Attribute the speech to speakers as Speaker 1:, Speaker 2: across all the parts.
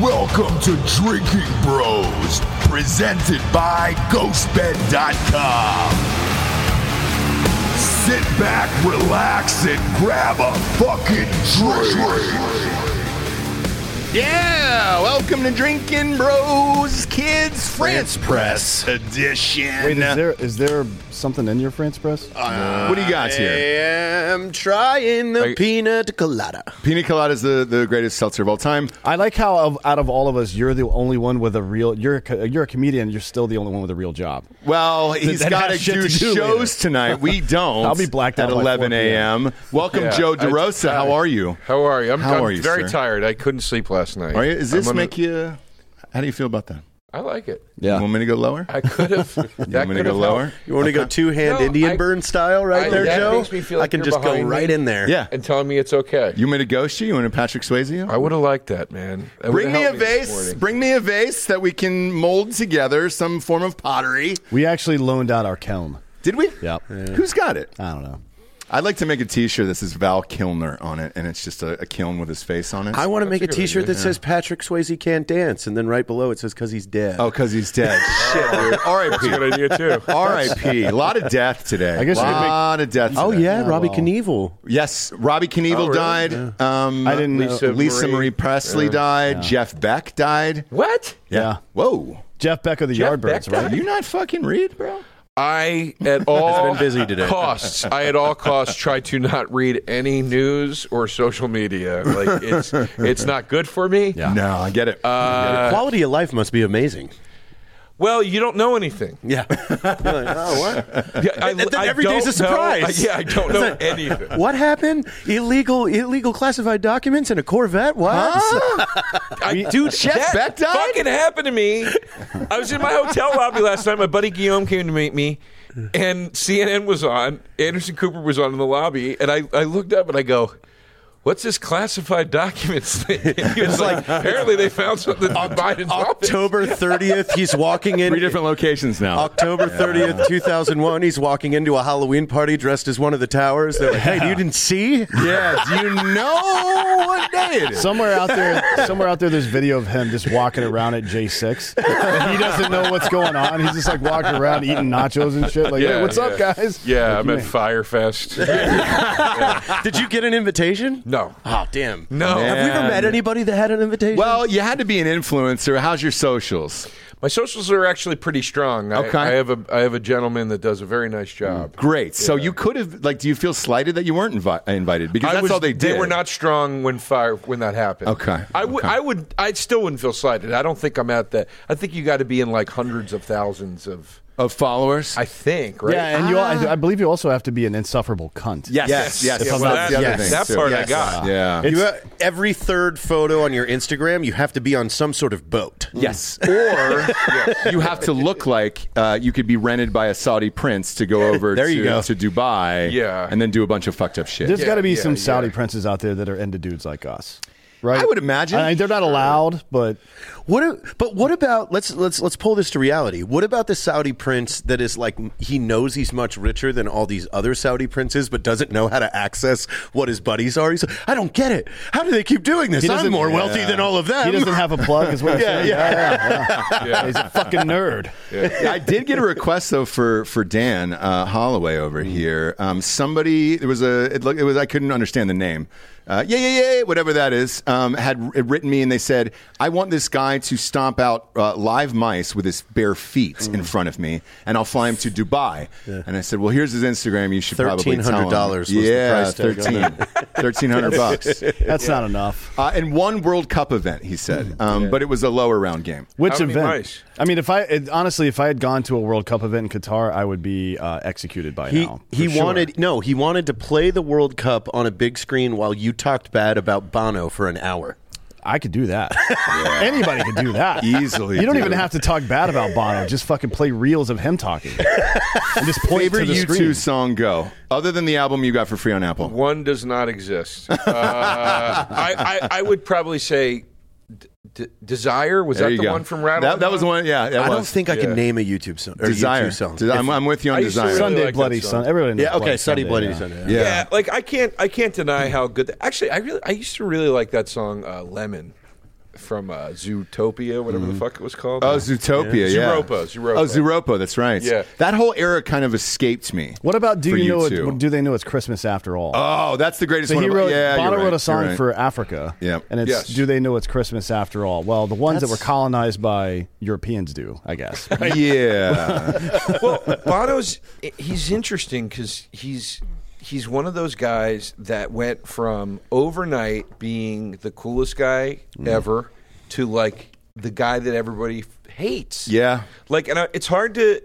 Speaker 1: Welcome to Drinking Bros, presented by GhostBed.com. Sit back, relax, and grab a fucking drink.
Speaker 2: Yeah, welcome to Drinking Bros Kids France Press edition.
Speaker 3: Wait, is there is there something in your France press?
Speaker 2: what do you got
Speaker 4: I
Speaker 2: here?
Speaker 4: am trying the
Speaker 2: Are you-
Speaker 4: pina colada.
Speaker 2: Pina colada is the, the greatest seltzer of all time.
Speaker 3: I like how of, out of all of us, you're the only one with a real. You're a, co- you're a comedian. You're still the only one with a real job.
Speaker 2: Well, he's
Speaker 3: that
Speaker 2: got to
Speaker 3: has shit
Speaker 2: do,
Speaker 3: to do
Speaker 2: shows
Speaker 3: later.
Speaker 2: tonight. We don't.
Speaker 3: I'll be blacked
Speaker 2: at
Speaker 3: out by
Speaker 2: 11
Speaker 3: 4 p.m.
Speaker 2: a.m. Welcome,
Speaker 4: Yeah,
Speaker 2: Joe
Speaker 4: I-
Speaker 2: DeRosa.
Speaker 4: I-
Speaker 2: how are you?
Speaker 4: How are you? I'm,
Speaker 2: How
Speaker 4: I'm
Speaker 2: are you,
Speaker 4: very
Speaker 2: sir?
Speaker 4: tired. I couldn't sleep last night.
Speaker 2: Are you? Is this
Speaker 4: I'm on
Speaker 2: make you? How do you feel about that?
Speaker 4: A, I like it.
Speaker 2: You want me to go lower?
Speaker 4: I could have.
Speaker 2: you want me to go lower?
Speaker 5: You want to go two hand
Speaker 4: No,
Speaker 5: Indian
Speaker 4: I-
Speaker 5: burn style right
Speaker 4: I-
Speaker 5: there,
Speaker 4: that
Speaker 5: Joe?
Speaker 4: makes me feel
Speaker 5: I
Speaker 4: like
Speaker 5: can
Speaker 4: you're
Speaker 5: just go
Speaker 4: behind me.
Speaker 5: right in there.
Speaker 2: Yeah.
Speaker 4: And telling me it's okay.
Speaker 2: You want me to ghost you? You want to Patrick Swayze you?
Speaker 4: I would have liked that, man. That would've
Speaker 2: Bring me a
Speaker 4: helped this
Speaker 2: vase.
Speaker 4: morning.
Speaker 2: Bring me a vase that we can mold together some form of pottery.
Speaker 3: We actually loaned out our kiln.
Speaker 2: Did we?
Speaker 3: Yep. Uh,
Speaker 2: Who's got it?
Speaker 3: I don't know.
Speaker 2: I'd like to make a T-shirt that says Val Kilmer on it, and it's just a, a kiln with his face on it.
Speaker 5: I want to make a t shirt that says Patrick Swayze can't dance, and then right below it says because he's dead.
Speaker 2: oh, because he's dead. Shit, dude.
Speaker 4: That's a
Speaker 2: R.I.P.
Speaker 4: good idea too.
Speaker 2: R.I.P. A lot of death today.
Speaker 3: I guess
Speaker 2: a
Speaker 3: you could make-
Speaker 2: lot of death.
Speaker 5: Oh,
Speaker 2: today.
Speaker 5: yeah, Robbie
Speaker 3: well.
Speaker 5: Knievel.
Speaker 2: Yes, Robbie Knievel
Speaker 4: really?
Speaker 2: died. Um,
Speaker 3: Oh, I didn't know-
Speaker 2: Lisa, Lisa Marie, Presley died. Jeff Beck died.
Speaker 4: What?
Speaker 3: Yeah.
Speaker 2: Whoa.
Speaker 3: Jeff Beck of the
Speaker 4: Jeff
Speaker 3: Yardbirds,
Speaker 4: Beck
Speaker 2: Are
Speaker 3: right?
Speaker 2: you not fucking read, bro?
Speaker 4: I at all
Speaker 5: been busy today.
Speaker 4: costs. I at all costs try to not read any news or social media. Like it's it's not good for me.
Speaker 2: No, I get it.
Speaker 5: The quality of life must be amazing.
Speaker 4: Well, you don't know anything.
Speaker 5: Yeah. You're like, oh, what?
Speaker 4: Yeah, I,
Speaker 5: then
Speaker 4: I
Speaker 5: every day's
Speaker 4: don't
Speaker 5: a
Speaker 4: know-
Speaker 5: surprise.
Speaker 4: yeah, I don't know anything.
Speaker 5: What happened? Illegal illegal classified documents in a Corvette? What?
Speaker 4: I, dude,
Speaker 2: Jeff
Speaker 4: that
Speaker 2: Beck died?
Speaker 4: fucking happened to me. I was in my hotel lobby last night. My buddy Guillaume came to meet me, and CNN was on. Anderson Cooper was on in the lobby, and I, I looked up and I go, "What's this classified documents thing?" He was like, "Apparently they found something in Biden's office."
Speaker 5: October 30th, he's walking in.
Speaker 2: Three different locations now.
Speaker 5: October 30th, 2001, he's walking into a Halloween party dressed as one of the towers. They're like, hey, you didn't see?
Speaker 2: yeah, do you know what day it is?
Speaker 3: Somewhere out there, somewhere out there, there's video of him just walking around at J6. he doesn't know what's going on. He's just like walking around eating nachos and shit. Like,
Speaker 4: Yeah,
Speaker 3: hey, what's up,
Speaker 4: yeah.
Speaker 3: guys?
Speaker 4: Yeah,
Speaker 3: Like,
Speaker 4: I'm
Speaker 3: you
Speaker 4: at
Speaker 3: may-
Speaker 4: Firefest.
Speaker 5: Did you get an invitation?
Speaker 4: no,
Speaker 5: Oh, damn.
Speaker 4: no.
Speaker 2: Man.
Speaker 5: Have we ever met anybody that had an invitation?
Speaker 2: Well, you had to be an influencer. How's your socials?
Speaker 4: My socials are actually pretty strong. I,
Speaker 2: Okay.
Speaker 4: I have a I have a gentleman that does a very nice job.
Speaker 2: Great. So you could have like. Do you feel slighted that you weren't invi- invited? Because
Speaker 4: I
Speaker 2: that's
Speaker 4: was-
Speaker 2: all they did.
Speaker 4: were not strong when fire when that happened.
Speaker 2: Okay,
Speaker 4: I would
Speaker 2: okay.
Speaker 4: I would I still wouldn't feel slighted. I don't think I'm at that. I think you got to be in like hundreds of thousands of.
Speaker 2: of followers.
Speaker 4: I think right.
Speaker 3: Yeah, and you,
Speaker 5: Ah.
Speaker 3: all, I, I believe you also have to be an insufferable cunt.
Speaker 2: yes, yes, yes.
Speaker 4: Yeah,
Speaker 2: That's
Speaker 4: well,
Speaker 2: not the
Speaker 4: that-
Speaker 2: other thing,
Speaker 4: that
Speaker 2: too.
Speaker 4: part I
Speaker 2: Yes.
Speaker 4: got.
Speaker 2: Yeah.
Speaker 5: You have- every third photo on your Instagram, you have to be on some sort of boat.
Speaker 2: Yes, or you have to look like uh, you could be rented by a Saudi prince to go over
Speaker 5: There
Speaker 2: to,
Speaker 5: you go.
Speaker 2: to Dubai,
Speaker 4: Yeah.
Speaker 2: and then do a bunch of fucked up shit.
Speaker 3: There's got to be
Speaker 4: yeah,
Speaker 3: some
Speaker 4: yeah.
Speaker 3: Saudi princes out there that are into dudes like us, right?
Speaker 2: I would imagine.
Speaker 3: I mean, they're not allowed, but
Speaker 5: What? a- But what about let's let's let's pull this to reality. What about the Saudi prince that is like he knows he's much richer than all these other Saudi princes, but doesn't know how to access what his buddies are? He's like, I don't get it. How do they keep doing this?
Speaker 3: He
Speaker 5: I'm
Speaker 3: doesn't-
Speaker 5: more wealthy
Speaker 3: yeah.
Speaker 5: than all of them.
Speaker 3: he doesn't have a plug, is what you're saying. Yeah, yeah, yeah. He's a fucking nerd.
Speaker 2: I did get a request though for for
Speaker 3: Mm.
Speaker 2: Dan uh, Holloway over here. Um, somebody there was a it, look- it was I couldn't understand the name. uh, yeah, yeah, yeah, whatever that is, um, had r- written me and they said, I want this guy to stomp out uh, live mice with his bare feet
Speaker 3: Mm.
Speaker 2: in front of me, and I'll fly him to Dubai. And I said, Well, here's his Instagram. You should probably tell him.
Speaker 5: $1,300 was the
Speaker 2: yeah,
Speaker 5: price tag on
Speaker 2: 13, 1300 bucks.
Speaker 3: That's not enough.
Speaker 2: Uh, and one World Cup event, he said,
Speaker 3: Hmm.
Speaker 2: um, but it was a lower round game.
Speaker 3: Which
Speaker 4: How many
Speaker 3: event?
Speaker 4: mice?
Speaker 3: I mean, if I it, honestly, if I had gone to a World Cup event in Qatar, I would be uh, executed by
Speaker 5: He,
Speaker 3: now.
Speaker 5: he
Speaker 3: for sure.
Speaker 5: wanted no he wanted to play the World Cup on a big screen while you talked bad about Bono for an hour.
Speaker 3: I could do that. Anybody could do that
Speaker 2: Easily,
Speaker 3: You don't
Speaker 2: dude.
Speaker 3: even have to talk bad about Bono. Just fucking play reels of him talking. and just point
Speaker 2: Favorite
Speaker 3: to the
Speaker 2: U2
Speaker 3: screen.
Speaker 2: song go, other than the album you got for free on Apple.
Speaker 4: One does not exist. Uh, I, I, I would probably say d- d- Desire. Was
Speaker 2: There
Speaker 4: that
Speaker 2: you
Speaker 4: the
Speaker 2: go.
Speaker 4: one from Rattle?
Speaker 2: That, that was one. Yeah, that
Speaker 5: I
Speaker 2: was.
Speaker 5: don't think I can name a YouTube song. Or
Speaker 2: Desire.
Speaker 5: YouTube song.
Speaker 2: Desi- I'm, I'm with you on
Speaker 4: I used to
Speaker 2: Desire.
Speaker 4: really
Speaker 3: Sunday
Speaker 4: like that
Speaker 3: Bloody
Speaker 4: song.
Speaker 3: Sun. Everybody knows.
Speaker 5: yeah, okay,
Speaker 3: Bloody
Speaker 5: Sunday Bloody
Speaker 3: yeah.
Speaker 5: Sunday.
Speaker 4: Yeah. like I can't, I can't deny how good. That, actually, I really, I used to really like that song uh, "Lemon" from uh, Zootopia, whatever the fuck it was called.
Speaker 2: Oh, Zootopia, yeah.
Speaker 4: Zooropa, Zooropa.
Speaker 2: Oh, Zooropa, that's right.
Speaker 4: Yeah.
Speaker 2: That whole era kind of escaped me.
Speaker 3: What about do
Speaker 2: for
Speaker 3: you know?
Speaker 2: U2.
Speaker 3: It, do they know it's Christmas after all?
Speaker 2: oh, that's the greatest
Speaker 3: so
Speaker 2: one.
Speaker 3: he
Speaker 2: of-
Speaker 3: wrote.
Speaker 2: yeah, you're
Speaker 3: Bono
Speaker 2: right,
Speaker 3: wrote
Speaker 2: you're
Speaker 3: a song
Speaker 2: right.
Speaker 3: for Africa.
Speaker 2: Yeah.
Speaker 3: and it's
Speaker 4: Yes.
Speaker 3: do they know it's Christmas after all? Well, the ones that
Speaker 5: That's-
Speaker 3: were colonized by Europeans do, I guess.
Speaker 2: Yeah.
Speaker 4: well, Bono's he's interesting because he's he's one of those guys that went from overnight being the coolest guy
Speaker 2: Mm.
Speaker 4: ever to like the guy that everybody f- hates.
Speaker 2: Yeah.
Speaker 4: like, and I, it's hard to.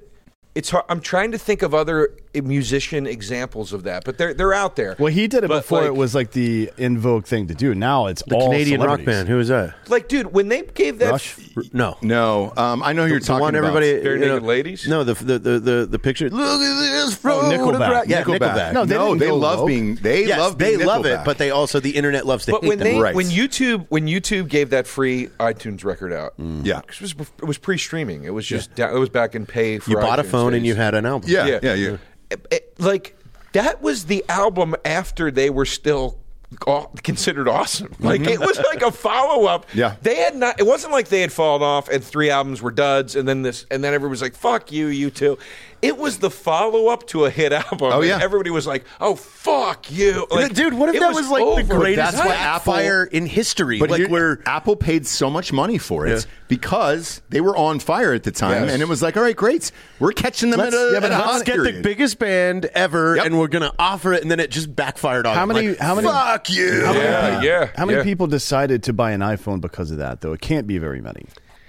Speaker 4: It's hard, I'm trying to think of other musician examples of that, but they're they're out there.
Speaker 3: well, he did it
Speaker 4: But,
Speaker 3: before
Speaker 4: like-
Speaker 3: it was like the in vogue thing to do. Now it's all
Speaker 5: Canadian rock
Speaker 3: celebrities.
Speaker 5: band. Who is that?
Speaker 4: Like, dude, when they gave that,
Speaker 3: Rush?
Speaker 5: R- No.
Speaker 2: no, um, I know who you're
Speaker 5: The
Speaker 2: talking
Speaker 5: one
Speaker 2: about.
Speaker 5: everybody
Speaker 4: Bare
Speaker 5: you know-
Speaker 4: Naked Ladies?
Speaker 5: No, the the the the, the picture. Look at this
Speaker 3: Oh, Nickelback.
Speaker 5: Yeah, Nickelback.
Speaker 3: No, they didn't go
Speaker 2: love
Speaker 3: woke.
Speaker 2: being. They
Speaker 5: Yes,
Speaker 2: love.
Speaker 5: they
Speaker 2: being
Speaker 5: love it,
Speaker 2: Nickelback.
Speaker 5: but they also the internet loves to
Speaker 4: but
Speaker 5: hate
Speaker 4: when
Speaker 5: them.
Speaker 4: they
Speaker 2: Right.
Speaker 4: when YouTube when YouTube gave that free iTunes record out,
Speaker 3: Mm.
Speaker 2: Yeah.
Speaker 4: 'cause it was it was pre-streaming. It was just da- it was back in pay. For
Speaker 5: you bought a
Speaker 4: iTunes
Speaker 5: phone and
Speaker 4: days.
Speaker 5: you had an album.
Speaker 2: Yeah. Yeah.
Speaker 4: Yeah.
Speaker 2: Yeah. you-
Speaker 4: It- it- like that was the album after they were still aw- considered awesome. Like it was like a follow up.
Speaker 2: Yeah.
Speaker 4: they had not. It wasn't like they had fallen off and three albums were duds, and then this, and then everyone was like, "Fuck you, you too." It was the follow up to a hit album.
Speaker 2: Oh,
Speaker 4: and
Speaker 2: yeah.
Speaker 4: everybody was like, "Oh fuck you, like,
Speaker 5: Dude, what if
Speaker 4: it
Speaker 5: that was, like the
Speaker 4: over.
Speaker 5: greatest
Speaker 2: That's why
Speaker 5: hot
Speaker 2: Apple-
Speaker 5: fire in history?
Speaker 2: But
Speaker 5: like
Speaker 2: here-
Speaker 5: we're
Speaker 2: Apple paid so much money for it
Speaker 5: Yeah.
Speaker 2: because they were on fire at the time,
Speaker 4: Yes.
Speaker 2: and it was like, all right, great, we're catching them at a,
Speaker 5: yeah,
Speaker 2: at
Speaker 5: but
Speaker 2: a
Speaker 5: let's
Speaker 2: hot
Speaker 5: get
Speaker 2: period.
Speaker 5: the biggest band ever,
Speaker 2: Yep.
Speaker 5: and we're gonna offer it, and then it just backfired on.
Speaker 3: How
Speaker 5: them.
Speaker 3: many-
Speaker 5: Like,
Speaker 3: how many-
Speaker 5: Fuck you.
Speaker 4: Yeah, yeah.
Speaker 3: How many
Speaker 4: yeah.
Speaker 3: people decided to buy an iPhone because of that? Though it can't be very many,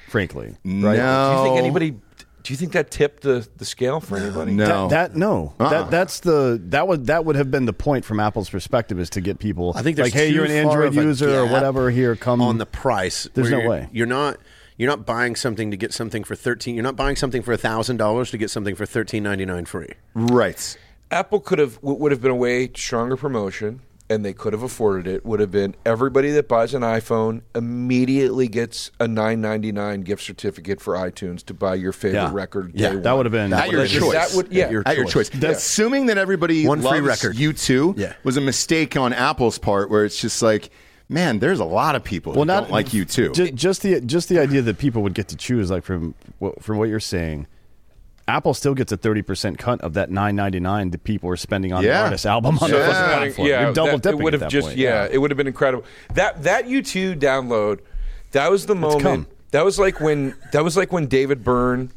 Speaker 3: frankly.
Speaker 4: Do you
Speaker 2: No,
Speaker 4: think anybody? Do you think that tipped the, the scale for anybody?
Speaker 2: Oh. No,
Speaker 3: That, that no.
Speaker 2: Uh-uh.
Speaker 3: That that's the that would that would have been the point from Apple's perspective is to get people.
Speaker 5: I think there's
Speaker 3: like, hey,
Speaker 5: too
Speaker 3: you're an
Speaker 5: far
Speaker 3: Android
Speaker 5: of a
Speaker 3: user or
Speaker 5: gap
Speaker 3: whatever. Here, come
Speaker 5: on the price.
Speaker 3: There's
Speaker 5: where
Speaker 3: no
Speaker 5: you're-
Speaker 3: way.
Speaker 5: you're not. You're not buying something to get something for thirteen. You're not buying something for thousand dollars to get something for thirteen ninety nine free.
Speaker 2: right.
Speaker 4: Apple could have w- would have been a way stronger promotion, and they could have afforded it. Would have been everybody that buys an iPhone immediately gets a nine ninety nine gift certificate for iTunes to buy your favorite
Speaker 3: Yeah.
Speaker 4: record.
Speaker 5: Yeah,
Speaker 4: day
Speaker 3: That
Speaker 4: one.
Speaker 3: would have been
Speaker 2: At your
Speaker 4: Like,
Speaker 2: choice.
Speaker 4: That would yeah.
Speaker 5: your
Speaker 2: at your choice. Assuming that everybody
Speaker 5: One free
Speaker 2: loves
Speaker 5: record.
Speaker 2: you too
Speaker 5: Yeah.
Speaker 2: was a mistake on Apple's part, where it's just like, man, there's a lot of people well, not, don't like you too.
Speaker 3: Just, just the just the idea that people would get to choose, like from what- from what you're saying, Apple still gets a thirty percent cut of that nine ninety nine that people are spending on
Speaker 2: Yeah.
Speaker 3: an artist album on
Speaker 4: So
Speaker 3: their
Speaker 4: that's
Speaker 3: fucking
Speaker 4: not-
Speaker 3: platform.
Speaker 4: yeah,
Speaker 3: you're double
Speaker 4: that-
Speaker 3: dipping.
Speaker 4: It would
Speaker 3: at that
Speaker 4: have just
Speaker 3: point.
Speaker 4: yeah, it would have been incredible. That that U two download, that was the
Speaker 3: come.
Speaker 4: moment. That was like when that was like when David Byrne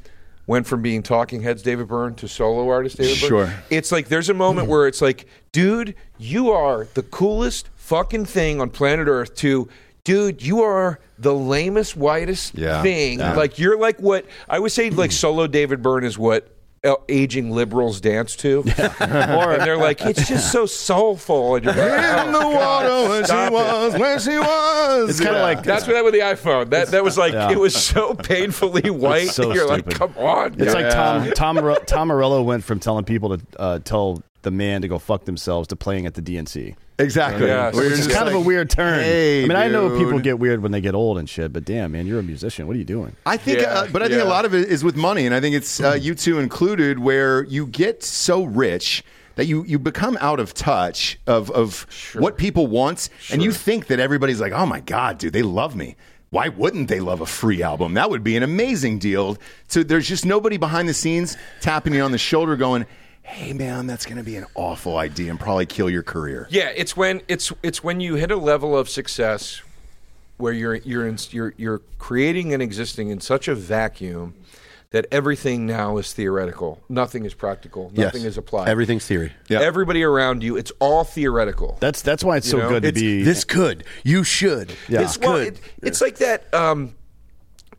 Speaker 4: went from being Talking Heads David Byrne to solo artist David Byrne.
Speaker 2: Sure.
Speaker 4: It's like there's a moment where it's like, dude, you are the coolest fucking thing on planet Earth. To dude, you are the lamest, whitest
Speaker 2: Yeah.
Speaker 4: thing.
Speaker 2: Yeah.
Speaker 4: Like you're like what I would say. Like solo David Byrne is what. uh, Aging liberals dance to, or they're like, it's just so soulful. And you're like,
Speaker 2: in the
Speaker 4: "Oh,
Speaker 2: water
Speaker 4: God,
Speaker 2: when she
Speaker 4: stop it."
Speaker 2: was, when she was.
Speaker 3: It's kinda
Speaker 2: Yeah.
Speaker 3: like-
Speaker 4: That's what happened with the iPhone. That that was like
Speaker 3: Yeah.
Speaker 4: it was so painfully white.
Speaker 3: It's so
Speaker 4: you're like,
Speaker 3: stupid.
Speaker 4: come on.
Speaker 3: It's
Speaker 2: Yeah.
Speaker 3: like Tom Tom Morello- Tom Morello went from telling people to uh, tell the man to go fuck themselves to playing at the DNC.
Speaker 2: exactly.
Speaker 4: Yeah.
Speaker 2: Where you're
Speaker 3: It's
Speaker 2: just
Speaker 3: kind of a
Speaker 2: like,
Speaker 3: weird turn.
Speaker 2: hey,
Speaker 3: I mean, I know people
Speaker 2: dude.
Speaker 3: get weird when they get old and shit, but damn, man, you're a musician. What are you doing?
Speaker 2: I think,
Speaker 4: Yeah,
Speaker 2: uh, but I think
Speaker 4: yeah.
Speaker 2: a lot of it is with money, and I think it's uh, you two included, where you get so rich that you you become out of touch of of what people want, and you think that everybody's like, oh my god, dude, they love me. Why wouldn't they love a free album? That would be an amazing deal. So there's just nobody behind the scenes tapping you on the shoulder, going, hey man, that's going to be an awful idea and probably kill your career.
Speaker 4: Yeah, it's when it's it's when you hit a level of success where you're you're in, you're you're creating and existing in such a vacuum that everything now is theoretical. Nothing is practical. Nothing is applied.
Speaker 5: Everything's theory.
Speaker 4: Everybody around you, it's all theoretical.
Speaker 3: That's that's why it's
Speaker 4: You
Speaker 3: so
Speaker 4: know,
Speaker 3: good to
Speaker 5: It's,
Speaker 3: be.
Speaker 5: this could. You should.
Speaker 3: Yeah.
Speaker 5: This
Speaker 4: it's well,
Speaker 5: could.
Speaker 4: it- it's like that. Um,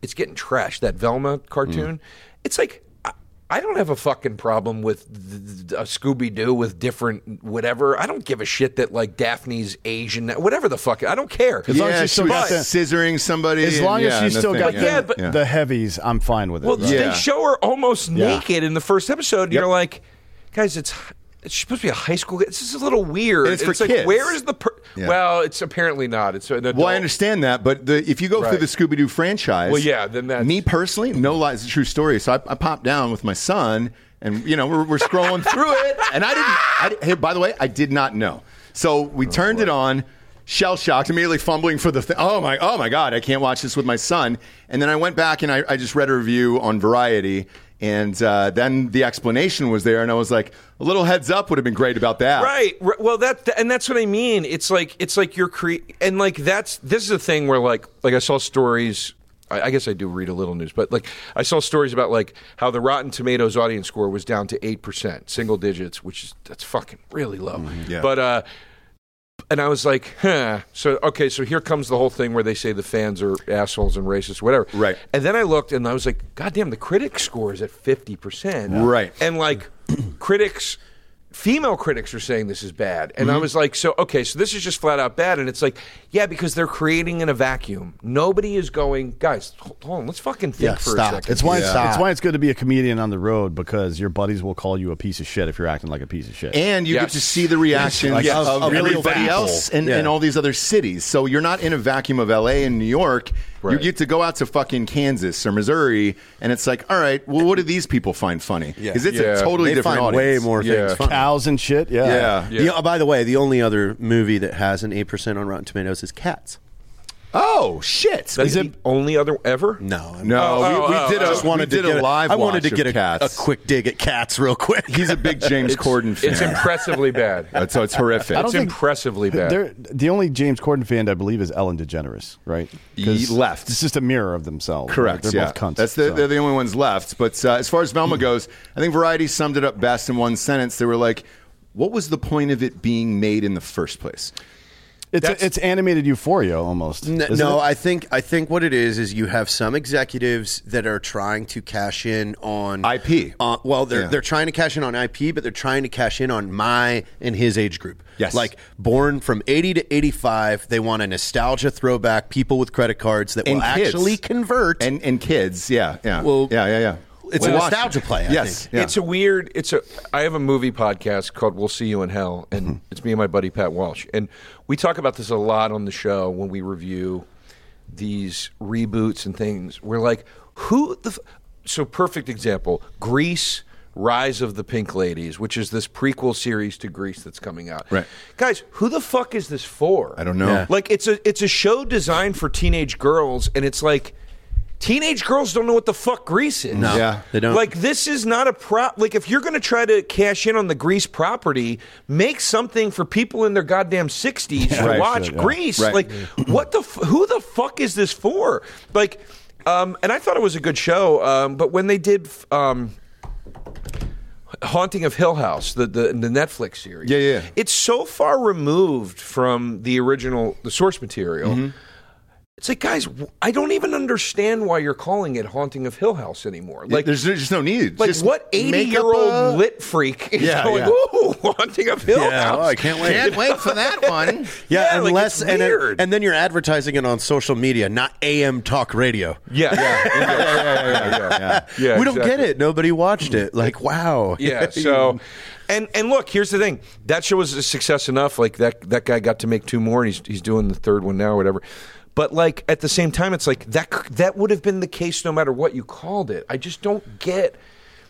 Speaker 4: it's getting trashed. That Velma
Speaker 2: Mm.
Speaker 4: cartoon. It's like I, I don't have a fucking problem with th- th- a Scooby Doo with different whatever. I don't give a shit that like Daphne's Asian, whatever the fuck. I don't care.
Speaker 3: long as
Speaker 2: yeah,
Speaker 3: you
Speaker 2: she
Speaker 3: still
Speaker 2: was
Speaker 3: got the-
Speaker 2: scissoring somebody.
Speaker 3: as
Speaker 2: and
Speaker 3: long
Speaker 2: yeah,
Speaker 3: as you
Speaker 2: and the
Speaker 3: still
Speaker 2: thing,
Speaker 3: got
Speaker 4: But
Speaker 3: the,
Speaker 4: yeah, but-
Speaker 3: the heavies, I'm fine with it.
Speaker 4: Well,
Speaker 3: Right.
Speaker 4: they show her almost
Speaker 3: Yeah.
Speaker 4: naked in the first episode, and you're like, guys, it's it's supposed to be a high school. This is a little weird.
Speaker 2: And it's for
Speaker 4: like,
Speaker 2: kids.
Speaker 4: where is the? Per-
Speaker 2: Yeah.
Speaker 4: Well, it's apparently not. It's an adult.
Speaker 2: Well, I understand that, but the, if you go through
Speaker 4: Right.
Speaker 2: the Scooby Doo franchise,
Speaker 4: Well, yeah, then that's-
Speaker 2: me personally, no lies, it's a true story. So I, I popped down with my son, and you know we're, we're scrolling through it, and I didn't. I, di- hey, by the way, I did not know. So
Speaker 3: Oh,
Speaker 2: we turned it on, shell shocked, immediately fumbling for the. Th- oh my! Oh my God! I can't watch this with my son. And then I went back and I, I just read a review on Variety. And uh, then the explanation was there, and I was like, "A little heads up would have been great about that."
Speaker 4: Right. Right. Well, that and that's what I mean. It's like it's like you're cre- and like that's this is a thing where like like I saw stories. I, I guess I do read a little news, but like I saw stories about like how the Rotten Tomatoes audience score was down to eight percent, single digits, which is that's fucking really low.
Speaker 2: Mm-hmm. Yeah.
Speaker 4: But uh, and I was like, huh. So okay, so here comes the whole thing where they say the fans are assholes and racist, whatever.
Speaker 2: Right.
Speaker 4: And then I looked and I was like, God damn, the critic score is at fifty percent.
Speaker 2: Right.
Speaker 4: And like critics female critics are saying this is bad. And I was like, so okay, so this is just flat out bad. And it's like, yeah, because they're creating in a vacuum. Nobody is going, guys, hold hold on, let's fucking think
Speaker 5: Yeah,
Speaker 4: for
Speaker 5: stop.
Speaker 4: a second.
Speaker 3: It's why
Speaker 5: Yeah.
Speaker 3: it's, it's why it's good to be a comedian on the road because your buddies will call you a piece of shit if you're acting like a piece of shit.
Speaker 2: and you get
Speaker 4: Yes.
Speaker 2: to see the reactions
Speaker 3: Yes. Yes.
Speaker 2: of,
Speaker 3: Of- of real
Speaker 2: everybody
Speaker 3: people.
Speaker 2: else and,
Speaker 5: Yeah.
Speaker 2: and all these other cities. So you're not in a vacuum of LA and New York. You
Speaker 4: Right.
Speaker 2: get to go out to fucking Kansas or Missouri, and it's like, all right, well, what do these people find funny? Because it's
Speaker 4: Yeah.
Speaker 2: a totally
Speaker 5: they
Speaker 2: different
Speaker 5: find
Speaker 2: audience.
Speaker 5: way more
Speaker 4: Yeah.
Speaker 5: things. Fun.
Speaker 3: cows and shit. Yeah.
Speaker 2: Yeah.
Speaker 5: The- uh, by the way, the only other movie that has an 8% on Rotten Tomatoes is Cats.
Speaker 2: Oh shit!
Speaker 4: That's the only other ever?
Speaker 5: No. I'm-
Speaker 2: no,
Speaker 4: Oh,
Speaker 2: we, we
Speaker 4: oh,
Speaker 2: did
Speaker 4: oh,
Speaker 2: a
Speaker 4: oh.
Speaker 5: just wanted
Speaker 2: we
Speaker 5: to
Speaker 2: did
Speaker 5: get
Speaker 2: a live.
Speaker 5: I wanted
Speaker 2: watch
Speaker 5: to get
Speaker 2: of
Speaker 5: a,
Speaker 2: cats.
Speaker 5: a quick dig at Cats real quick.
Speaker 2: He's a big James Corden fan.
Speaker 4: It's impressively bad.
Speaker 2: That's- so it's horrific.
Speaker 4: It's
Speaker 3: think-
Speaker 4: impressively bad.
Speaker 3: They're, the only James Corden fan I believe is Ellen DeGeneres, right? 'Cause
Speaker 2: Ye- left.
Speaker 3: It's just a mirror of themselves.
Speaker 2: Correct.
Speaker 3: They're
Speaker 2: yeah,
Speaker 3: both cunts.
Speaker 2: that's the,
Speaker 3: so.
Speaker 2: they're the only ones left. But uh, as far as Velma goes, I think Variety summed it up best in one sentence. They were like, "What was the point of it being made in the first place?"
Speaker 3: it's,
Speaker 4: that's-
Speaker 3: it's animated euphoria almost.
Speaker 5: N-
Speaker 3: isn't
Speaker 5: no,
Speaker 3: it?
Speaker 5: I think I think what it is is you have some executives that are trying to cash in on
Speaker 2: IP.
Speaker 5: on- well, they're
Speaker 2: Yeah.
Speaker 5: they're trying to cash in on IP, but they're trying to cash in on my and his age group.
Speaker 2: Yes.
Speaker 5: like born from eighty to eighty five, they want a nostalgia throwback. People with credit cards that
Speaker 2: And
Speaker 5: will
Speaker 2: kids.
Speaker 5: actually convert.
Speaker 2: and and kids. Yeah, yeah,
Speaker 5: Well,
Speaker 2: yeah, yeah, yeah.
Speaker 5: it's a
Speaker 2: Watch-
Speaker 5: nostalgia play, I
Speaker 2: yes,
Speaker 5: think.
Speaker 2: yeah.
Speaker 4: It's a weird. It's a. I have a movie podcast called "We'll See You in Hell," and
Speaker 2: Mm-hmm.
Speaker 4: it's me and my buddy Pat Walsh, and we talk about this a lot on the show when we review these reboots and things. We're like, who the? F-? So perfect example: Grease, Rise of the Pink Ladies, which is this prequel series to Grease that's coming out.
Speaker 2: Right.
Speaker 4: guys, who the fuck is this for?
Speaker 2: I don't know. Yeah.
Speaker 4: Like, it's a it's a show designed for teenage girls, and it's like. Teenage girls don't know what the fuck Grease is.
Speaker 5: No,
Speaker 2: Yeah.
Speaker 5: they don't.
Speaker 4: Like this is not a prop. Like if you're going to try to cash in on the Grease property, make something for people in their goddamn sixties to
Speaker 2: right.
Speaker 4: watch
Speaker 3: Yeah.
Speaker 4: Grease.
Speaker 2: Right.
Speaker 4: Like what the f- who the fuck is this for? Like, um, and I thought it was a good show, um, but when they did. f- Um, Haunting of Hill House, the, the the Netflix series.
Speaker 2: Yeah, yeah.
Speaker 4: It's so far removed from the original, the source material.
Speaker 2: Mm-hmm.
Speaker 4: It's like, guys, w- I don't even understand why you're calling it Haunting of Hill House anymore. Like,
Speaker 2: Like, there's there's just no need.
Speaker 4: like
Speaker 2: Just
Speaker 4: what
Speaker 2: make up
Speaker 4: 80 year old
Speaker 2: a-
Speaker 4: lit freak is
Speaker 2: Yeah,
Speaker 4: going,
Speaker 2: yeah.
Speaker 4: ooh, Haunting of Hill
Speaker 5: yeah,
Speaker 4: House?
Speaker 5: oh, I can't wait.
Speaker 2: Can't wait for that one.
Speaker 5: Yeah,
Speaker 4: Yeah, like,
Speaker 5: unless
Speaker 4: it's
Speaker 5: and, it-
Speaker 4: weird.
Speaker 5: and then you're advertising it on social media, not AM talk radio.
Speaker 4: yeah. Yeah, yeah, yeah, yeah, yeah, Yeah,
Speaker 5: we don't
Speaker 4: exactly.
Speaker 5: get it. Nobody watched it. Like, wow.
Speaker 4: Yeah. So, and and look, here's the thing. That show was a success enough. Like that that guy got to make two more, and he's he's doing the third one now, or whatever. But like at the same time, it's like that c- that would have been the case no matter what you called it. I just don't get.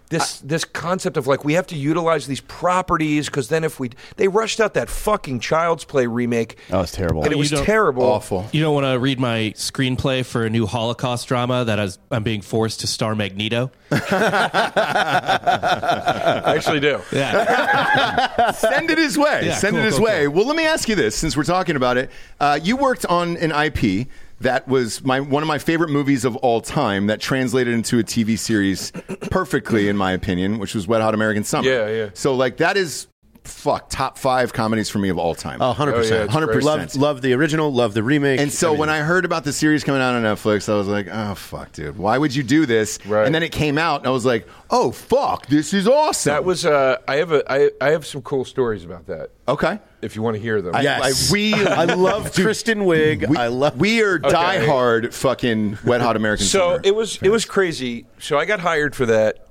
Speaker 4: this this concept of like we have to utilize these properties because then if we they rushed out that fucking Child's Play remake.
Speaker 3: Oh, it's terrible.
Speaker 4: And it
Speaker 3: You
Speaker 4: was
Speaker 6: don't-
Speaker 4: terrible.
Speaker 5: Awful.
Speaker 6: You don't want to read my screenplay for a new Holocaust drama that I was, I'm being forced to star Magneto.
Speaker 4: I actually do.
Speaker 6: Yeah,
Speaker 2: Send it his way.
Speaker 6: Yeah,
Speaker 2: Send
Speaker 6: cool,
Speaker 2: it his
Speaker 6: cool,
Speaker 2: way. Well, let me ask you this, since we're talking about it. Uh, you worked on an IP that was my one of my favorite movies of all time that translated into a TV series perfectly, in my opinion, which was Wet Hot American Summer.
Speaker 4: Yeah, yeah.
Speaker 2: So like that is fuck top five comedies for me of all time.
Speaker 5: Oh, 100%.
Speaker 4: Oh, yeah, it's
Speaker 2: 100%.
Speaker 5: Love, love the original, love the remake.
Speaker 2: And so when I heard about the series coming out on Netflix, I was like, oh, fuck, dude. Why would you do this?
Speaker 4: Right.
Speaker 2: And then it came out, and I was like, oh, fuck, this is awesome.
Speaker 4: That was uh, I have a I, I have some cool stories about that.
Speaker 2: Okay.
Speaker 4: If you want to hear them.
Speaker 2: I-
Speaker 5: Yes.
Speaker 2: I- we,
Speaker 5: I love Kristen Wiig.
Speaker 2: we,
Speaker 5: I love.
Speaker 2: we are diehard fucking wet hot American
Speaker 4: so
Speaker 2: Summer.
Speaker 4: it was it was crazy. So I got hired for that.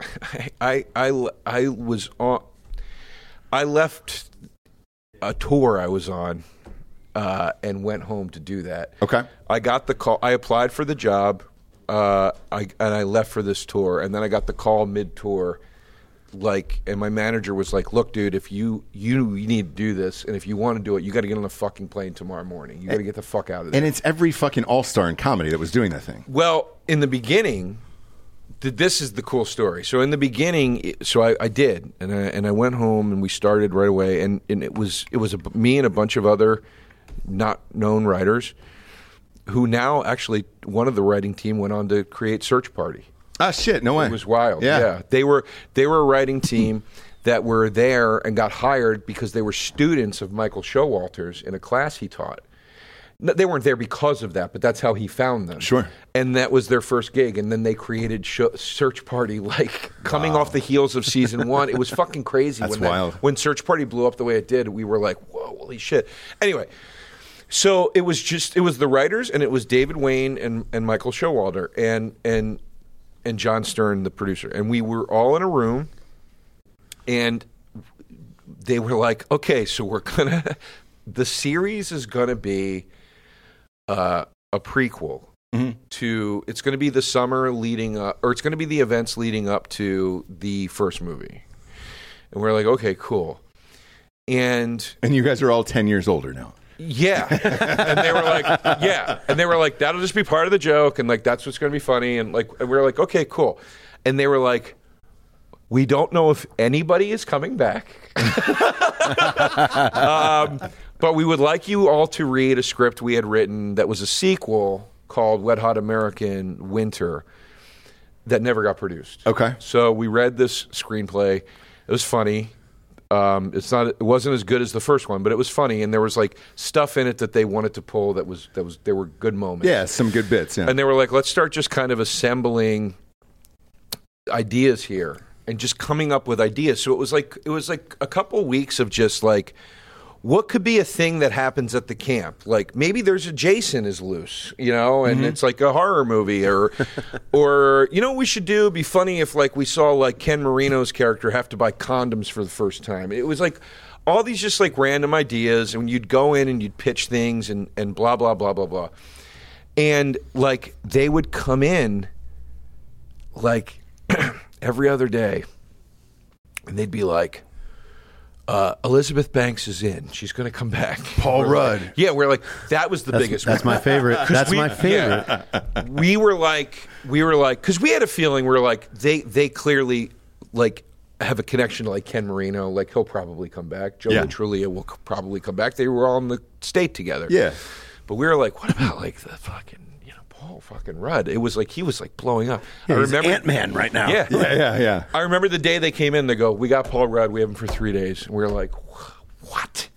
Speaker 4: I I I was on. I left a tour I was on uh, and went home to do that.
Speaker 2: Okay.
Speaker 4: I got the call. I applied for the job. Uh, I and I left for this tour, and then I got the call mid tour. Like, and my manager was like, "Look, dude, if you you you need to do this, and if you want to do it, you got to get on the fucking plane tomorrow morning. You got to get the fuck out of there."
Speaker 2: and it's every fucking all star in comedy that was doing that thing.
Speaker 4: Well, in the beginning, th- this is the cool story. So in the beginning, i- so I, I did, and I, and I went home, and we started right away, and, and it was it was a, b- me and a bunch of other not known writers, who now actually one of the writing team went on to create Search Party.
Speaker 2: Ah, shit, no way.
Speaker 4: It was wild. Yeah. they were they were a writing team that were there and got hired because they were students of Michael Showalter's in a class he taught. No, they weren't there because of that, but that's how he found them.
Speaker 2: Sure.
Speaker 4: And that was their first gig, and then they created show, Search Party, like coming off the heels of season one. It was fucking crazy.
Speaker 2: That's
Speaker 4: when that-
Speaker 2: wild.
Speaker 4: when Search Party blew up the way it did, we were like, "Whoa, holy shit!" Anyway, so it was just it was the writers and it was David Wayne and, and Michael Showalter and and and John Stern the producer and we were all in a room and they were like okay so we're gonna the series is gonna be uh, a prequel
Speaker 2: Mm-hmm.
Speaker 4: to it's gonna be the summer leading up or it's gonna be the events leading up to the first movie and we're like okay cool and
Speaker 2: And you guys are all 10 years older now.
Speaker 4: yeah. and they were like, yeah. And they were like, that'll just be part of the joke. And like, that's what's going to be funny. And like, and we were like, okay, cool. And they were like, we don't know if anybody is coming back. um, but we would like you all to read a script we had written that was a sequel called Wet Hot American Winter that never got produced.
Speaker 2: Okay.
Speaker 4: So we read this screenplay. It was funny. Um, it's not. It wasn't as good as the first one, but it was funny, and there was like stuff in it that they wanted to pull. That was that was there were good moments.
Speaker 2: Yeah, some good bits. Yeah.
Speaker 4: And they were like, let's start just kind of assembling ideas here and just coming up with ideas. So it was like it was like a couple weeks of just like what could be a thing that happens at the camp? Like maybe there's a Jason is loose, you know, and it's like a horror movie or or you know what we should do It'd be funny if like we saw like Ken Marino's character have to buy condoms for the first time. It was like all these just like random ideas and you'd go in and you'd pitch things and and blah blah blah blah blah. And like they would come in like every other day, and they'd be like, uh, "Elizabeth Banks is in. She's going to come back."
Speaker 2: Paul
Speaker 4: We're like-
Speaker 2: Rudd.
Speaker 4: yeah, we're like that was the
Speaker 5: That's,
Speaker 4: biggest.
Speaker 5: that's
Speaker 4: one.
Speaker 5: my favorite. That's
Speaker 4: We-
Speaker 5: my favorite.
Speaker 4: yeah. we were like, we were like, because we had a feeling we are like, they they clearly like have a connection to like Ken Marino. Like he'll probably come back. Joe
Speaker 2: Yeah.
Speaker 4: Trulia will c- probably come back. They were all in the state together.
Speaker 2: Yeah.
Speaker 4: But we were like, what about like the fucking you know Paul fucking Rudd? It was like he was like blowing up. I remember
Speaker 5: Ant Man right now.
Speaker 4: Yeah.
Speaker 2: yeah, yeah, yeah.
Speaker 4: I remember the day they came in. They go, "We got Paul Rudd. We have him for three days." And we were like, "Wh- "What?"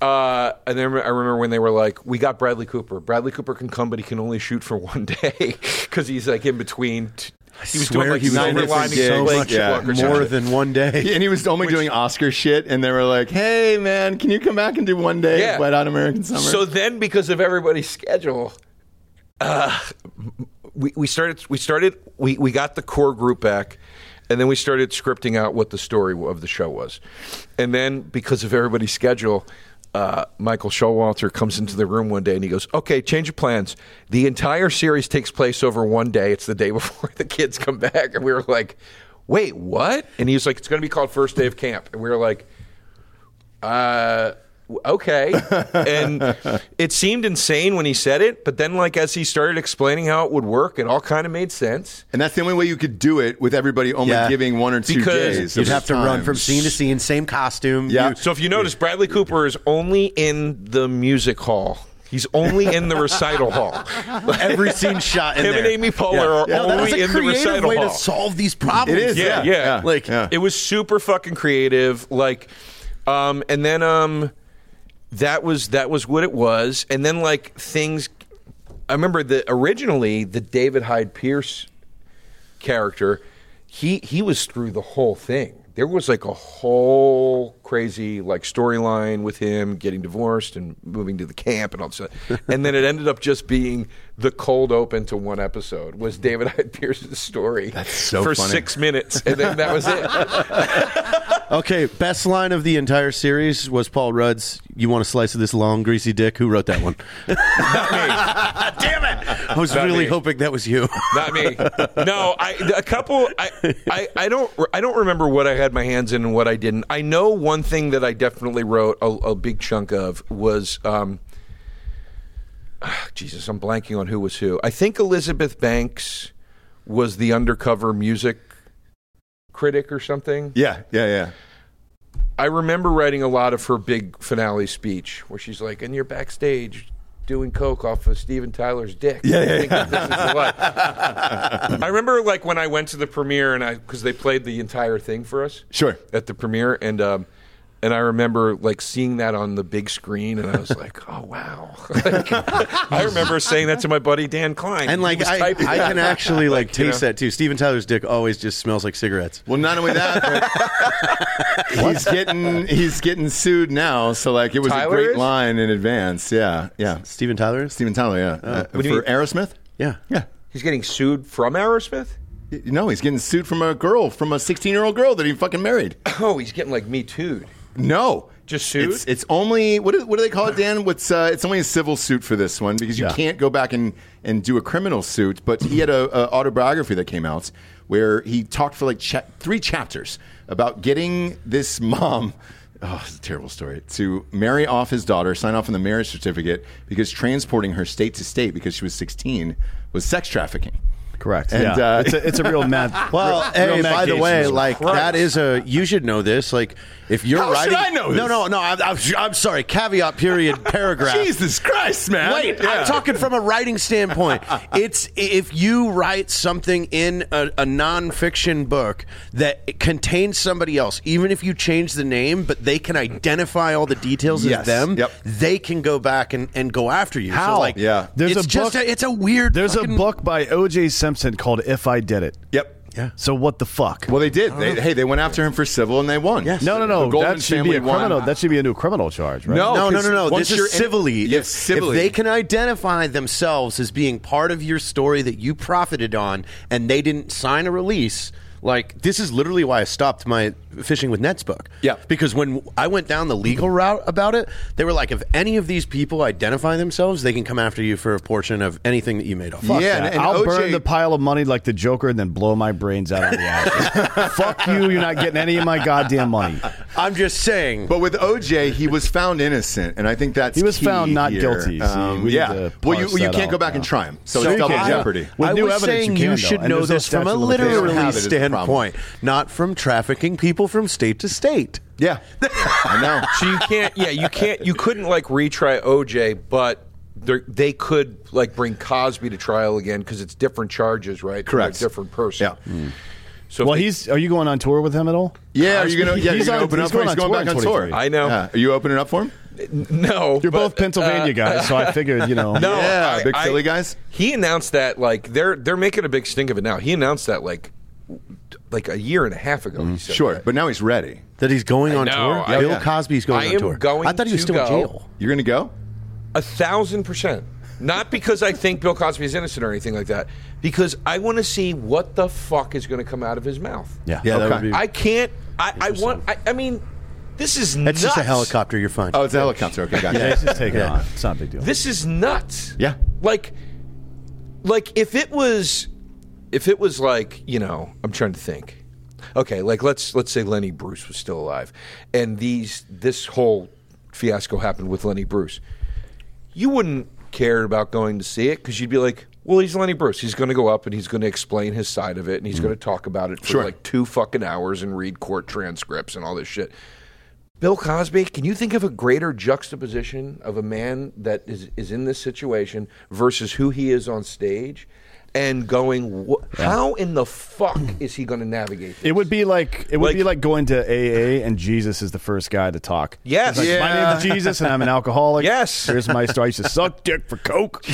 Speaker 4: Uh, and then I remember when they were like, "We got Bradley Cooper. Bradley Cooper can come, but he can only shoot for one day because he's like in between." T- he was doing
Speaker 5: Swear
Speaker 4: like
Speaker 5: he was
Speaker 4: Silver
Speaker 5: in it for
Speaker 4: Linings
Speaker 5: so
Speaker 4: Playbook
Speaker 5: much
Speaker 2: yeah.
Speaker 4: or something.
Speaker 5: more than one day.
Speaker 2: Yeah, and he was only doing Oscar shit, and they were like, "Hey, man, can you come back and do one day
Speaker 4: Yeah.
Speaker 2: Wet Hot American Summer?"
Speaker 4: So then, because of everybody's schedule, uh, we, we started. We started. We, we got the core group back, and then we started scripting out what the story of the show was. And then, because of everybody's schedule, uh, Michael Showalter comes into the room one day and he goes, "Okay, change of plans. The entire series takes place over one day. It's the day before the kids come back." And we were like. wait, what? And he was like, it's going to be called First Day of Camp. And we were like, uh, w- okay. and it seemed insane when he said it, but then, like, as he started explaining how it would work, it all kind of made sense.
Speaker 2: And that's the only way you could do it with everybody only
Speaker 5: Yeah.
Speaker 2: giving one or two
Speaker 4: Because
Speaker 2: days.
Speaker 5: You'd
Speaker 2: of
Speaker 5: have to run
Speaker 2: time.
Speaker 5: from scene to scene, same costume.
Speaker 2: Yeah.
Speaker 4: So if you notice, Bradley Cooper is only in the music hall. He's only in the recital hall.
Speaker 5: every scene shot in
Speaker 4: Him
Speaker 5: there.
Speaker 4: and Amy Poehler are
Speaker 5: No, that was
Speaker 4: only
Speaker 5: a
Speaker 4: in the
Speaker 5: creative
Speaker 4: recital
Speaker 5: way
Speaker 4: hall.
Speaker 5: to solve these problems.
Speaker 2: It is,
Speaker 4: yeah,
Speaker 2: yeah,
Speaker 4: yeah.
Speaker 2: yeah,
Speaker 4: Like
Speaker 2: yeah.
Speaker 4: it was super fucking creative. Like, um, and then um, that was that was what it was. And then like things, I remember the originally the David Hyde Pierce character, he he was through the whole thing. There was like a whole crazy like storyline with him getting divorced and moving to the camp and all this, stuff. and then it ended up just being the cold open to one episode was David Hyde Pierce's story
Speaker 2: so
Speaker 4: for
Speaker 2: funny.
Speaker 4: six minutes, and then that was it.
Speaker 5: Okay, best line of the entire series was Paul Rudd's "You want a slice of this long greasy dick?" Who wrote that one? Damn it! I was
Speaker 4: Not
Speaker 5: really
Speaker 4: me.
Speaker 5: hoping that was you.
Speaker 4: Not me. No, I a couple. I, I I don't I don't remember what I had my hands in and what I didn't. I know one thing that I definitely wrote a, a big chunk of was. Um, ah, Jesus, I'm blanking on who was who. I think Elizabeth Banks was the undercover music critic or something.
Speaker 2: Yeah, yeah, yeah.
Speaker 4: I remember writing a lot of her big finale speech where she's like, and you're backstage doing coke off of Steven Tyler's dick. Yeah, yeah, I remember like when I went to the premiere and I, because they played the entire thing for us
Speaker 2: Sure.
Speaker 4: at the premiere and, um, and I remember like seeing that on the big screen, and I was like, "Oh wow!" Like, I remember saying that to my buddy Dan Klein,
Speaker 5: and
Speaker 4: He
Speaker 5: like
Speaker 4: was
Speaker 5: I, I
Speaker 4: typing that.
Speaker 5: can actually like,
Speaker 4: you know.
Speaker 5: taste that too. Steven Tyler's dick always just smells like cigarettes.
Speaker 2: Well, not only that, but he's getting he's getting sued now. So like, it was
Speaker 4: Tyler
Speaker 2: a great
Speaker 4: is?
Speaker 2: line in advance. Yeah, yeah.
Speaker 5: Steven Tyler? Oh.
Speaker 2: Steven Tyler, yeah, Uh,
Speaker 4: What do you
Speaker 2: for
Speaker 4: mean?
Speaker 2: Aerosmith.
Speaker 5: Yeah.
Speaker 2: Yeah.
Speaker 4: He's getting sued from Aerosmith.
Speaker 2: Y- No, he's getting sued from a girl, from a 16 year old girl that he fucking married.
Speaker 4: Oh, he's getting like me too.
Speaker 2: No.
Speaker 4: Just sued?
Speaker 2: It's, it's only, what do, what do they call it, Dan? What's, uh, it's only a civil suit for this one because you
Speaker 3: Yeah.
Speaker 2: can't go back and, and do a criminal suit. But he had a, a autobiography that came out where he talked for like cha- three chapters about getting this mom. Oh, it's a terrible story. To marry off his daughter, sign off on the marriage certificate because transporting her state to state because she was 16 was sex trafficking.
Speaker 3: Correct.
Speaker 2: And,
Speaker 3: yeah.
Speaker 2: uh,
Speaker 3: it's, a, it's a real mad.
Speaker 5: Well,
Speaker 3: real
Speaker 5: hey,
Speaker 3: Matt
Speaker 5: by the
Speaker 3: Gaetz
Speaker 5: way,
Speaker 3: was-
Speaker 5: like that is a you should know this. Like if you're
Speaker 2: How should
Speaker 5: writing,
Speaker 2: I know
Speaker 5: no,
Speaker 2: this?
Speaker 5: no, no. I'm, I'm, I'm sorry. Caveat period paragraph.
Speaker 2: Jesus Christ, man.
Speaker 5: Wait,
Speaker 2: Yeah.
Speaker 5: I'm talking from a writing standpoint. it's if you write something in a, a nonfiction book that it contains somebody else, even if you change the name, but they can identify all the details
Speaker 2: Yes.
Speaker 5: as them,
Speaker 2: Yep.
Speaker 5: they can go back and, and go after you.
Speaker 2: How?
Speaker 5: So like,
Speaker 2: Yeah.
Speaker 3: There's
Speaker 5: it's
Speaker 3: a
Speaker 5: just
Speaker 3: book-
Speaker 5: a, it's a weird.
Speaker 3: There's a
Speaker 5: fucking-
Speaker 3: book by O.J. Simpson called "If I Did It."
Speaker 2: Yep.
Speaker 5: Yeah.
Speaker 3: So what the fuck?
Speaker 2: Well, they did. They, hey, they went after him for civil and they won.
Speaker 5: Yes.
Speaker 3: no, no,
Speaker 2: The
Speaker 3: no.
Speaker 2: Goldman
Speaker 3: That should be
Speaker 2: family
Speaker 3: a criminal.
Speaker 2: won.
Speaker 3: That should be a new criminal charge, right?
Speaker 5: No,
Speaker 2: No.
Speaker 5: no,
Speaker 2: Oh, 'cause
Speaker 5: no, no.
Speaker 2: once
Speaker 5: This
Speaker 2: you're
Speaker 5: is
Speaker 2: in-
Speaker 5: civilly.
Speaker 2: Yes,
Speaker 5: if,
Speaker 2: civilly.
Speaker 5: If they can identify themselves as being part of your story that you profited on, and they didn't sign a release, like this is literally why I stopped my fishing with nets book.
Speaker 2: Yeah.
Speaker 5: because when I went down the legal route about it, they were like, if any of these people identify themselves, they can come after you for a portion of anything that you made off.
Speaker 2: Yeah,
Speaker 5: of.
Speaker 2: and- and
Speaker 3: I'll
Speaker 2: OJ
Speaker 3: burn the pile of money like the Joker and then blow my brains out on the ashes. Fuck you! You're not getting any of my goddamn money.
Speaker 5: I'm just saying.
Speaker 2: But with OJ, he was found innocent, and I think that's
Speaker 3: He was
Speaker 2: key
Speaker 3: found not
Speaker 2: here. Um,
Speaker 3: guilty, so we need
Speaker 2: yeah.
Speaker 3: to
Speaker 2: Well, you
Speaker 3: parse
Speaker 2: well, you
Speaker 3: that
Speaker 2: can't go
Speaker 3: out
Speaker 2: back and
Speaker 3: now.
Speaker 2: try him, so,
Speaker 3: So
Speaker 2: it's
Speaker 3: you
Speaker 2: double
Speaker 3: can't.
Speaker 2: jeopardy.
Speaker 3: With
Speaker 5: I
Speaker 3: new
Speaker 5: was
Speaker 3: evidence, you
Speaker 5: saying you,
Speaker 3: can, though,
Speaker 5: should
Speaker 3: and
Speaker 5: know
Speaker 3: there's no
Speaker 5: this from a
Speaker 3: statute of limitations.
Speaker 5: literal
Speaker 2: They don't have it as a problem.
Speaker 5: standpoint, not from trafficking people from state to state.
Speaker 2: Yeah, I know.
Speaker 4: So you can't, yeah, you can't, you couldn't like retry OJ, but they're- they could like bring Cosby to trial again because it's different charges, right? They're
Speaker 2: Correct.
Speaker 4: a different person.
Speaker 2: Yeah.
Speaker 4: So if
Speaker 3: Well,
Speaker 4: they-
Speaker 3: he's. Are you going on tour with him at all?
Speaker 2: Yeah, are you gonna? Yeah,
Speaker 3: He's
Speaker 2: you're gonna
Speaker 3: on-
Speaker 2: open
Speaker 3: he's
Speaker 2: up for him?
Speaker 3: going
Speaker 2: He's
Speaker 3: on
Speaker 2: going
Speaker 3: tour
Speaker 2: back on
Speaker 3: in
Speaker 2: tour.
Speaker 3: 23.
Speaker 4: I know.
Speaker 2: Yeah. Are you opening up for him?
Speaker 4: no,
Speaker 3: You're
Speaker 4: but,
Speaker 3: both Pennsylvania
Speaker 4: uh,
Speaker 3: guys, so I figured, you know.
Speaker 4: No,
Speaker 2: Yeah,
Speaker 4: I-
Speaker 2: big
Speaker 4: I-
Speaker 2: Philly guys?
Speaker 4: He announced that like they're they're making a big stink of it now. He announced that like like a year and a half ago. He said
Speaker 2: Sure,
Speaker 4: that.
Speaker 2: but now he's ready.
Speaker 5: That he's going on
Speaker 4: know,
Speaker 5: tour.
Speaker 4: I-
Speaker 5: Bill
Speaker 4: yeah.
Speaker 5: Cosby's going
Speaker 4: I
Speaker 5: on
Speaker 4: am
Speaker 5: tour.
Speaker 4: going
Speaker 5: I thought he was
Speaker 4: to
Speaker 5: still in
Speaker 4: go.
Speaker 5: jail.
Speaker 2: You're gonna go?
Speaker 4: A thousand percent. Not because I think Bill Cosby is innocent or anything like that. Because I want to see what the fuck is going to come out of his mouth.
Speaker 3: Yeah.
Speaker 2: Yeah, that would be-
Speaker 4: I can't. I, I want. I, I mean, this is
Speaker 5: That's
Speaker 4: nuts.
Speaker 5: just a helicopter. You're fine.
Speaker 2: Oh, it's a helicopter. Okay, gotcha.
Speaker 3: Yeah,
Speaker 2: Yeah.
Speaker 3: he's just taking
Speaker 5: Yeah.
Speaker 3: on. It's not a big deal.
Speaker 4: This is nuts.
Speaker 2: Yeah.
Speaker 4: Like, like if it was, if it was like you know, I'm trying to think. okay, like let's let's say Lenny Bruce was still alive, and these this whole fiasco happened with Lenny Bruce, you wouldn't care about going to see it because you'd be like, well, he's Lenny Bruce. He's going to go up and he's going to explain his side of it and he's going to
Speaker 3: Mm-hmm.
Speaker 4: talk about it for
Speaker 2: Sure.
Speaker 4: like two fucking hours and read court transcripts and all this shit. Bill Cosby, can you think of a greater juxtaposition of a man that is, is in this situation versus who he is on stage and going, wh- how in the fuck is he going to navigate this?
Speaker 3: It would be like it would
Speaker 4: Like-
Speaker 3: be like going to AA and Jesus is the first guy to talk.
Speaker 4: Yes.
Speaker 3: It's like, my
Speaker 2: Yeah.
Speaker 3: name's Jesus and I'm an alcoholic.
Speaker 4: Yes.
Speaker 3: here's my story. I used to suck dick for coke.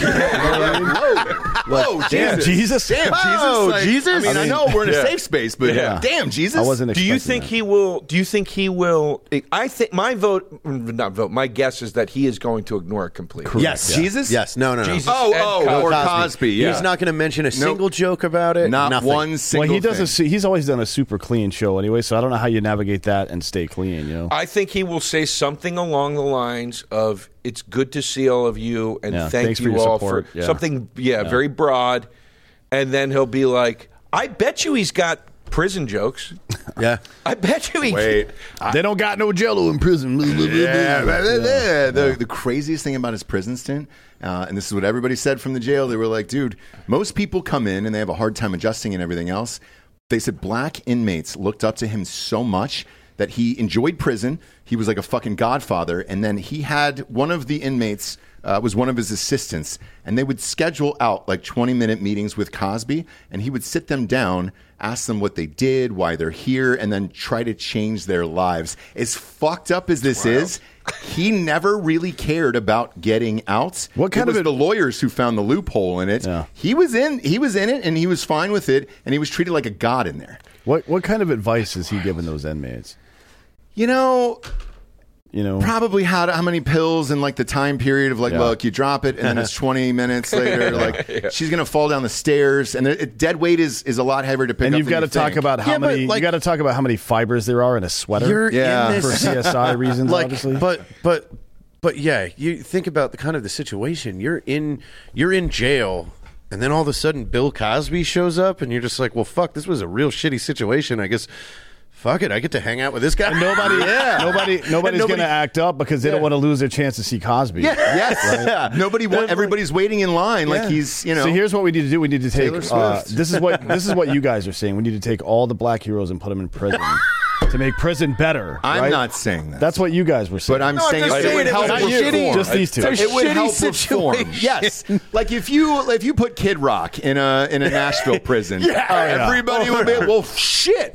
Speaker 2: Whoa,
Speaker 3: damn, Jesus.
Speaker 2: Damn, Jesus.
Speaker 5: Whoa,
Speaker 2: Like,
Speaker 5: Jesus.
Speaker 2: I mean, I,
Speaker 5: I mean,
Speaker 2: know we're in a
Speaker 4: yeah.
Speaker 2: safe space, but
Speaker 4: Yeah.
Speaker 2: damn, Jesus.
Speaker 3: I wasn't.
Speaker 4: do you
Speaker 3: expecting
Speaker 4: think
Speaker 3: that.
Speaker 4: he will? Do you think he will? I think my vote, not vote. My guess is that he is going to ignore it completely.
Speaker 5: Yes.
Speaker 2: Yeah. Jesus?
Speaker 5: Yes. No, no, no.
Speaker 4: Jesus
Speaker 2: Oh,
Speaker 4: and
Speaker 2: oh,
Speaker 4: Cosby.
Speaker 2: or Cosby. Yeah.
Speaker 5: He's not going to mention a single joke about it.
Speaker 2: Not
Speaker 5: nothing.
Speaker 2: one single.
Speaker 3: well, he does.
Speaker 2: thing.
Speaker 3: A, su- he's always done a super clean show anyway, so I don't know how you navigate that and stay clean. You know,
Speaker 4: I think he will say something along the lines of "It's good to see all of you, and
Speaker 3: Yeah,
Speaker 4: thank
Speaker 3: thanks for
Speaker 4: you
Speaker 3: your
Speaker 4: all
Speaker 3: support."
Speaker 4: for
Speaker 3: Yeah.
Speaker 4: something." Yeah, very broad, and then he'll be like, "I bet you he's got prison jokes.
Speaker 5: Yeah.
Speaker 4: I bet you he."
Speaker 2: Wait.
Speaker 3: they don't got no Jello in prison.
Speaker 2: Yeah, blah, blah, blah. The, the craziest thing about his prison stint, uh, and this is what everybody said from the jail, they were like, dude, most people come in and they have a hard time adjusting and everything else. They said black inmates looked up to him so much that he enjoyed prison. He was like a fucking godfather. And then he had one of the inmates. Uh, was one of his assistants, and they would schedule out like 20 minute meetings with Cosby, and he would sit them down, ask them what they did, why they're here, and then try to change their lives. As fucked up as this is, he never really cared about getting out.
Speaker 3: What kind
Speaker 2: it was
Speaker 3: of-
Speaker 2: the lawyers who found the loophole in it?
Speaker 3: Yeah.
Speaker 2: He was in. He was in it, and he was fine with it, and he was treated like a god in there.
Speaker 3: What what kind of advice is he giving those inmates?
Speaker 2: You know,
Speaker 3: You know,
Speaker 2: probably how to, how many pills in like the time period of like,
Speaker 3: Yeah.
Speaker 2: look, you drop it, and then it's twenty minutes later. Like she's gonna fall down the stairs, and it, dead weight is is a lot heavier to pick
Speaker 3: and
Speaker 2: up.
Speaker 3: you've got
Speaker 2: than
Speaker 3: to
Speaker 2: you
Speaker 3: talk
Speaker 2: think.
Speaker 3: about how
Speaker 2: Yeah, but,
Speaker 3: many.
Speaker 2: like,
Speaker 3: you got to talk about how many fibers there are in a sweater.
Speaker 5: You're
Speaker 2: Yeah.
Speaker 5: in
Speaker 3: for
Speaker 5: this
Speaker 3: CSI reasons,
Speaker 5: like,
Speaker 3: obviously.
Speaker 5: but but but yeah, you think about the kind of the situation you're in. You're in jail, and then all of a sudden, Bill Cosby shows up, and you're just like, "Well, fuck, this was a real shitty situation." I guess, fuck it, I get to hang out with this guy.
Speaker 3: And nobody,
Speaker 5: yeah,
Speaker 3: nobody, nobody's
Speaker 5: nobody-
Speaker 3: going to act up because they don't want to lose their chance to see Cosby.
Speaker 2: yes, nobody.
Speaker 5: They're
Speaker 2: wa-
Speaker 5: like-
Speaker 2: everybody's waiting in line. Like he's you know.
Speaker 3: So here's what we need to do. We need to take.
Speaker 2: Taylor
Speaker 3: Uh,
Speaker 2: Swift.
Speaker 3: this is what this is what you guys are saying. We need to take all the black heroes and put them in prison to make prison better.
Speaker 2: I'm
Speaker 3: right?
Speaker 2: not saying that.
Speaker 3: That's what you guys were saying.
Speaker 2: But I'm
Speaker 4: No, I'm
Speaker 2: saying,
Speaker 4: just
Speaker 2: it
Speaker 4: saying
Speaker 2: would
Speaker 4: it
Speaker 2: help
Speaker 4: was a
Speaker 2: reform.
Speaker 4: shitty-
Speaker 3: just these two.
Speaker 2: It would
Speaker 5: shitty
Speaker 2: help reform.
Speaker 5: situation.
Speaker 2: Yes, like if you if you put Kid Rock in a in a Nashville prison,
Speaker 5: Oh,
Speaker 2: everybody
Speaker 3: Oh,
Speaker 2: would be well, shit,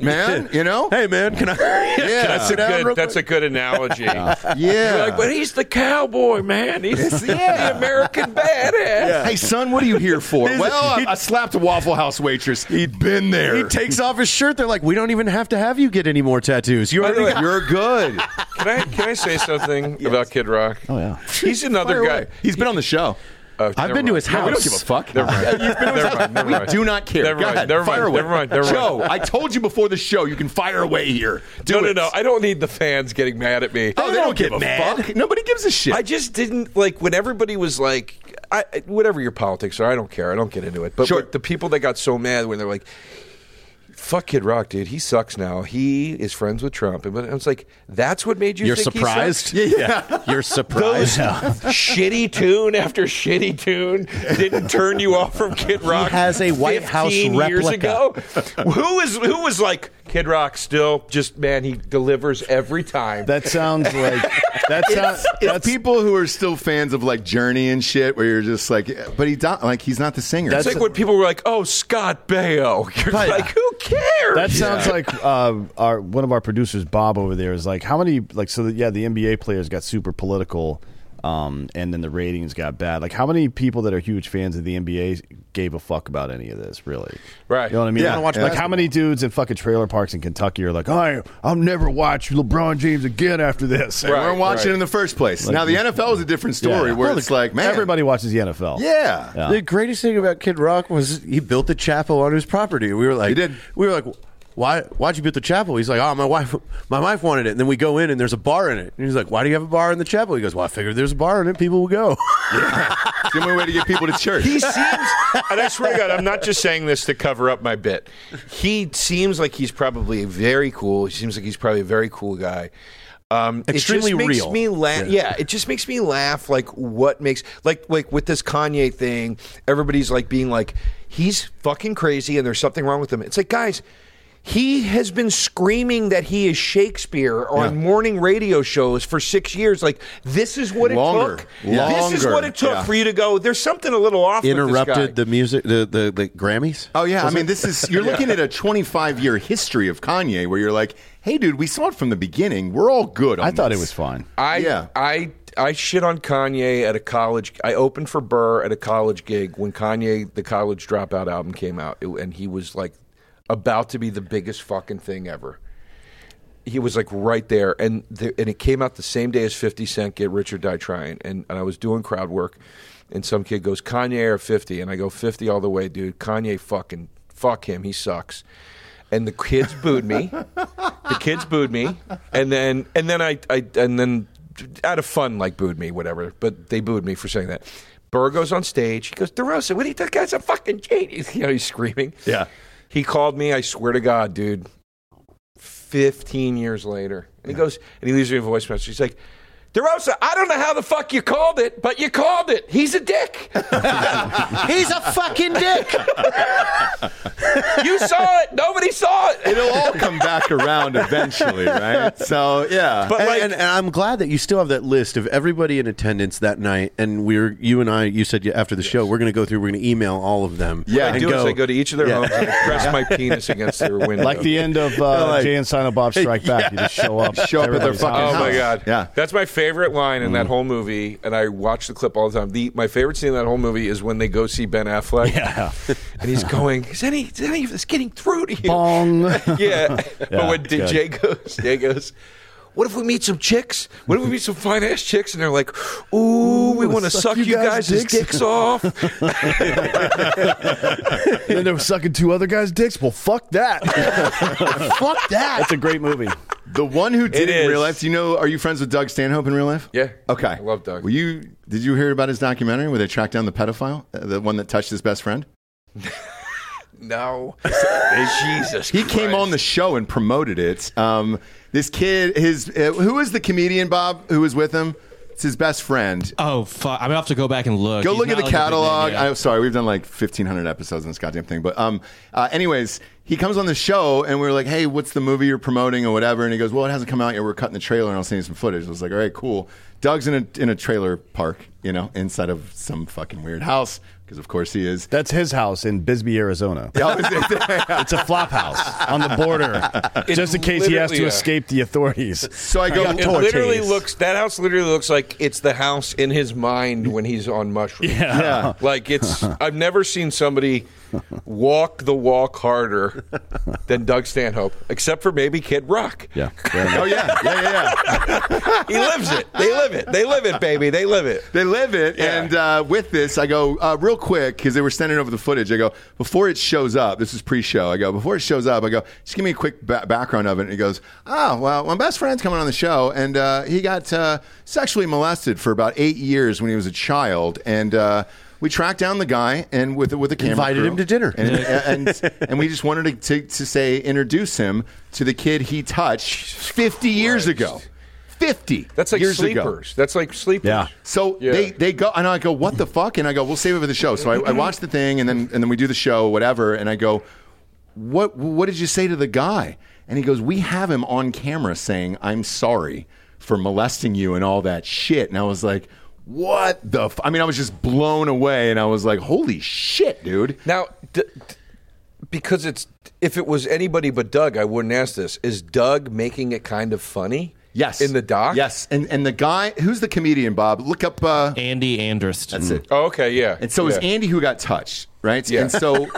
Speaker 2: man. You know,
Speaker 5: Hey man, can I?
Speaker 2: Yeah.
Speaker 5: can I
Speaker 4: That's a
Speaker 5: sit down real
Speaker 4: good. That's
Speaker 5: quick?
Speaker 4: a good analogy. You're
Speaker 2: yeah.
Speaker 4: like, but he's the cowboy man. He's the American badass.
Speaker 2: Hey, son, what are you here for?
Speaker 5: He's-
Speaker 2: well,
Speaker 5: he-
Speaker 2: I, I slapped a Waffle House waitress. He'd been there.
Speaker 5: He takes off his shirt. They're like, "We don't even have to have you get any more tattoos. You
Speaker 4: By the
Speaker 5: already
Speaker 4: way,
Speaker 5: got."
Speaker 2: You're good.
Speaker 4: Can I can I say something about Kid Rock?
Speaker 3: oh yeah.
Speaker 4: He's another guy.
Speaker 2: He's been on the show.
Speaker 4: Oh,
Speaker 5: I've
Speaker 4: never
Speaker 5: been to
Speaker 4: mind.
Speaker 5: his
Speaker 4: No, we don't
Speaker 5: house.
Speaker 4: give a
Speaker 2: Fuck.
Speaker 4: Never mind. Never mind. Never mind.
Speaker 2: Do not care.
Speaker 4: Never
Speaker 2: Go
Speaker 4: mind.
Speaker 2: ahead.
Speaker 4: Never
Speaker 2: fire
Speaker 4: mind.
Speaker 2: away.
Speaker 4: Never mind. Never mind.
Speaker 2: Joe, I told you before the show, you can fire away here. Do
Speaker 4: no, no,
Speaker 2: it.
Speaker 4: no. I don't need the fans getting mad at me.
Speaker 2: oh, they, don't, give a fuck. Nobody gives a shit.
Speaker 4: I just didn't like when everybody was like, I, I- whatever your politics are, I don't care. I don't get into it. But
Speaker 2: Sure.
Speaker 4: with the people that got so mad when they're like, fuck Kid Rock, dude. He sucks now. He is friends with Trump. And but I was like, that's what made you
Speaker 5: You're
Speaker 4: think he
Speaker 5: surprised.
Speaker 4: sucks?
Speaker 5: Yeah, You're surprised.
Speaker 4: Those shitty tune after shitty tune didn't turn you off from Kid Rock.
Speaker 5: has a White House
Speaker 4: 15 years
Speaker 5: replica.
Speaker 4: ago. Who was who was like Kid Rock? Still, just man, he delivers every time.
Speaker 3: That sounds like that sounds.
Speaker 2: it's
Speaker 3: That's
Speaker 2: people who are still fans of like Journey and shit, where you're just like, but he don't, like he's not the singer.
Speaker 4: it's like when people were like, "Oh, Scott Baio." You're
Speaker 5: Right.
Speaker 4: like, "Who cares?"
Speaker 3: That sounds like uh, our one of our producers, Bob over there, is like, how many like so that yeah, the NBA players got super political, um, and then the ratings got bad. Like, how many people that are huge fans of the NBA gave a fuck about any of this? Really,
Speaker 4: Right.
Speaker 3: You know what I mean?
Speaker 2: Yeah. I don't watch
Speaker 3: like how many dudes in fucking trailer parks in Kentucky are like, I I'll never watch LeBron James again after this.
Speaker 2: we
Speaker 4: Right.
Speaker 2: weren't watching in the first place. now the NFL is a different story,
Speaker 3: Yeah.
Speaker 2: where
Speaker 3: Well,
Speaker 2: it's like, man,
Speaker 3: Everybody watches the NFL.
Speaker 2: yeah,
Speaker 3: Yeah.
Speaker 5: The greatest thing about Kid Rock was he built the chapel on his property. We were like,
Speaker 2: He did.
Speaker 5: We were like, why why'd you put the chapel? He's like, oh, my wife my wife wanted it. And then we go in and there's a bar in it. And he's like, why do you have a bar in the chapel? He goes, well, I figured there's a bar in it, people will go.
Speaker 2: It's the only way to get people to church.
Speaker 4: He seems, and I swear to God, I'm not just saying this to cover up my bit. He seems like he's probably very cool. He seems like he's probably a very cool guy. Um,
Speaker 5: Extremely
Speaker 4: it just makes
Speaker 5: real.
Speaker 4: Me laugh. Yeah. it just makes me laugh. Like what makes like like with this Kanye thing, everybody's like being like, he's fucking crazy, and there's something wrong with him. It's like guys. He has been screaming that he is Shakespeare on morning radio shows for six years. Like this is what
Speaker 2: Longer.
Speaker 4: it took. This is
Speaker 2: Longer.
Speaker 4: what it took
Speaker 2: Yeah.
Speaker 4: for you to go. There's something a little off. with this guy."
Speaker 5: Interrupted the music the, the, the Grammys.
Speaker 2: Oh yeah, I mean this is you're looking at a 25 year history of Kanye where you're like, "Hey dude, we saw it from the beginning. We're all good on
Speaker 3: I thought it
Speaker 2: this."
Speaker 3: was fine.
Speaker 4: I
Speaker 2: Yeah.
Speaker 4: I I shit on Kanye at a college. I opened for Burr at a college gig when Kanye the College Dropout album came out, It- and he was like about to be the biggest fucking thing ever. He was like right there, and the, and it came out the same day as Fifty Cent Get Rich or Die Trying, and, and I was doing crowd work, and some kid goes Kanye or Fifty, and I go Fifty all the way, dude. Kanye fucking fuck him, he sucks. And the kids booed me. the kids booed me and then and then I, I and then out of fun like booed me whatever but they booed me for saying that Burr goes on stage he goes DeRosa what do you that guy's a fucking genius you know he's screaming
Speaker 2: Yeah.
Speaker 4: he called me I swear to God dude 15 years later and he goes and he leaves me a voice message he's like DeRosa, I don't know how the fuck you called it, but you called it. He's a dick.
Speaker 5: He's a fucking dick.
Speaker 4: You saw it. Nobody saw it.
Speaker 2: It'll all come back around eventually, right? So yeah,
Speaker 4: But
Speaker 5: and,
Speaker 4: like,
Speaker 5: and, and I'm glad that you still have that list of everybody in attendance that night. And we're you and I. You said you- after the show we're going to go through. We're going to email all of them.
Speaker 2: Yeah,
Speaker 4: I
Speaker 5: and
Speaker 4: do is I go to each of their homes and I press my penis against their window.
Speaker 3: Like the end of uh,
Speaker 5: Like-
Speaker 3: Jay and Silent Bob Strike Back. You just show up.
Speaker 2: Show up at their
Speaker 3: Everybody's
Speaker 2: fucking
Speaker 3: out.
Speaker 4: Oh my
Speaker 2: house.
Speaker 4: god!
Speaker 2: Yeah.
Speaker 4: that's my favorite line in that whole movie, and I watch the clip all the time. The my favorite scene in that whole movie is when they go see Ben Affleck, yeah. and he's going, "Is any is any of this getting through to you?"
Speaker 3: Bong.
Speaker 4: yeah. but when
Speaker 3: it's
Speaker 4: did
Speaker 3: good.
Speaker 4: Jay goes, Jay goes. What if we meet some chicks? What if we meet some fine ass chicks? And they're like, "Ooh, we want to suck, you guys' dicks, off."
Speaker 3: And then they were sucking two other guys' dicks. Well, fuck that. fuck that. That's a great movie.
Speaker 2: The one who did it,
Speaker 4: is.
Speaker 2: in real life. Do you know? Are you friends with Doug Stanhope in real life?
Speaker 4: Yeah.
Speaker 2: Okay.
Speaker 4: I love Doug.
Speaker 2: Were you? Did you hear about his documentary where they tracked down the pedophile, uh, the one that touched his best friend?
Speaker 4: no, Jesus.
Speaker 2: He came on the show and promoted it. Um, this kid, his uh, who is the comedian Bob who was with him? It's his best friend.
Speaker 6: Oh fuck! I'm gonna have to go back and look.
Speaker 2: Go
Speaker 6: He's
Speaker 2: look
Speaker 6: not
Speaker 2: at
Speaker 6: like
Speaker 2: the
Speaker 6: a big name,
Speaker 2: catalog.
Speaker 6: yeah.
Speaker 2: I'm sorry, we've done like 1,500 episodes on this goddamn thing. But um, uh, anyways, he comes on the show and we are like, hey, what's the movie you're promoting or whatever? And he goes, well, it hasn't come out yet. We're cutting the trailer and I'll send you some footage. I was like, all right, cool. Doug's in a, in a trailer park, you know, inside of some fucking weird house because of course he is.
Speaker 3: That's his house in Bisbee, Arizona. It's a flop house on the border, just in case he has to
Speaker 4: literally, uh,
Speaker 3: escape the authorities.
Speaker 2: so I go,
Speaker 3: Yeah,
Speaker 4: It
Speaker 3: Tortoise.
Speaker 4: literally looks that house literally looks like it's the house in his mind when he's on mushrooms.
Speaker 3: Yeah.
Speaker 4: Like it's I've never seen somebody walk the walk harder than Doug Stanhope, except for maybe Kid Rock.
Speaker 3: Yeah.
Speaker 2: oh, yeah, yeah, yeah, yeah.
Speaker 4: He lives it. They live it. They live it, baby. They live it.
Speaker 2: They live it.
Speaker 4: Yeah.
Speaker 2: And uh, with this, I go uh, real quick because they were sending over the footage. I go before it shows up. This is pre-show. I go before it shows up. I go just give me a quick ba- background of it. And he goes, Oh, well, my best friend's coming on the show, and uh, he got uh, sexually molested for about eight years when he was a child, and. Uh, we tracked down the guy and with with a camera
Speaker 5: Invited
Speaker 2: crew.
Speaker 5: him to dinner.
Speaker 2: and, and and we just wanted to, to to say introduce him to the kid he touched 50 years ago, 50
Speaker 4: That's like
Speaker 2: years ago.
Speaker 4: sleepers. That's like sleepers.
Speaker 3: Yeah.
Speaker 2: So
Speaker 4: Yeah.
Speaker 2: they, they go and I go, what the fuck? And I go, we'll save it for the show. So I, I watch the thing and then and then we do the show, whatever. And I go, what what did you say to the guy? And he goes, we have him on camera saying, I'm sorry for molesting you and all that shit. And I was like, what the? F-? I mean, I was just blown away, and I was like, holy shit, dude.
Speaker 4: Now, d- d- because it's if it was anybody but Doug, I wouldn't ask this. Is Doug making it kind of funny?
Speaker 2: Yes,
Speaker 4: In the doc.
Speaker 2: Yes, and and the guy who's the comedian, Bob. Look up. Uh,
Speaker 6: Andy Andrist.
Speaker 2: that's it.
Speaker 4: Mm-hmm. Oh, okay. Yeah.
Speaker 2: And so it was
Speaker 4: Yeah.
Speaker 2: Andy who got touched, right?
Speaker 4: Yeah.
Speaker 2: And so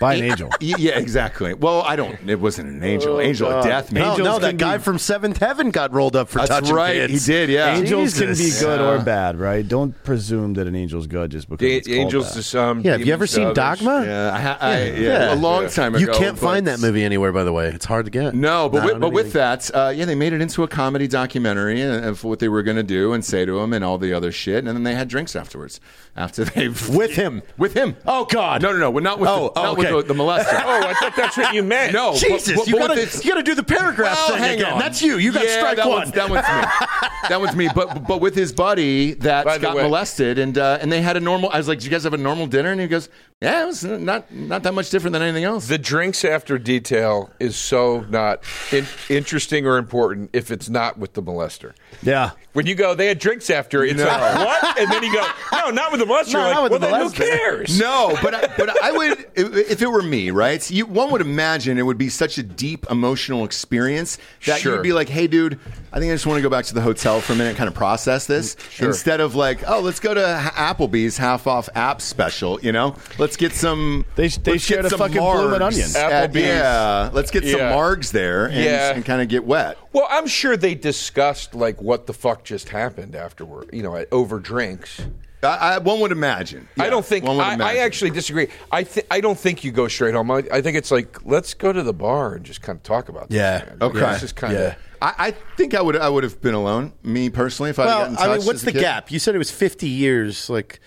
Speaker 3: By an angel.
Speaker 2: Y- yeah, exactly. Well, I don't. It wasn't an angel. angel of death, man.
Speaker 5: Oh, No,
Speaker 3: Angels
Speaker 5: no,
Speaker 3: can
Speaker 5: that guy
Speaker 3: be-
Speaker 5: from Seventh Heaven got rolled up for
Speaker 2: That's
Speaker 5: touching
Speaker 2: right,
Speaker 5: kids.
Speaker 2: he did, yeah.
Speaker 3: Angels can be
Speaker 5: Jesus.
Speaker 3: good or bad, right? Don't presume that an angel's good just because
Speaker 4: The
Speaker 3: it's called
Speaker 4: angels
Speaker 3: bad.
Speaker 4: to some.
Speaker 5: Yeah, have you ever
Speaker 4: demons to
Speaker 5: seen
Speaker 4: others.
Speaker 5: Dogma?
Speaker 2: Yeah, I, ha- I, yeah,
Speaker 5: Yeah.
Speaker 2: a long time ago.
Speaker 5: You can't
Speaker 2: but-
Speaker 5: find that movie anywhere, by the way. It's hard to get.
Speaker 2: No, but
Speaker 5: Not
Speaker 2: with,
Speaker 5: on
Speaker 2: but with
Speaker 5: anything.
Speaker 2: that, uh, yeah, they made it into a comedy documentary of what they were going to do and say to him and all the other shit, and then they had drinks afterwards after they
Speaker 5: With him?
Speaker 2: with him.
Speaker 5: Oh, God.
Speaker 2: no, no, no, well, not with
Speaker 5: Oh,
Speaker 2: the, not
Speaker 5: okay.
Speaker 2: with the, the molester.
Speaker 4: Oh, I thought that's what you meant.
Speaker 2: no, but-
Speaker 5: Jesus,
Speaker 2: but-
Speaker 5: you
Speaker 2: but with
Speaker 5: gotta
Speaker 2: this-
Speaker 5: you gotta do the paragraph
Speaker 2: Well,
Speaker 5: thing
Speaker 2: hang
Speaker 5: again.
Speaker 2: on.
Speaker 5: That's you. You got
Speaker 2: Yeah,
Speaker 5: strike
Speaker 2: that
Speaker 5: one.
Speaker 2: One's, that one's me. that one's me. But but with his buddy that
Speaker 4: By the
Speaker 2: got
Speaker 4: way-
Speaker 2: molested, and uh, and they had a normal. I was like, "Do you guys have a normal dinner?" And he goes, "Yeah, it was not not that much different than anything else."
Speaker 4: The drinks after detail is so not in- interesting or important if it's not with the molester.
Speaker 3: Yeah.
Speaker 4: When you go, they had drinks after. It's like what? And then you go, no, not with the molester.
Speaker 5: No,
Speaker 4: You're like,
Speaker 5: not with
Speaker 4: well,
Speaker 5: the
Speaker 4: then
Speaker 5: molester.
Speaker 4: who cares?
Speaker 2: No, but I, but I would if it were me, right? You, one would imagine it would be such a deep emotional experience that
Speaker 4: Sure.
Speaker 2: you'd be like, "Hey, dude, I think I just want to go back to the hotel for a minute, and kind of process this." Instead of like, "Oh, let's go to H- Applebee's half off app special," you know, let's get some.
Speaker 3: They- they
Speaker 2: let's get
Speaker 3: shared a
Speaker 2: some
Speaker 3: fucking bloomin'
Speaker 2: margs
Speaker 3: onion.
Speaker 2: at-
Speaker 4: Applebee's.
Speaker 2: yeah, let's get some
Speaker 4: Yeah.
Speaker 2: margs there and,
Speaker 4: Yeah.
Speaker 2: and kind of get wet.
Speaker 4: Well, I'm sure they discussed like what the fuck just happened afterward. You know, over drinks.
Speaker 2: I, I, one would imagine.
Speaker 4: I
Speaker 2: Yeah,
Speaker 4: don't think.
Speaker 2: one would
Speaker 4: I, I
Speaker 2: imagine.
Speaker 4: actually disagree. I th- I don't think you go straight home. I, I think it's like let's go to the bar and just kind of talk about this.
Speaker 5: Yeah.
Speaker 4: man.
Speaker 2: Okay.
Speaker 4: This is kind
Speaker 5: Yeah.
Speaker 4: of.
Speaker 2: I, I think I would. I would have been alone, me personally, if I.
Speaker 5: Well, I mean, what's the gap? You said it was 50 years. Like,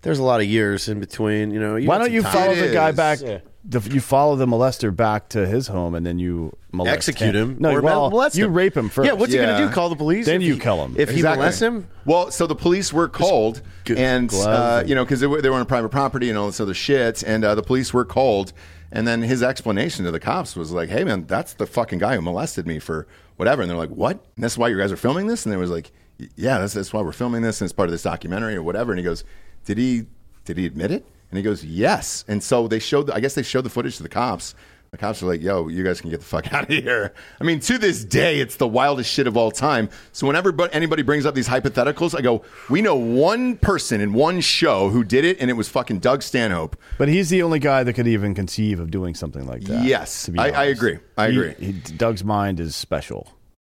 Speaker 5: there's a lot of years in between. You know,
Speaker 3: Why don't
Speaker 5: had
Speaker 3: you
Speaker 5: some time.
Speaker 3: follow
Speaker 2: It
Speaker 3: the guy
Speaker 2: is.
Speaker 3: back?
Speaker 5: Yeah.
Speaker 3: The, you follow the molester back to his home, and then you molest
Speaker 5: execute him?
Speaker 3: No,
Speaker 5: or
Speaker 3: well,
Speaker 5: molest
Speaker 3: you
Speaker 5: him.
Speaker 3: rape him first.
Speaker 5: Yeah, what's he
Speaker 2: Yeah.
Speaker 5: gonna do? Call the police?
Speaker 3: Then
Speaker 5: if
Speaker 3: you
Speaker 5: he-
Speaker 3: kill him.
Speaker 5: if he
Speaker 2: Exactly.
Speaker 5: molests him.
Speaker 2: Well, so the police were called,
Speaker 5: g-
Speaker 2: and uh,
Speaker 3: glove.
Speaker 2: you know, because they were, they were on private property and all this other shit, and uh, the police were called, and then his explanation to the cops was like, "Hey, man, that's the fucking guy who molested me for whatever," and they're like, "What? And that's why you guys are filming this?" And they was like, "Y- "Yeah, that's that's why we're filming this, and it's part of this documentary or whatever." And he goes, "Did he did he admit it?" And he goes, "Yes." And so they showed, the, I guess they showed the footage to the cops. The cops are like, yo, you guys can get the fuck out of here. I mean, to this day, it's the wildest shit of all time. So whenever bu- anybody brings up these hypotheticals, I go, we know one person in one show who did it, and it was fucking Doug Stanhope.
Speaker 3: But he's the only guy that could even conceive of doing something like that.
Speaker 2: Yes,
Speaker 3: to be
Speaker 2: I- I
Speaker 3: honest.
Speaker 2: agree. I
Speaker 3: He-
Speaker 2: agree.
Speaker 3: he- Doug's mind is special.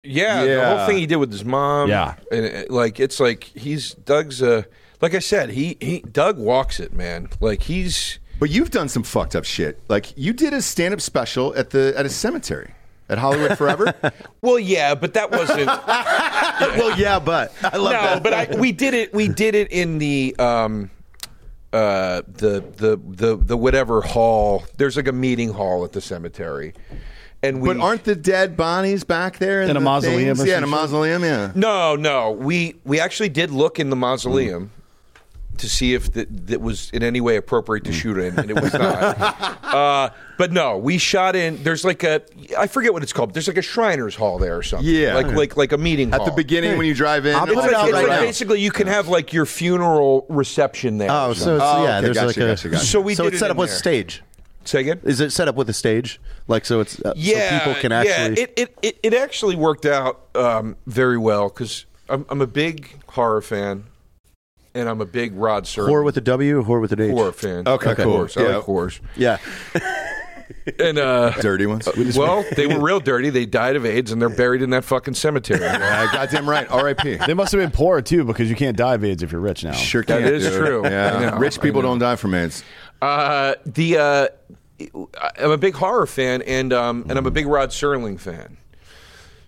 Speaker 4: Yeah, the
Speaker 2: Yeah.
Speaker 4: whole thing he did with his mom.
Speaker 3: Yeah.
Speaker 4: and it, like it's like he's Doug's. Uh, like I said, he he Doug walks it, man. Like he's
Speaker 2: But you've done some fucked up shit. Like, you did a stand up special at, the, at a cemetery at Hollywood Forever.
Speaker 4: well, yeah, but that wasn't.
Speaker 5: Well, yeah, but I love
Speaker 4: no,
Speaker 5: that.
Speaker 4: but I, we did it. We did it in the um, uh, the the the the whatever hall. There's like a meeting hall at the cemetery, and we
Speaker 2: but aren't the dead bodies back there? In,
Speaker 3: In a
Speaker 2: the
Speaker 3: mausoleum
Speaker 2: things?
Speaker 3: or
Speaker 2: Yeah,
Speaker 3: some
Speaker 2: in a
Speaker 3: shit?
Speaker 2: mausoleum, yeah.
Speaker 4: No, no. We we actually did look in the mausoleum
Speaker 5: Mm.
Speaker 4: to see if that that was in any way appropriate to shoot in, and it was not. uh, but no, we shot in. There's like a I forget what it's called. But there's like a Shriners Hall there or something.
Speaker 2: Yeah.
Speaker 4: like like like a meeting
Speaker 2: At
Speaker 4: hall.
Speaker 2: the beginning, when you drive in,
Speaker 5: I'll put
Speaker 4: It's
Speaker 2: all
Speaker 4: like,
Speaker 5: out
Speaker 2: the
Speaker 4: it's
Speaker 2: way
Speaker 4: like
Speaker 5: now.
Speaker 2: around.
Speaker 4: basically you can have like your funeral reception there.
Speaker 5: Oh, so it's,
Speaker 2: Oh,
Speaker 5: yeah,
Speaker 2: okay,
Speaker 5: there's
Speaker 2: gotcha,
Speaker 5: like a.
Speaker 2: gotcha, gotcha.
Speaker 4: So we
Speaker 5: so
Speaker 4: did
Speaker 5: it's
Speaker 4: it
Speaker 5: set
Speaker 4: in
Speaker 5: up with
Speaker 4: there.
Speaker 5: stage.
Speaker 4: say again.
Speaker 5: Is it set up with a stage? Like so, it's uh,
Speaker 4: yeah,
Speaker 5: so people can actually.
Speaker 4: Yeah, it, it, it, it actually worked out um, very well because I'm, I'm a big horror fan, and I'm a big Rod Serling
Speaker 5: whore with a W, whore with an H.
Speaker 4: horror fan.
Speaker 2: Okay,
Speaker 4: Of
Speaker 2: cool.
Speaker 4: course, I
Speaker 2: Yeah.
Speaker 4: like horrors.
Speaker 5: Yeah,
Speaker 4: And uh,
Speaker 2: Dirty ones.
Speaker 4: well, they were real dirty. They died of AIDS, and they're buried in that fucking cemetery.
Speaker 2: Uh, goddamn right. R.I.P.
Speaker 3: They must have been poor too, because you can't die of AIDS if you're rich now.
Speaker 2: Sure
Speaker 4: That
Speaker 2: can.
Speaker 4: is true. I
Speaker 2: Yeah.
Speaker 4: know.
Speaker 2: Rich people don't die from AIDS.
Speaker 4: Uh, the uh, I'm a big horror fan, and um, and I'm a big Rod Serling fan.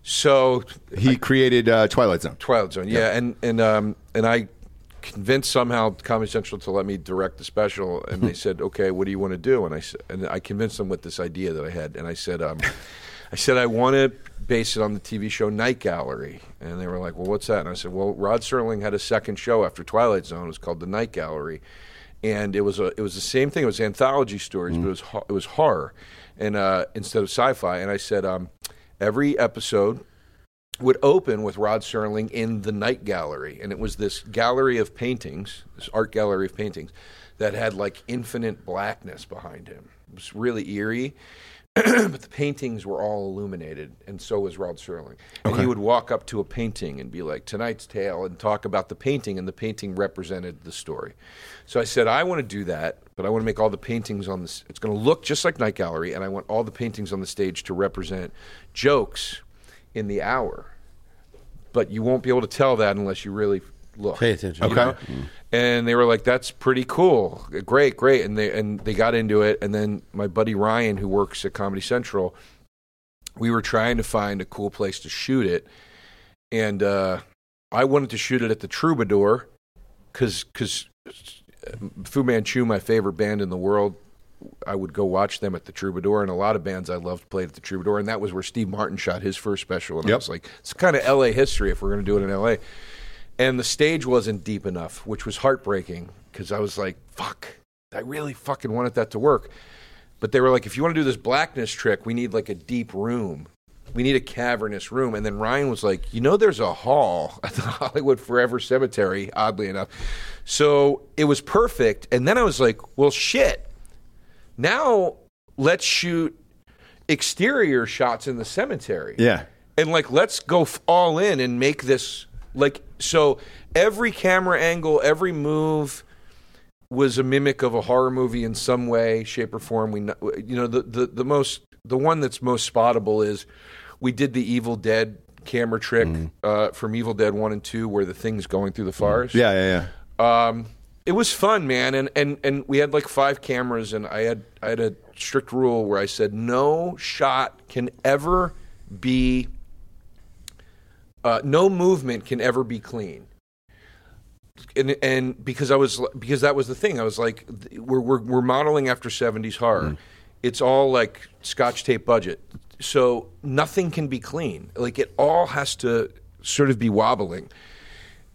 Speaker 4: So
Speaker 2: He created uh, Twilight Zone.
Speaker 4: Twilight Zone, yeah, and and um and I convinced somehow Comedy Central to let me direct the special, and they said, "Okay, what do you want to do?" And I said, and I convinced them with this idea that I had, and I said, um, I said I want to base it on the TV show Night Gallery, and they were like, "Well, what's that?" And I said, "Well, Rod Serling had a second show after Twilight Zone. It was called The Night Gallery." And it was a, it was the same thing. It was anthology stories, but it was ho- it was horror, and uh, instead of sci-fi. And I said, um, every episode would open with Rod Serling in the Night Gallery, and it was this gallery of paintings, this art gallery of paintings, that had like infinite blackness behind him. It was really eerie, but the paintings were all illuminated, and so was Rod Serling. And he would walk up to a painting and be like, "Tonight's tale," and talk about the painting, and the painting represented the story. So I said, "I want to do that, but I want to make all the paintings on this. It's going to look just like Night Gallery, and I want all the paintings on the stage to represent jokes in the hour." but you won't be able to tell that unless you really look.
Speaker 5: Pay attention.
Speaker 4: you
Speaker 5: Okay. Mm.
Speaker 4: know? And they were like, "That's pretty cool, great, great." And they and they got into it. And then my buddy Ryan, who works at Comedy Central, we were trying to find a cool place to shoot it, and uh, I wanted to shoot it at the Troubadour because because Fu Manchu, my favorite band in the world. I would go watch them at the Troubadour, and a lot of bands I loved played at the Troubadour, and that was where Steve Martin shot his first special. And I
Speaker 2: Yep.
Speaker 4: was like, it's kind of L.A. history if we're going to do it in L.A. And the stage wasn't deep enough, which was heartbreaking because I was like, fuck, I really fucking wanted that to work. But they were like, if you want to do this blackness trick, we need like a deep room. We need a cavernous room. And then Ryan was like, you know, there's a hall at the Hollywood Forever Cemetery, oddly enough. So it was perfect. And then I was like, well, shit. Now let's shoot exterior shots in the cemetery
Speaker 2: Yeah.
Speaker 4: and like let's go f- all in and make this like so every camera angle every move was a mimic of a horror movie in some way shape or form we kn- you know the, the the most the one that's most spottable is we did the evil dead camera trick uh, from evil dead 1 and 2 where the thing's going through the forest
Speaker 2: Yeah, yeah, yeah.
Speaker 4: um, it was fun, man, and, and and we had like five cameras, and I had I had a strict rule where I said no shot can ever be, uh, no movement can ever be clean, and and because I was because that was the thing I was like th- we're we're, we're modeling after seventies horror, it's all like Scotch tape budget, so nothing can be clean, like it all has to sort of be wobbling,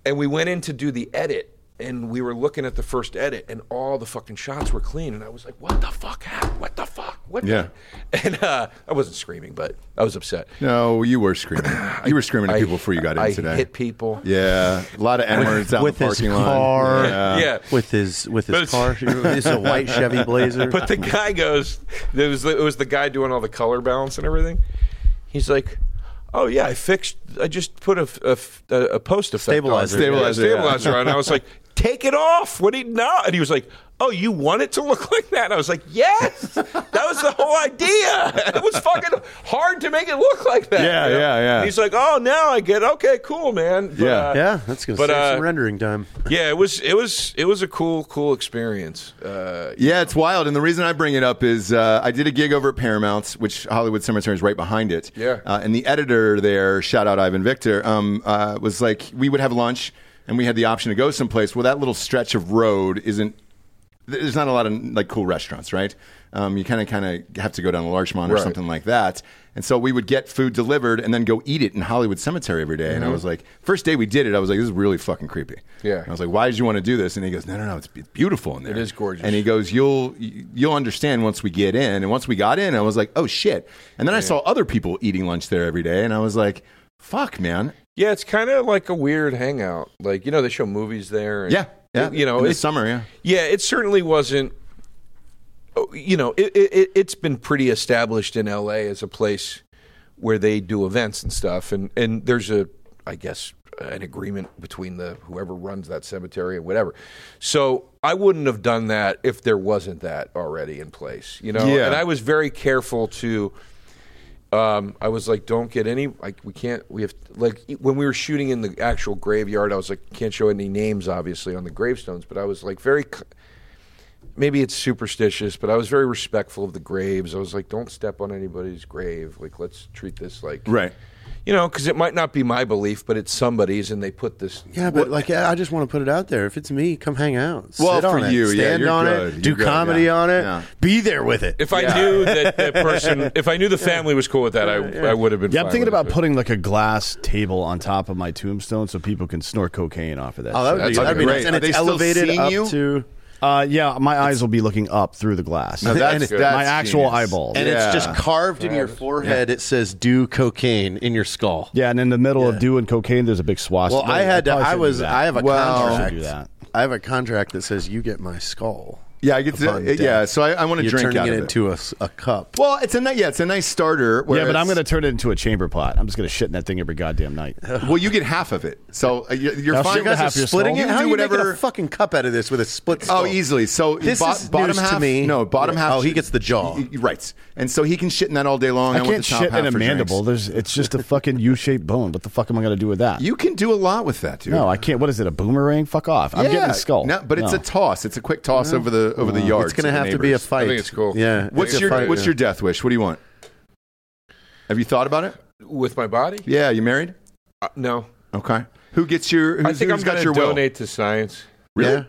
Speaker 4: and we went in to do the edit and we were looking at the first edit and all the fucking shots were clean and i was like what the fuck happened what the fuck what
Speaker 2: Yeah.
Speaker 4: the-" and uh, i wasn't screaming but i was upset
Speaker 2: No, you were screaming. You were screaming at
Speaker 4: I-
Speaker 2: people before you got in
Speaker 4: I
Speaker 2: today.
Speaker 4: hit people
Speaker 2: Yeah, a lot of N words out in
Speaker 5: with
Speaker 2: the
Speaker 5: his
Speaker 2: parking
Speaker 5: car,
Speaker 2: lot. Yeah.
Speaker 4: Yeah.
Speaker 5: with his with
Speaker 4: But
Speaker 5: his
Speaker 4: it's-
Speaker 5: car. It's a white Chevy Blazer.
Speaker 4: but the guy goes it was the, it was the guy doing all the color balance and everything he's like oh yeah i fixed i just put a f- a, f- a, a post effect
Speaker 5: Stabilizer.
Speaker 4: on. Yeah,
Speaker 2: Stabilizer, yeah.
Speaker 4: stabilizer on. i was like take it off what do you know and he was like oh you want it to look like that and i was like yes that was the whole idea it was fucking hard to make it look like that
Speaker 2: Yeah,
Speaker 4: you know?
Speaker 2: yeah, yeah.
Speaker 4: And he's like oh now i get it. okay cool man But,
Speaker 2: Yeah.
Speaker 4: uh,
Speaker 5: yeah, that's gonna
Speaker 4: But,
Speaker 5: save
Speaker 4: uh,
Speaker 5: some rendering time.
Speaker 4: yeah it was it was it was a cool cool experience uh,
Speaker 2: Yeah, it's wild. And the reason I bring it up is uh, I did a gig over at Paramount's, which Hollywood Cemetery is right behind it.
Speaker 4: Yeah.
Speaker 2: Uh, and the editor there, shout out Ivan Victor, um, uh, was like, we would have lunch and we had the option to go someplace. Well, that little stretch of road isn't. There's not a lot of like cool restaurants, right? Um, you kind of kind of have to go down to Larchmont or
Speaker 4: Right.
Speaker 2: something like that. And so we would get food delivered and then go eat it in Hollywood Cemetery every day. And I was like, first day we did it, I was like, this is really fucking creepy.
Speaker 4: Mm-hmm. Yeah.
Speaker 2: I was like, why did you want to do this? And he goes, no, no, no, it's be- beautiful in there.
Speaker 4: It is gorgeous.
Speaker 2: And he goes, "You'll you'll understand once we get in." And once we got in, I was like, "Oh shit!" And then I saw other people eating lunch there every day, and I was like, "Fuck, man!"
Speaker 4: Yeah, it's kind of like a weird hangout. Like you know, they show movies there. And,
Speaker 2: Yeah, yeah.
Speaker 4: You know,
Speaker 2: in the
Speaker 4: it,
Speaker 2: summer, yeah,
Speaker 4: yeah, it certainly wasn't. oh, You know, it, it it- it's been pretty established in L.A. as a place where they do events and stuff, and and there's a, I guess, an agreement between the whoever runs that cemetery or whatever. So I wouldn't have done that if there wasn't that already in place. You know,
Speaker 2: Yeah.
Speaker 4: and I was very careful to um, I was like, don't get any, like, we can't, we have, like, when we were shooting in the actual graveyard, I was like, can't show any names, obviously, on the gravestones, but I was like, very, c- maybe it's superstitious, but I was very respectful of the graves. I was like, don't step on anybody's grave. Like, let's treat this like,
Speaker 2: right.
Speaker 4: you know, because it might not be my belief, but it's somebody's, and they put this.
Speaker 5: Yeah, but like I I just want to put it out there. If it's me, come hang out.
Speaker 2: Well,
Speaker 5: Sit on
Speaker 2: for
Speaker 5: it.
Speaker 2: you, yeah,
Speaker 5: stand
Speaker 2: you're
Speaker 5: on
Speaker 2: good.
Speaker 5: it,
Speaker 2: You're
Speaker 5: do
Speaker 2: good,
Speaker 5: comedy
Speaker 2: yeah.
Speaker 5: on it,
Speaker 2: Yeah.
Speaker 5: be there with it.
Speaker 4: If I knew that the person, if I knew the family was cool with that, I, I would have been.
Speaker 3: Yeah,
Speaker 4: fine
Speaker 3: I'm thinking
Speaker 4: with it,
Speaker 3: about
Speaker 4: but-
Speaker 3: putting like a glass table on top of my tombstone so people can snort cocaine off of that.
Speaker 5: oh, that would
Speaker 3: shit.
Speaker 5: be,
Speaker 4: That's
Speaker 5: that'd be
Speaker 4: great.
Speaker 5: nice. And
Speaker 2: Are
Speaker 5: it's
Speaker 2: they still
Speaker 5: elevated
Speaker 2: seeing
Speaker 5: up
Speaker 2: you?
Speaker 5: to,
Speaker 3: uh, yeah, my eyes will be looking up through the glass.
Speaker 2: No, that's,
Speaker 5: And it-
Speaker 2: that's
Speaker 3: my actual
Speaker 2: genius.
Speaker 3: eyeball.
Speaker 5: and
Speaker 2: Yeah.
Speaker 5: it's just carved in your forehead. It says "do cocaine" in your skull.
Speaker 3: yeah, and in the middle of doing cocaine, there's a big swastika.
Speaker 5: Well, I had to.
Speaker 3: probably
Speaker 5: I
Speaker 3: shouldn't do
Speaker 5: was.
Speaker 3: that.
Speaker 5: I have a
Speaker 2: Well-
Speaker 3: I
Speaker 5: contract.
Speaker 3: should do that.
Speaker 5: I have a contract that says you get my skull.
Speaker 2: Yeah, I get to.
Speaker 5: upon death.
Speaker 2: Yeah, so I, I want to
Speaker 5: You're
Speaker 2: drink
Speaker 5: turning
Speaker 2: out
Speaker 5: it
Speaker 2: of it.
Speaker 5: into a, s- a cup.
Speaker 2: Well, it's a ni- yeah, it's a nice starter.
Speaker 3: yeah, but I'm
Speaker 2: whereas-
Speaker 3: going to turn it into a chamber pot. I'm just going to shit in that thing every goddamn night.
Speaker 2: Well, you get half of it, so uh, you- you're
Speaker 3: Now,
Speaker 2: fine.
Speaker 3: so you guys are
Speaker 5: Splitting
Speaker 3: You
Speaker 5: it?
Speaker 3: can
Speaker 5: How
Speaker 2: do
Speaker 5: are you making
Speaker 2: whatever-
Speaker 5: a fucking cup out of this with a split?
Speaker 2: Oh,
Speaker 5: skull?
Speaker 2: easily. So
Speaker 5: This
Speaker 2: bo-
Speaker 5: is
Speaker 2: bottom
Speaker 5: news to
Speaker 2: half.
Speaker 5: me.
Speaker 2: No, bottom
Speaker 5: Yeah.
Speaker 2: half.
Speaker 5: Oh, he gets the jaw.
Speaker 2: Y- y- Right, and so he can shit in that all day long. I,
Speaker 3: I
Speaker 2: want the
Speaker 3: can't
Speaker 2: top
Speaker 3: shit
Speaker 2: half
Speaker 3: in a
Speaker 2: for drinks.
Speaker 3: mandible. There's it's just a fucking U-shaped bone. What the fuck am I going to do with that?
Speaker 2: You can do a lot with that, dude.
Speaker 3: no, I can't. What is it? A boomerang? Fuck off. I'm
Speaker 2: Yeah.
Speaker 3: getting a skull.
Speaker 2: No, but it's
Speaker 3: No.
Speaker 2: a toss. It's a quick toss over the over the yard.
Speaker 5: It's going to have to be a fight.
Speaker 4: think it's cool.
Speaker 5: Yeah.
Speaker 2: What's
Speaker 5: it's a
Speaker 2: your
Speaker 5: fight,
Speaker 2: What's
Speaker 5: yeah.
Speaker 2: your death wish? What do you want? Have you thought about it?
Speaker 4: With my body?
Speaker 2: Yeah, you married?
Speaker 4: Uh, no.
Speaker 2: Okay. Who gets your? Who's,
Speaker 4: I think
Speaker 2: who's
Speaker 4: I'm
Speaker 2: got
Speaker 4: going to
Speaker 2: your will?
Speaker 4: donate to science.
Speaker 2: Really?
Speaker 5: Yeah.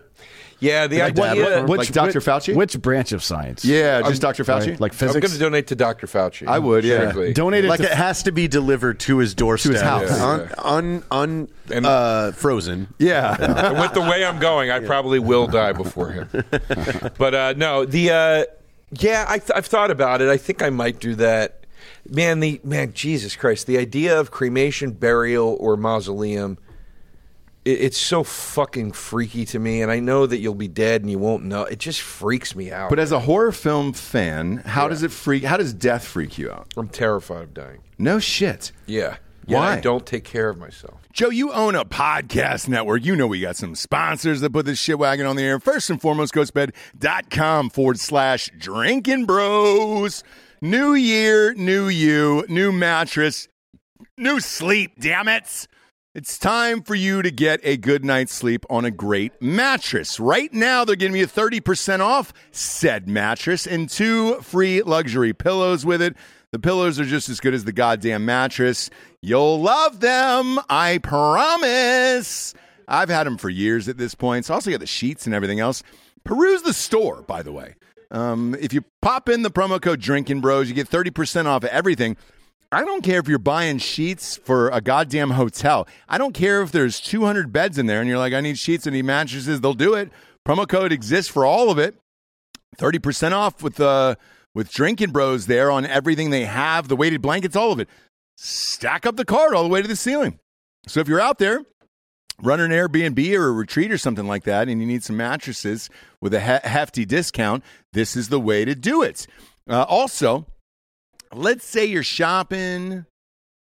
Speaker 4: Yeah, the
Speaker 5: Like
Speaker 4: idea.
Speaker 5: dad life,
Speaker 4: I'm
Speaker 5: or-
Speaker 2: Like Dr.
Speaker 3: which-
Speaker 2: Fauci?
Speaker 3: Which branch of science?
Speaker 2: Yeah, just Dr. Fauci.
Speaker 3: Right? Like
Speaker 4: going
Speaker 3: physics.
Speaker 4: to donate to Dr. Fauci.
Speaker 2: I would, yeah.
Speaker 4: Strictly.
Speaker 3: Donated
Speaker 5: Like
Speaker 3: to
Speaker 5: it has to be delivered to his doorstep,
Speaker 2: house.
Speaker 5: un, un, un
Speaker 4: And-
Speaker 5: uh, frozen.
Speaker 2: yeah.
Speaker 4: And with the way I'm going, I probably will die before him. but uh, no, the uh, yeah, I th- I've thought about it. I think I might do that. Man, the man, Jesus Christ, the idea of cremation, burial, or mausoleum. It, it's so fucking freaky to me, and I know that you'll be dead and you won't know. It just freaks me out.
Speaker 2: But as a horror film fan, how does it freak? How does death freak you out?
Speaker 4: I'm terrified of dying.
Speaker 2: No shit.
Speaker 4: Yeah. Yeah,
Speaker 2: Why?
Speaker 4: I don't take care of myself.
Speaker 2: Joe, you own a podcast network. You know we got some sponsors that put this shit wagon on the air. First and foremost, ghostbed.com forward slash drinking bros. New year, new you, new mattress, new sleep, damn it. It's time for you to get a good night's sleep on a great mattress. Right now, they're giving you 30% off said mattress and two free luxury pillows with it. The pillows are just as good as the goddamn mattress. You'll love them, I promise. I've had them for years at this point. So I also got the sheets and everything else. Peruse the store, by the way. Um, if you pop in the promo code Drinking Bros, you get 30% off of everything. I don't care if you're buying sheets for a goddamn hotel. I don't care if there's 200 beds in there and you're like, I need sheets, I need mattresses. They'll do it. Promo code exists for all of it. 30% off with uh, with Drinking Bros there on everything they have, the weighted blankets, all of it. Stack up the card all the way to the ceiling. So if you're out there, run an Airbnb or a retreat or something like that, and you need some mattresses with a he- hefty discount, this is the way to do it. Uh, also, let's say you're shopping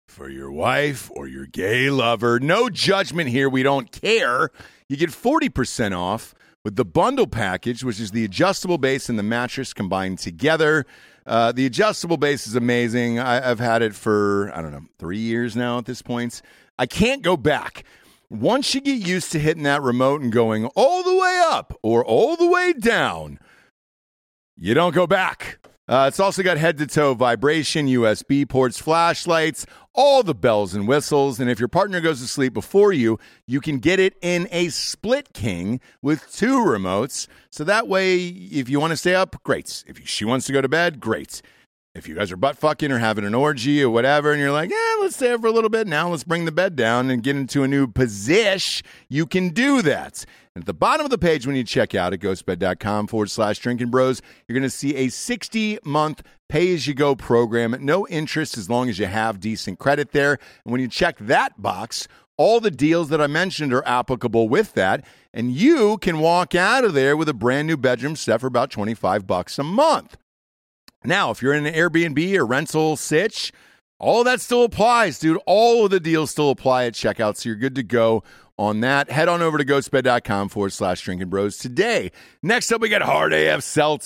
Speaker 2: for your wife or your gay lover. No judgment here. We don't care. You get 40% off with the bundle package, which is the adjustable base and the mattress combined together. Uh, the adjustable base is amazing. I, I've had it for, I don't know, three years now at this point. I can't go back. Once you get used to hitting that remote and going all the way up or all the way down, you don't go back. Uh, it's also got head to toe vibration, USB ports, flashlights, all the bells and whistles. And if your partner goes to sleep before you, you can get it in a split king with two remotes. So that way, if you want to stay up, great. If she wants to go to bed, great. If you guys are butt fucking or having an orgy or whatever, and you're like, eh, let's stay up for a little bit now, let's bring the bed down and get into a new position, you can do that. And at the bottom of the page when you check out at ghostbed.com forward slash drinking bros, you're going to see a 60 month pay as you go program. No interest as long as you have decent credit there. And when you check that box, all the deals that I mentioned are applicable with that, and you can walk out of there with a brand new bedroom set for about 25 bucks a month. Now, if you're in an Airbnb or rental sitch, all that still applies, dude. All of the deals still apply at checkout, so you're good to go on that. Head on over to ghostbed.com forward slash drinking bros today. Next up, we got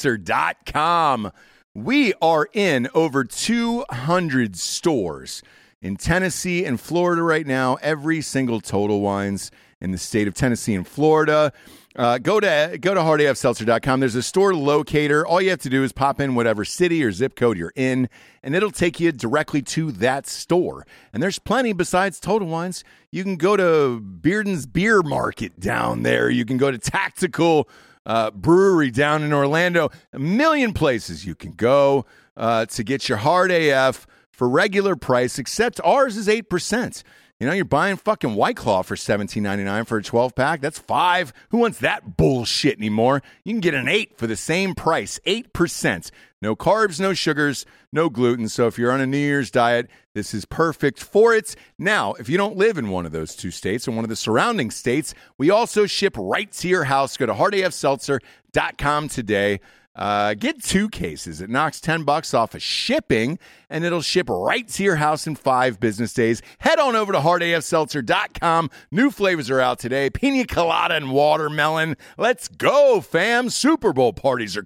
Speaker 2: hardafseltzer.com. We are in over 200 stores in Tennessee and Florida right now, every single Total Wines in the state of Tennessee and Florida. Uh, go to go to hardafseltzer.com. There's a store locator. All you have to do is pop in whatever city or zip code you're in, and it'll take you directly to that store. And there's plenty besides Total Wines. You can go to Bearden's Beer Market down there. You can go to Tactical uh, Brewery down in Orlando. A million places you can go uh, to get your hard AF for regular price, except ours is 8%. You know, you're buying fucking White Claw for seventeen ninety nine for a twelve pack. That's five. Who wants that bullshit anymore? You can get an eight for the same price, eight percent. No carbs, no sugars, no gluten. So if you're on a New Year's diet, this is perfect for it. Now, if you don't live in one of those two states or one of the surrounding states, we also ship right to your house. Go to hardafseltzer.com today. Uh, get two cases. It knocks 10 bucks off of shipping and it'll ship right to your house in five business days. Head on over to hardafseltzer.com. New flavors are out today pina colada and watermelon. Let's go, fam. Super Bowl parties are.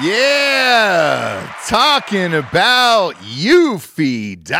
Speaker 2: Yeah, talking about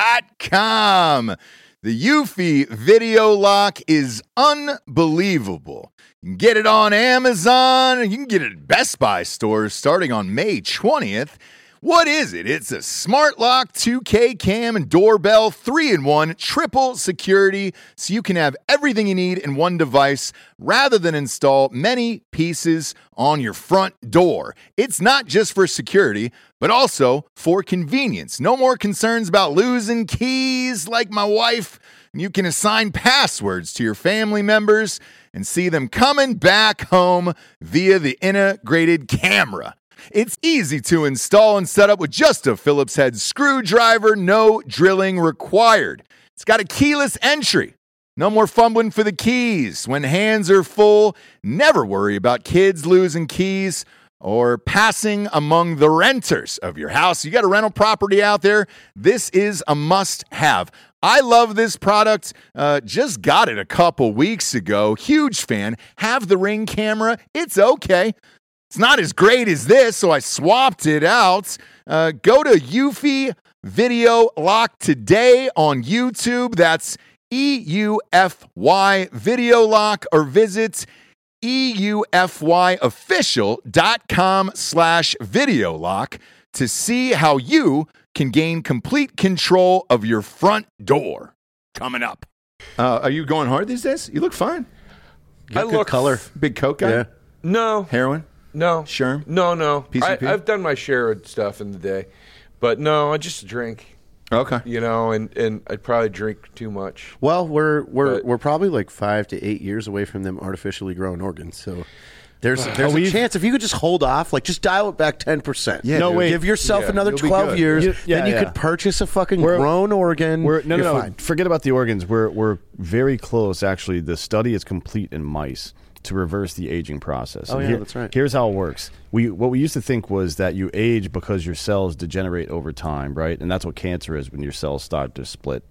Speaker 2: Eufy.com. The Eufy video lock is unbelievable. You can get it on Amazon, you can get it at Best Buy stores starting on May 20th. What is it? It's a smart lock, 2K cam, and doorbell, three in one, triple security, so you can have everything you need in one device rather than install many pieces on your front door. It's not just for security, but also for convenience. No more concerns about losing keys like my wife. You can assign passwords to your family members and see them coming back home via the integrated camera. It's easy to install and set up with just a Phillips head screwdriver, no drilling required. It's got a keyless entry. No more fumbling for the keys. When hands are full, never worry about kids losing keys or passing among the renters of your house. You got a rental property out there, this is a must have. I love this product. Uh, just got it a couple weeks ago. Huge fan. Have the ring camera. It's okay. It's not as great as this, so I swapped it out. Uh, go to Eufy Video Lock today on YouTube. That's E U F Y Video Lock, or visit E eufyofficial.com slash video lock to see how you can gain complete control of your front door. Coming up. Uh, are you going hard these days? You look fine.
Speaker 4: I look
Speaker 5: color.
Speaker 2: Big coke guy?
Speaker 5: Yeah.
Speaker 4: No,
Speaker 2: Heroin?
Speaker 4: no.
Speaker 2: Sherm?
Speaker 4: No, no. I,
Speaker 2: PCP?
Speaker 4: I've done my share of stuff in the day, but no, I just drink.
Speaker 2: Okay.
Speaker 4: You know, and and I probably drink too much.
Speaker 5: Well, we're we're
Speaker 4: But-
Speaker 5: we're probably like five to eight years away from them artificially growing organs. So there's
Speaker 2: Oh,
Speaker 5: there's a
Speaker 3: we've-
Speaker 5: chance if you could just hold off, like just dial it back ten percent.
Speaker 2: Yeah, No, dude. wait.
Speaker 5: Give yourself
Speaker 4: Yeah,
Speaker 5: another
Speaker 2: you'll be
Speaker 5: twelve
Speaker 2: good.
Speaker 5: years,
Speaker 3: You- yeah,
Speaker 5: then you
Speaker 3: yeah.
Speaker 5: could purchase a fucking
Speaker 3: We're-
Speaker 5: grown organ.
Speaker 3: We're, no,
Speaker 5: You're
Speaker 3: no, no.
Speaker 5: fine.
Speaker 3: Forget about the organs. We're we're very close. Actually, the study is complete in mice to reverse the aging process.
Speaker 5: Oh,
Speaker 3: And
Speaker 5: yeah, that's right.
Speaker 3: Here's how it works. We what we used to think was that you age because your cells degenerate over time, right? And that's what cancer is when your cells start to split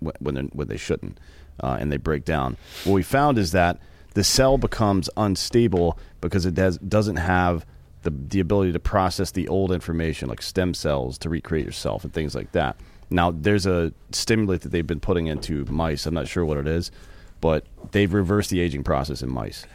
Speaker 3: wh- when they're- when they shouldn't, uh, and they break down. What we found is that the cell becomes unstable because it does, doesn't have the the ability to process the old information, like stem cells, to recreate yourself and things like that. Now, there's a stimulant that they've been putting into mice. I'm not sure what it is, but they've reversed the aging process in mice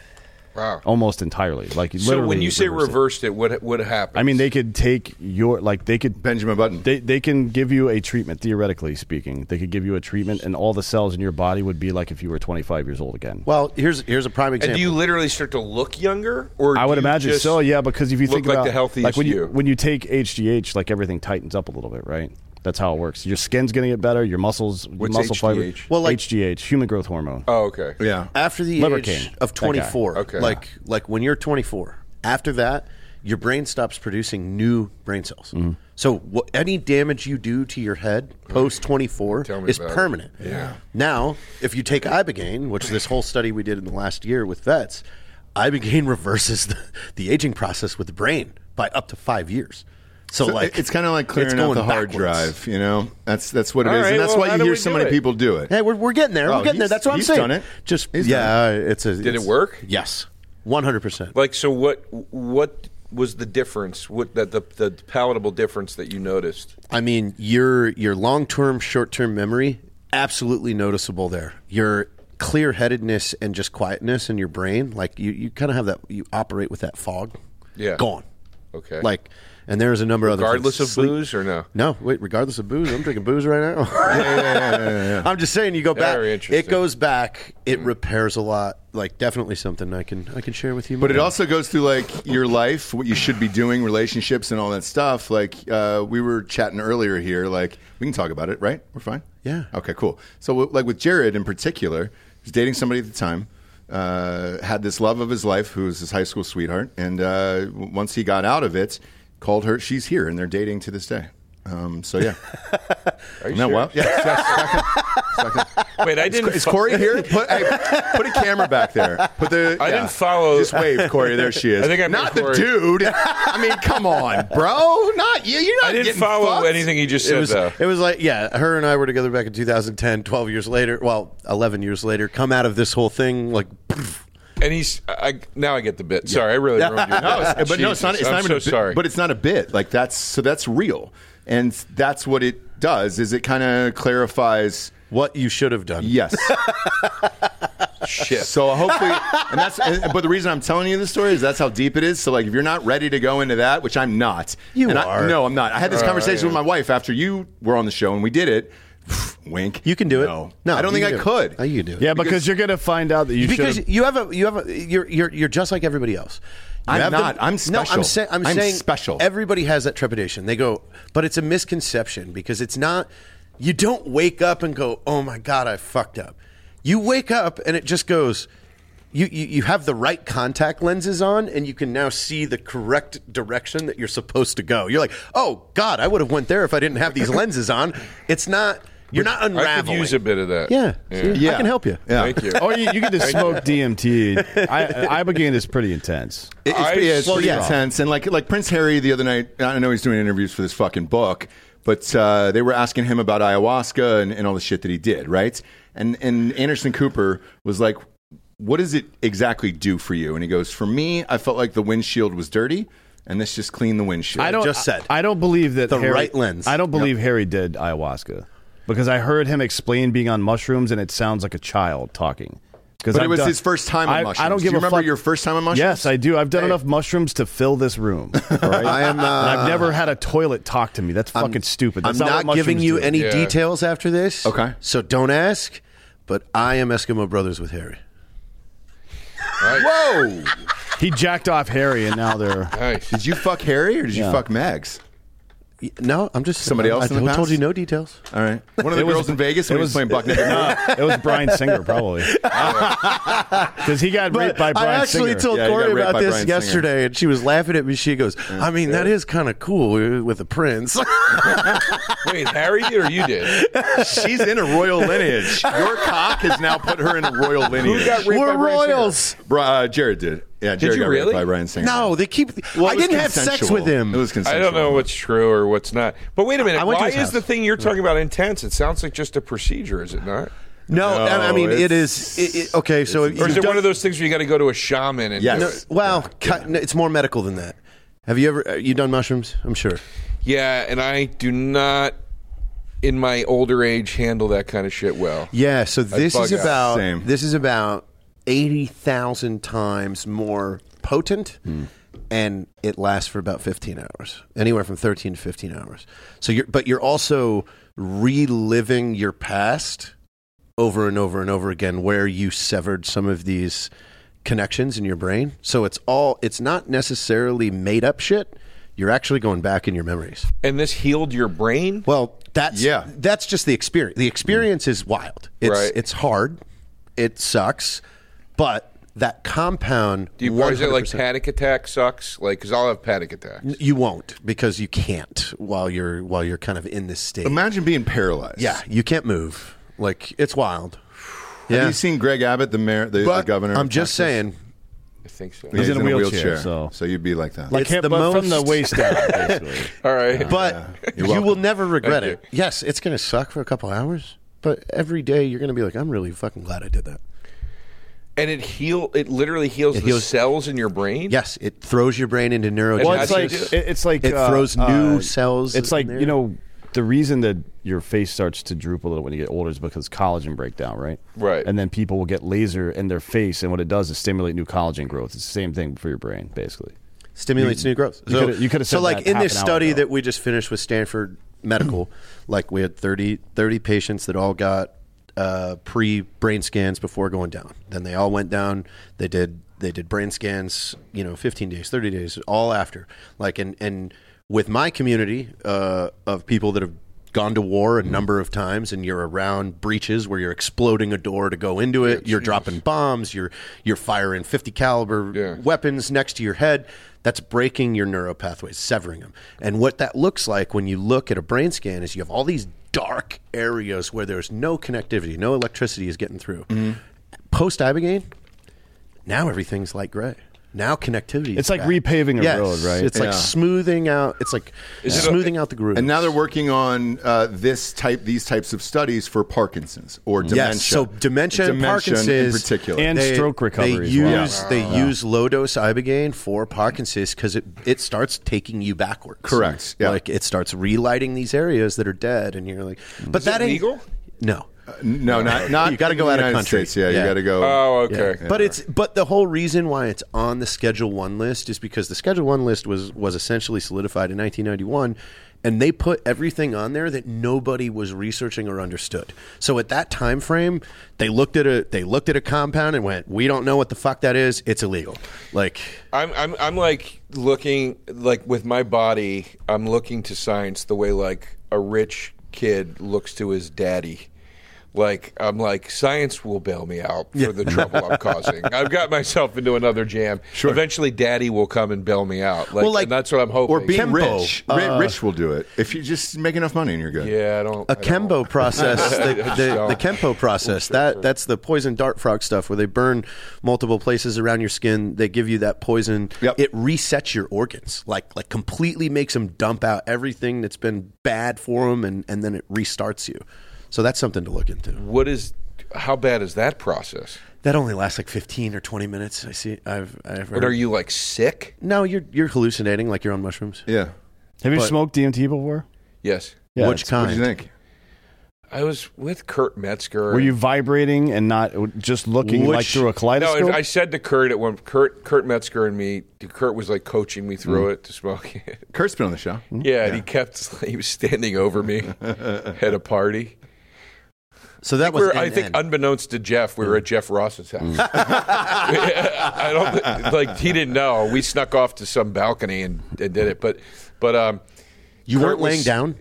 Speaker 4: Wow.
Speaker 2: Oh,
Speaker 3: almost entirely. Like
Speaker 4: so
Speaker 3: literally
Speaker 4: when you say
Speaker 3: reversed it.
Speaker 4: reversed it, what what happens?
Speaker 3: I mean they could take your like they could
Speaker 2: Benjamin Button.
Speaker 3: they, they can give you a treatment theoretically speaking they could give you a treatment and all the cells in your body would be like if you were 25 years old again
Speaker 5: Well, here's here's a prime
Speaker 4: and
Speaker 5: example.
Speaker 4: do you literally start to look younger? Or
Speaker 3: i
Speaker 4: do
Speaker 3: would
Speaker 4: you
Speaker 3: imagine
Speaker 4: just
Speaker 3: so yeah because if you
Speaker 4: look
Speaker 3: think
Speaker 4: like
Speaker 3: about
Speaker 4: the healthiest
Speaker 3: like when you,
Speaker 4: you.
Speaker 3: when you take hgh like everything tightens up a little bit right that's how it works your skin's going to get better your muscles
Speaker 4: What's
Speaker 3: muscle fiber
Speaker 4: HGH?
Speaker 5: Well, like-
Speaker 3: hgh human growth hormone
Speaker 4: Oh, okay.
Speaker 2: Yeah.
Speaker 5: after the
Speaker 3: Liver
Speaker 5: age
Speaker 3: King,
Speaker 5: of
Speaker 3: that guy.
Speaker 5: 24
Speaker 4: Okay.
Speaker 5: like like when you're 24 after that your brain stops producing new brain cells
Speaker 2: Mm-hmm.
Speaker 5: so wha- any damage you do to your head post 24
Speaker 4: Tell me
Speaker 5: is
Speaker 4: about it.
Speaker 5: permanent
Speaker 4: Yeah.
Speaker 5: now if you take ibogaine which this whole study we did in the last year with vets ibogaine reverses the, the aging process with the brain by up to five years so,
Speaker 2: So
Speaker 5: like
Speaker 2: it's kind of like clearing out
Speaker 5: going
Speaker 2: the hard
Speaker 5: backwards.
Speaker 2: drive. You know, that's that's what it is,
Speaker 4: All right,
Speaker 2: and that's
Speaker 4: well,
Speaker 2: why
Speaker 4: how
Speaker 2: you
Speaker 4: do
Speaker 2: hear
Speaker 4: we
Speaker 2: so
Speaker 4: do
Speaker 2: many
Speaker 4: it?
Speaker 2: people do it.
Speaker 5: Hey, we're, we're getting there.
Speaker 2: Oh,
Speaker 5: we're getting there.
Speaker 2: he's-
Speaker 5: That's what I'm
Speaker 2: he's
Speaker 5: saying.
Speaker 2: done it.
Speaker 5: Just
Speaker 2: He's
Speaker 5: yeah, it's a.
Speaker 4: Did it work?
Speaker 5: Yes, one hundred percent.
Speaker 4: Like so, what what was the difference? What that the the palatable difference that you noticed?
Speaker 5: I mean, your your long term, short term memory absolutely noticeable there. Your clear headedness and just quietness in your brain, like you, you kind of have that. You operate with that fog.
Speaker 4: Yeah.
Speaker 5: gone.
Speaker 4: Okay.
Speaker 5: Like, and there's a number of
Speaker 4: Regardless
Speaker 5: other
Speaker 4: of
Speaker 5: things. Sleep-
Speaker 4: booze or no?
Speaker 5: No, wait. Regardless of booze, I'm drinking booze right now. I'm just saying, you go back.
Speaker 4: Very interesting. Mm.
Speaker 5: It goes back. It repairs a lot. Like definitely something I can I can share with you.
Speaker 2: But it
Speaker 5: more.
Speaker 2: also goes through like your life, what you should be doing, relationships, and all that stuff. Like uh, we were chatting earlier here, like we can talk about it, right? We're fine.
Speaker 5: Yeah.
Speaker 2: Okay. Cool. So w- like with Jared in particular, he was dating somebody at the time, uh, had this love of his life who was his high school sweetheart, and uh, w- once he got out of it, called her. She's here, and they're dating to this day. Um, so yeah.
Speaker 4: Are you
Speaker 2: No.
Speaker 4: sure?
Speaker 2: Well. Yeah.
Speaker 4: Wait, I didn't.
Speaker 2: Is
Speaker 4: fo-
Speaker 2: Corey here? Put, hey, put a camera back there. Put the.
Speaker 4: I didn't follow-
Speaker 2: Just wave, Corey. There she is.
Speaker 4: I think I missed
Speaker 2: not the
Speaker 4: Corey.
Speaker 2: dude. I mean, come on, bro. Not you. You're not.
Speaker 4: I didn't
Speaker 2: getting
Speaker 4: follow
Speaker 2: fucked.
Speaker 4: anything he just
Speaker 5: It
Speaker 4: said.
Speaker 5: was,
Speaker 4: though.
Speaker 5: it was like, yeah, her and I were together back in 2010, 12 years later, well, 11 years later, come out of this whole thing, like,
Speaker 4: And he's I, now I get the bit. Sorry, I really ruined your
Speaker 2: No, it's- but no, it's not. It's
Speaker 4: I'm
Speaker 2: not even
Speaker 4: so
Speaker 2: a bit,
Speaker 4: sorry.
Speaker 2: But it's not a bit. Like that's so that's real, and that's what it does. Is it kind of clarifies?
Speaker 5: what you should have done.
Speaker 2: Yes.
Speaker 4: shit.
Speaker 2: So hopefully, and that's. and- but the reason I'm telling you this story is that's how deep it is. So like, if you're not ready to go into that, which I'm not,
Speaker 5: You
Speaker 2: and I,
Speaker 5: are. Uh,
Speaker 2: no, I'm not. I had this
Speaker 4: Oh,
Speaker 2: conversation
Speaker 4: yeah.
Speaker 2: with my wife after you were on the show and we did it. Wink.
Speaker 5: You can do it.
Speaker 2: No, I don't
Speaker 5: you
Speaker 2: think I
Speaker 5: can do
Speaker 2: could.
Speaker 5: it. Oh, you can do it.
Speaker 3: Yeah, because you're gonna find out that you
Speaker 5: because
Speaker 3: should.
Speaker 5: you have a, you have a, you're, you're, you're just like everybody else. You
Speaker 2: I'm
Speaker 5: have the-
Speaker 2: not. I'm
Speaker 5: No, I'm,
Speaker 2: special.
Speaker 5: sa- I'm,
Speaker 2: I'm
Speaker 5: saying
Speaker 2: special.
Speaker 5: Everybody has that trepidation. They go, but it's a misconception because it's not. You don't wake up and go, oh my god, I fucked up. You wake up and it just goes. You, you, you have the right contact lenses on and you can now see the correct direction that you're supposed to go. You're like, oh God, I would have went there if I didn't have these lenses on. It's not you're not
Speaker 4: I
Speaker 5: unraveling.
Speaker 4: could use a bit of that.
Speaker 5: Yeah, see,
Speaker 2: Yeah.
Speaker 5: I can help you.
Speaker 2: Yeah.
Speaker 4: Thank you.
Speaker 3: Oh, you, you could just smoke DMT. I, Ibogaine is pretty intense.
Speaker 2: It- It's,
Speaker 4: I-
Speaker 2: yeah, it's
Speaker 4: well,
Speaker 2: pretty
Speaker 4: yeah.
Speaker 2: intense. And like like Prince Harry the other night, I know he's doing interviews for this fucking book, but uh, they were asking him about ayahuasca and, and all the shit that he did, right? And and Anderson Cooper was like, "What does it exactly do for you?" And he goes, "For me, I felt like the windshield was dirty, and this just cleaned the windshield."
Speaker 3: I don't
Speaker 5: just said.
Speaker 3: I, I don't believe that
Speaker 5: The
Speaker 3: Harry-
Speaker 5: right lens.
Speaker 3: I don't believe Harry did ayahuasca because I heard him explain being on mushrooms, and it sounds like a child talking. Because
Speaker 2: But it was his first time on
Speaker 3: I,
Speaker 2: mushrooms.
Speaker 3: I don't
Speaker 2: Do
Speaker 3: give
Speaker 2: you
Speaker 3: a
Speaker 2: remember
Speaker 3: fuck.
Speaker 2: your first time on mushrooms?
Speaker 3: Yes, I do. I've done enough mushrooms to fill this room. all right?
Speaker 5: I am,
Speaker 3: And
Speaker 2: uh,
Speaker 3: I've never had a toilet talk to me. That's fucking stupid.
Speaker 5: I'm
Speaker 3: That's what
Speaker 5: not, giving
Speaker 3: mushrooms
Speaker 5: you
Speaker 3: do.
Speaker 5: any
Speaker 4: Yeah.
Speaker 5: details after this.
Speaker 2: Okay.
Speaker 5: So don't ask, but I am Eskimo Brothers with Harry.
Speaker 2: Whoa!
Speaker 3: He jacked off Harry, and now they're.
Speaker 4: Nice.
Speaker 2: did you fuck Harry or did you
Speaker 3: Yeah.
Speaker 2: fuck Mags?
Speaker 5: Y- No, I'm just
Speaker 2: Somebody
Speaker 5: I-
Speaker 2: else
Speaker 5: I,
Speaker 2: in the
Speaker 5: told-
Speaker 2: past?
Speaker 5: told you no details.
Speaker 2: All right, one of the
Speaker 3: It was-
Speaker 2: girls in Vegas.
Speaker 3: it
Speaker 2: It was
Speaker 3: was-
Speaker 2: playing buck naked.
Speaker 3: No, it was Brian Singer probably because he got raped by Brian
Speaker 5: I actually
Speaker 3: Singer.
Speaker 5: told
Speaker 2: Yeah, you got
Speaker 5: Corey
Speaker 2: raped by
Speaker 5: about this
Speaker 2: Bryan Singer.
Speaker 5: yesterday, and she was laughing at me. She goes, "I mean, that is kind of cool uh, with a prince."
Speaker 4: Wait, Harry did or you did?
Speaker 2: She's in a royal lineage. Your cock has now put her in a royal lineage.
Speaker 4: got raped by
Speaker 5: We're
Speaker 4: Bryan Singer?
Speaker 5: royals.
Speaker 2: Bri- uh, Jared did. Yeah, Jared
Speaker 4: you
Speaker 2: got raped
Speaker 4: really?
Speaker 2: by Brian Singer.
Speaker 5: No, they keep.
Speaker 2: Well, it
Speaker 5: I
Speaker 2: was
Speaker 5: didn't have sex
Speaker 2: consensual.
Speaker 5: with him.
Speaker 2: It was consensual.
Speaker 4: I don't know what's true or what's not. But wait a minute.
Speaker 5: I went to
Speaker 4: Why is
Speaker 5: his house.
Speaker 4: the thing you're talking about intense? It sounds like just a procedure, is it not?
Speaker 5: no, I I mean, it
Speaker 2: it's-
Speaker 5: is. It, it, okay, so
Speaker 4: Or is it one of those things where you got to go to a shaman and
Speaker 2: Yes.
Speaker 5: No, well, cut- no, it's more medical than that. Have you ever uh, you done mushrooms? I'm sure.
Speaker 4: yeah, and I do not in my older age handle that kind of shit well.
Speaker 5: Yeah, so this
Speaker 4: bug
Speaker 5: is
Speaker 4: out.
Speaker 5: about
Speaker 2: Same.
Speaker 5: this is about eighty thousand times more potent, and it lasts for about fifteen hours, anywhere from thirteen to fifteen hours. So you're, but you're also reliving your past over and over and over again, where you severed some of these connections in your brain. So it's all it's not necessarily made up shit. You're actually going back in your memories.
Speaker 4: And this healed your brain?
Speaker 5: Well, that's
Speaker 2: Yeah.
Speaker 5: That's just the experience. The experience is wild. It's
Speaker 4: Right.
Speaker 5: it's hard. It sucks, but that compound.
Speaker 4: Do you, or is it like
Speaker 5: 100%
Speaker 4: panic attack sucks? Like, because I'll have panic attacks.
Speaker 5: You won't because you can't while you're while you're kind of in this state.
Speaker 2: Imagine being paralyzed.
Speaker 5: yeah, you can't move. Like it's wild.
Speaker 2: Have
Speaker 5: Yeah.
Speaker 2: you seen Greg Abbott, the mayor, the, the
Speaker 5: But
Speaker 2: governor?
Speaker 5: I'm
Speaker 2: of
Speaker 5: just
Speaker 2: Texas?
Speaker 5: saying.
Speaker 4: I think so.
Speaker 2: Yeah,
Speaker 3: He's in a wheelchair, so-
Speaker 2: you'd be like that.
Speaker 3: like
Speaker 5: it's
Speaker 3: him,
Speaker 5: the
Speaker 3: but from the
Speaker 5: most-
Speaker 3: waist down, basically.
Speaker 4: All right.
Speaker 5: But
Speaker 2: You're
Speaker 5: you will
Speaker 2: welcome.
Speaker 5: never regret
Speaker 4: Thank
Speaker 5: it. Yes, it's gonna suck for a couple hours, but every day you're gonna be like, I'm really fucking glad I did that.
Speaker 4: and it heal. It literally heals
Speaker 5: It
Speaker 4: the
Speaker 5: heals-
Speaker 4: cells in your brain.
Speaker 5: Yes, it throws your brain into neurogenesis.
Speaker 3: Well,
Speaker 4: How
Speaker 3: it's
Speaker 4: do you
Speaker 3: like
Speaker 4: do
Speaker 3: it,
Speaker 4: it?
Speaker 3: it's like
Speaker 5: It
Speaker 3: uh,
Speaker 5: throws new cells
Speaker 3: It's
Speaker 5: in
Speaker 3: like
Speaker 5: there.
Speaker 3: you know the reason that your face starts to droop a little when you get older is because collagen breakdown, right?
Speaker 4: Right.
Speaker 3: And then people will get laser in their face, and what it does is stimulate new collagen growth. It's the same thing for your brain, basically.
Speaker 5: stimulates new growth.
Speaker 3: you coulda- you coulda
Speaker 5: so
Speaker 3: said
Speaker 5: like
Speaker 3: that
Speaker 5: in
Speaker 3: half
Speaker 5: this
Speaker 3: an hour
Speaker 5: study
Speaker 3: ago.
Speaker 5: that we just finished with Stanford Medical, like we had 30, 30 patients that all got uh, pre brain scans before going down. Then they all went down. They did they did brain scans, you know, fifteen days, thirty days, all after. Like and and with my community uh, of people that have gone to war a number of times and you're around breaches where you're exploding a door to go into it you're dropping bombs you're you're firing 50 caliber
Speaker 4: Yeah.
Speaker 5: weapons next to your head that's breaking your neural pathways severing them and what that looks like when you look at a brain scan is you have all these dark areas where there's no connectivity no electricity is getting through
Speaker 4: Mm-hmm.
Speaker 5: post ibogaine now everything's light gray now connectivity
Speaker 3: It's
Speaker 5: is
Speaker 3: like
Speaker 5: back.
Speaker 3: repaving a
Speaker 5: Yes.
Speaker 3: road, right?
Speaker 5: it's
Speaker 2: Yeah.
Speaker 5: like smoothing out it's like
Speaker 4: it a-
Speaker 5: smoothing out the groove
Speaker 2: And now they're working on uh, this type, these types of studies for Parkinson's or dementia.
Speaker 5: Yes, so dementia and
Speaker 2: in
Speaker 5: Parkinson's-
Speaker 2: particular.
Speaker 3: And stroke recovery
Speaker 5: They
Speaker 3: as well.
Speaker 5: use they use low dose ibogaine for Parkinson's because it it starts taking you backwards.
Speaker 2: Correct, yeah.
Speaker 5: Like it starts relighting these areas that are dead, and you're like, but
Speaker 4: Is
Speaker 5: that
Speaker 4: it
Speaker 5: ain't
Speaker 4: legal?
Speaker 5: No.
Speaker 2: no, not not.
Speaker 5: You gotta
Speaker 2: in
Speaker 5: go
Speaker 2: the
Speaker 5: out of
Speaker 2: United
Speaker 5: country.
Speaker 2: States. Yeah,
Speaker 5: Yeah.
Speaker 2: you got to go.
Speaker 5: Uh,
Speaker 4: Oh, okay.
Speaker 5: But it's but the whole reason why it's on the Schedule One list is because the Schedule One list was was essentially solidified in 1991, and they put everything on there that nobody was researching or understood. So at that time frame, they looked at a they looked at a compound and went, "We don't know what the fuck that is. It's illegal." Like
Speaker 4: I'm, I'm, I'm like looking like with my body. I'm looking to science the way like a rich kid looks to his daddy. Like I'm like science will bail me out for the trouble I'm causing. I've got myself into another jam. Sure. Eventually, daddy will come and bail me out. Like,
Speaker 5: Well, like-
Speaker 4: and that's what I'm hoping.
Speaker 2: or being
Speaker 5: Kempo,
Speaker 2: rich. Ri- rich will do it if you just make enough money and you're good.
Speaker 4: yeah, I don't.
Speaker 5: a
Speaker 4: I don't-
Speaker 5: Kembo process, the,
Speaker 4: Just
Speaker 5: the,
Speaker 4: don't.
Speaker 5: the Kempo process, that that's the poison dart frog stuff where they burn multiple places around your skin. They give you that poison.
Speaker 2: Yep.
Speaker 5: It resets your organs, like like completely makes them dump out everything that's been bad for them, and, and then it restarts you. So that's something to look into.
Speaker 4: What is? How bad is that process?
Speaker 5: That only lasts like fifteen or twenty minutes. I see. I've I've heard.
Speaker 4: But are you like sick?
Speaker 5: No, you're you're hallucinating like you're on mushrooms.
Speaker 2: yeah.
Speaker 3: Have you smoked DMT before?
Speaker 4: Yes.
Speaker 3: Yeah,
Speaker 5: Which
Speaker 3: it's-
Speaker 5: kind?
Speaker 2: What do you think?
Speaker 4: I was with Kurt Metzger.
Speaker 3: Were you vibrating and not just looking like
Speaker 5: Which-
Speaker 3: through a
Speaker 4: No,
Speaker 3: kaleidoscope?
Speaker 4: and I said to Kurt at one Kurt Kurt Metzger and me. Kurt was like coaching me through it to smoke it.
Speaker 2: Kurt's been on the show.
Speaker 4: yeah, and he kept he was standing over me at a party.
Speaker 5: So that was.
Speaker 4: We're, I think,
Speaker 5: NN.
Speaker 4: unbeknownst to Jeff, we were at Jeff Ross's house. I don't like he didn't know. We snuck off to some balcony and, and did it, but but um,
Speaker 5: you
Speaker 4: Kurt
Speaker 5: weren't laying
Speaker 4: was-
Speaker 5: down.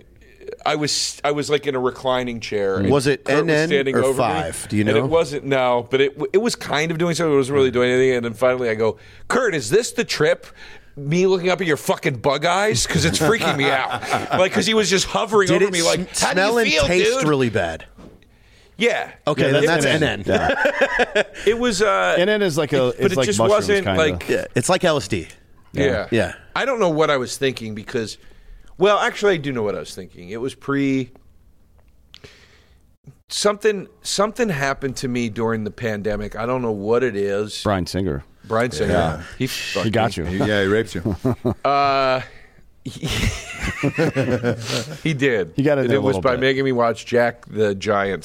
Speaker 4: I was I was like in a reclining chair. and
Speaker 5: Was it
Speaker 4: Kurt was
Speaker 5: NN
Speaker 4: standing
Speaker 5: or
Speaker 4: over me,
Speaker 5: five? Do you know?
Speaker 4: And it wasn't no, but it it was kind of doing something. It wasn't really doing anything. And then finally, I go, Kurt, is this the trip? Me looking up at your fucking bug eyes because it's freaking me out. Like because he was just hovering
Speaker 5: Did
Speaker 4: over
Speaker 5: it
Speaker 4: me, like
Speaker 5: sm-
Speaker 4: How
Speaker 5: smell
Speaker 4: do you feel,
Speaker 5: and taste
Speaker 4: dude?
Speaker 5: really bad?
Speaker 4: Yeah.
Speaker 5: Okay,
Speaker 3: Yeah,
Speaker 5: then
Speaker 3: that's
Speaker 5: that's
Speaker 3: NN.
Speaker 5: NN.
Speaker 4: It was. uh
Speaker 3: and it is like a, it's
Speaker 4: But it
Speaker 3: like
Speaker 4: just
Speaker 3: mushrooms,
Speaker 4: wasn't
Speaker 3: kinda.
Speaker 4: like
Speaker 5: Yeah, it's like LSD.
Speaker 4: Yeah.
Speaker 5: Yeah.
Speaker 4: I don't know what I was thinking because, well, actually, I do know what I was thinking. It was pre. Something something happened to me during the pandemic. I don't know what it is.
Speaker 3: Brian Singer.
Speaker 4: Brian Singer. He,
Speaker 3: He
Speaker 4: fucking-
Speaker 3: got you.
Speaker 2: Yeah, he raped you.
Speaker 4: He did.
Speaker 3: He got it
Speaker 4: And
Speaker 3: in
Speaker 4: It
Speaker 3: a
Speaker 4: was
Speaker 3: little
Speaker 4: by
Speaker 3: bit.
Speaker 4: making me watch Jack the Giant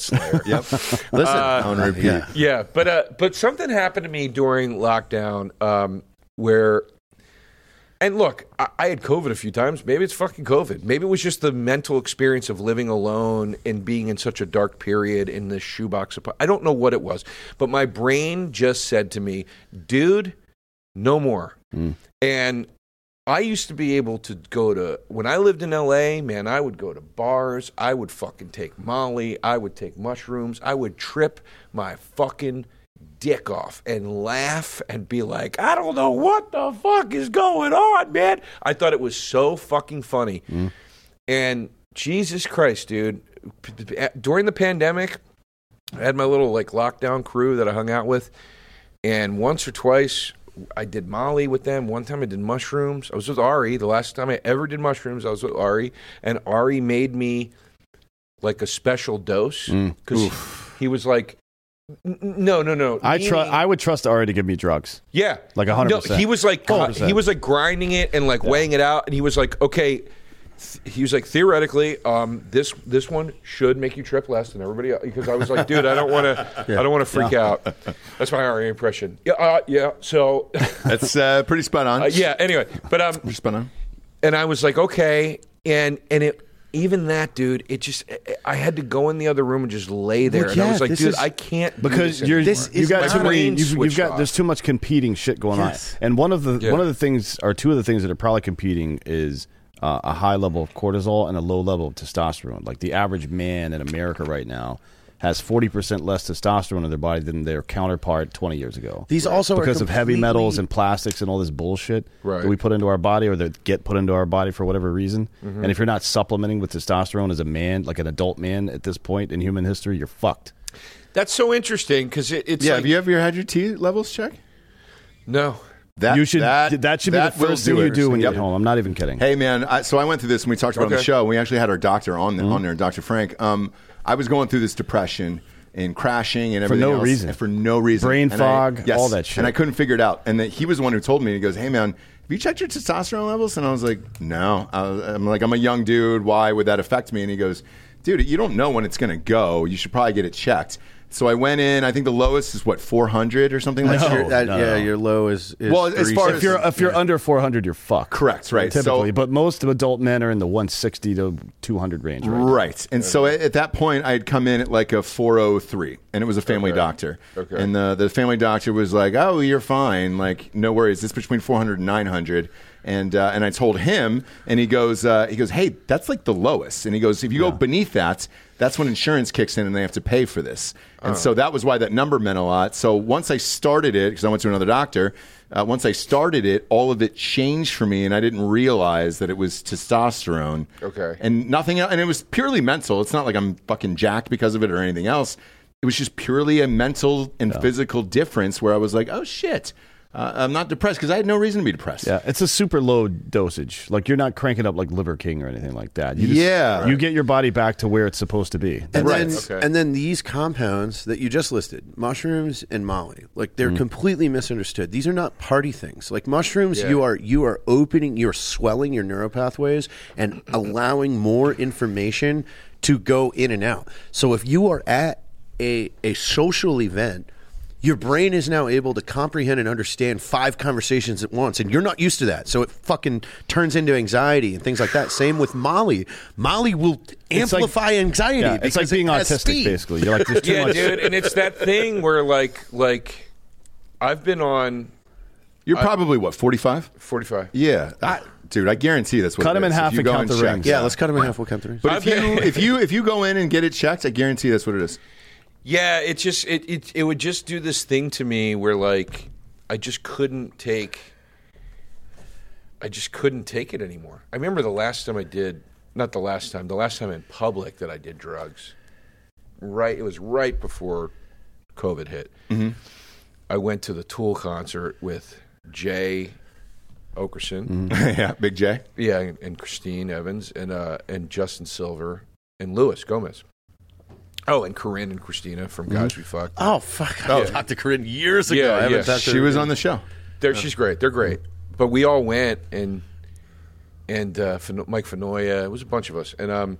Speaker 4: Slayer.
Speaker 2: yep.
Speaker 5: Listen,
Speaker 2: on repeat.
Speaker 5: yeah.
Speaker 4: yeah, but uh, but something happened to me during lockdown um, where, and look, I, I had COVID a few times. Maybe it's fucking COVID. Maybe it was just the mental experience of living alone and being in such a dark period in this shoebox. apart- I don't know what it was, but my brain just said to me, "Dude, no more." And I used to be able to go to when I lived in LA, man, I would go to bars, I would fucking take Molly, I would take mushrooms, I would trip my fucking dick off and laugh and be like, I don't know what the fuck is going on, man. I thought it was so fucking funny. And Jesus Christ, dude, p- p- during the pandemic, I had my little like lockdown crew that I hung out with, and once or twice I did Molly with them. One time I did mushrooms. I was with Ari. The last time I ever did mushrooms, I was with Ari, and Ari made me like a special dose
Speaker 3: Mm.
Speaker 4: because he was like, "N- n- "No, no, no."
Speaker 3: I
Speaker 4: me-
Speaker 3: trust. I would trust Ari to give me drugs.
Speaker 4: yeah,
Speaker 3: Like 100%.
Speaker 4: No, he was like
Speaker 3: 100%.
Speaker 4: he was like grinding it and like weighing it out, and he was like, "Okay, he was like theoretically um, this this one should make you trip less than everybody else because I was like dude I don't want to I don't want to freak out that's my RA impression yeah uh, yeah so
Speaker 2: That's uh, pretty spot on.
Speaker 4: uh, yeah anyway but um
Speaker 2: Pretty spot on.
Speaker 4: and I was like okay and and it even that dude it just eh, I- I had to go in the other room and just lay there
Speaker 5: Well,
Speaker 4: and I
Speaker 5: yeah,
Speaker 4: was like
Speaker 5: this
Speaker 4: dude
Speaker 5: is-
Speaker 4: I can't do
Speaker 3: because
Speaker 4: this
Speaker 3: you're
Speaker 5: This
Speaker 3: you've
Speaker 5: is
Speaker 3: got
Speaker 4: my
Speaker 3: too many
Speaker 4: brain
Speaker 3: you've, you've
Speaker 4: switched
Speaker 3: got
Speaker 4: off.
Speaker 3: there's too much competing shit going
Speaker 5: Yes.
Speaker 3: on and one of the
Speaker 4: Yeah.
Speaker 3: one of the things or two of the things that are probably competing is uh, a high level of cortisol and a low level of testosterone like the average man in america right now has 40% less testosterone in their body than their counterpart 20 years ago
Speaker 5: These also are
Speaker 3: because of heavy metals
Speaker 5: completely-
Speaker 3: and plastics and all this bullshit
Speaker 4: Right.
Speaker 3: that we put into our body or that get put into our body for whatever reason
Speaker 4: Mm-hmm.
Speaker 3: and if you're not supplementing with testosterone as a man like an adult man at this point in human history you're fucked
Speaker 4: that's so interesting because it, it's
Speaker 2: Yeah,
Speaker 4: like,
Speaker 2: have you ever had your T levels checked?
Speaker 4: no
Speaker 2: That
Speaker 3: you should
Speaker 2: that,
Speaker 3: that, should be the
Speaker 2: will
Speaker 3: first thing you
Speaker 2: it.
Speaker 3: do when you
Speaker 2: Yep.
Speaker 3: get home. I'm not even kidding.
Speaker 2: Hey man, I, so I went through this, and we talked about it on
Speaker 4: Okay.
Speaker 2: the show. and We actually had our doctor on the,
Speaker 3: Mm-hmm.
Speaker 2: on there, Doctor Frank. Um, I was going through this depression and crashing and everything
Speaker 3: no
Speaker 2: else,
Speaker 3: reason.
Speaker 2: and for no reason,
Speaker 3: Brain
Speaker 2: And I-
Speaker 3: fog,
Speaker 2: yes,
Speaker 3: all that shit.
Speaker 2: and I couldn't figure it out. And that he was the one who told me. He goes, "Hey man, have you checked your testosterone levels?" And I was like, "No." I was, I'm like, "I'm a young dude. Why would that affect me?" And he goes, "Dude, you don't know when it's going to go. You should probably get it checked." So I went in. I think the lowest is what 400 or something like
Speaker 3: No.
Speaker 2: that.
Speaker 5: Your- that-
Speaker 3: Oh, no.
Speaker 5: Yeah, your low is, is
Speaker 2: Well, as far
Speaker 5: three-
Speaker 2: as-
Speaker 3: if you're if you're under 400, you're fucked.
Speaker 2: Correct, right. So-
Speaker 3: Typically, but most of adult men are in the 160 to 200 range.
Speaker 2: Mm.
Speaker 3: Right. now.
Speaker 2: Right. And so at, at that point, I had come in at like a 403, and it was a family doctor.
Speaker 4: Okay.
Speaker 2: And the, the family doctor was like, oh, you're fine. Like, no worries. It's between 400 and 900. And, uh, and I told him, and he goes, uh, he goes, hey, that's like the lowest. And he goes, if you go beneath that, that's when insurance kicks in and they have to pay for this. And
Speaker 4: Uh.
Speaker 2: so that was why that number meant a lot. So once I started it, because I went to another doctor, uh, once I started it, all of it changed for me, and I didn't realize that it was testosterone.
Speaker 4: Okay.
Speaker 2: And nothing else. And it was purely mental. It's not like I'm fucking jacked because of it or anything else. It was just purely a mental and physical difference where I was like, oh shit, uh, I'm not depressed because I had no reason to be depressed.
Speaker 3: Yeah, it's a super low dosage. Like you're not cranking up like Liver King or anything like that. You just-
Speaker 2: Yeah.
Speaker 3: you get your body back to where it's supposed to be.
Speaker 5: And
Speaker 2: Right.
Speaker 5: then,
Speaker 4: Okay.
Speaker 5: and then these compounds that you just listed, mushrooms and Molly, like
Speaker 3: Mm-hmm.
Speaker 5: they're completely misunderstood. These are not party things. Like mushrooms,
Speaker 4: Yeah.
Speaker 5: you are you are opening, you are swelling your neuropathways and allowing more information to go in and out. So if you are at a a social event. Your brain is now able to comprehend and understand five conversations at once, and you're not used to that. So it fucking turns into anxiety and things like that. Same with Molly. Molly will
Speaker 3: It's like-
Speaker 5: amplify anxiety.
Speaker 3: Yeah, it's like
Speaker 5: because it
Speaker 3: being
Speaker 5: has
Speaker 3: autistic,
Speaker 5: speed.
Speaker 3: basically. You're like, there's too
Speaker 4: yeah
Speaker 3: much.
Speaker 4: dude and it's that thing where like like I've been on
Speaker 2: You're probably, what, 45?
Speaker 4: 45
Speaker 2: Yeah. I, dude, I guarantee that's what
Speaker 3: Cut
Speaker 2: it
Speaker 3: him in
Speaker 2: is. If
Speaker 3: half
Speaker 2: you
Speaker 3: and
Speaker 2: go
Speaker 3: count the
Speaker 2: check-
Speaker 3: rings.
Speaker 5: Yeah, let's cut him in half. We'll count the rings.
Speaker 2: But if
Speaker 4: I've-
Speaker 2: you, if, you, if you go in and get it checked, I guarantee that's what it is.
Speaker 4: Yeah, it just it, it it would just do this thing to me where like I just couldn't take I just couldn't take it anymore. I remember the last time I did not the last time, the last time in public that I did drugs. Right it was right before COVID hit.
Speaker 3: Mm-hmm.
Speaker 4: I went to the Tool concert with Jay Okerson.
Speaker 3: Mm-hmm.
Speaker 2: yeah, Big J.
Speaker 4: Yeah, and, and Christine Evans and uh, and Justin Silver and Lewis Gomez. Oh, and Corinne and Christina from Guys We Fucked.
Speaker 5: oh fuck! I talked to Corinne years ago.
Speaker 4: Yeah,
Speaker 5: I haven't
Speaker 4: yeah.
Speaker 5: talked to
Speaker 2: She
Speaker 5: her
Speaker 2: was
Speaker 5: again.
Speaker 2: on the show.
Speaker 4: They're, She's great. They're great. But we all went and and uh, Fino- Mike Fenoya. It was a bunch of us. And um,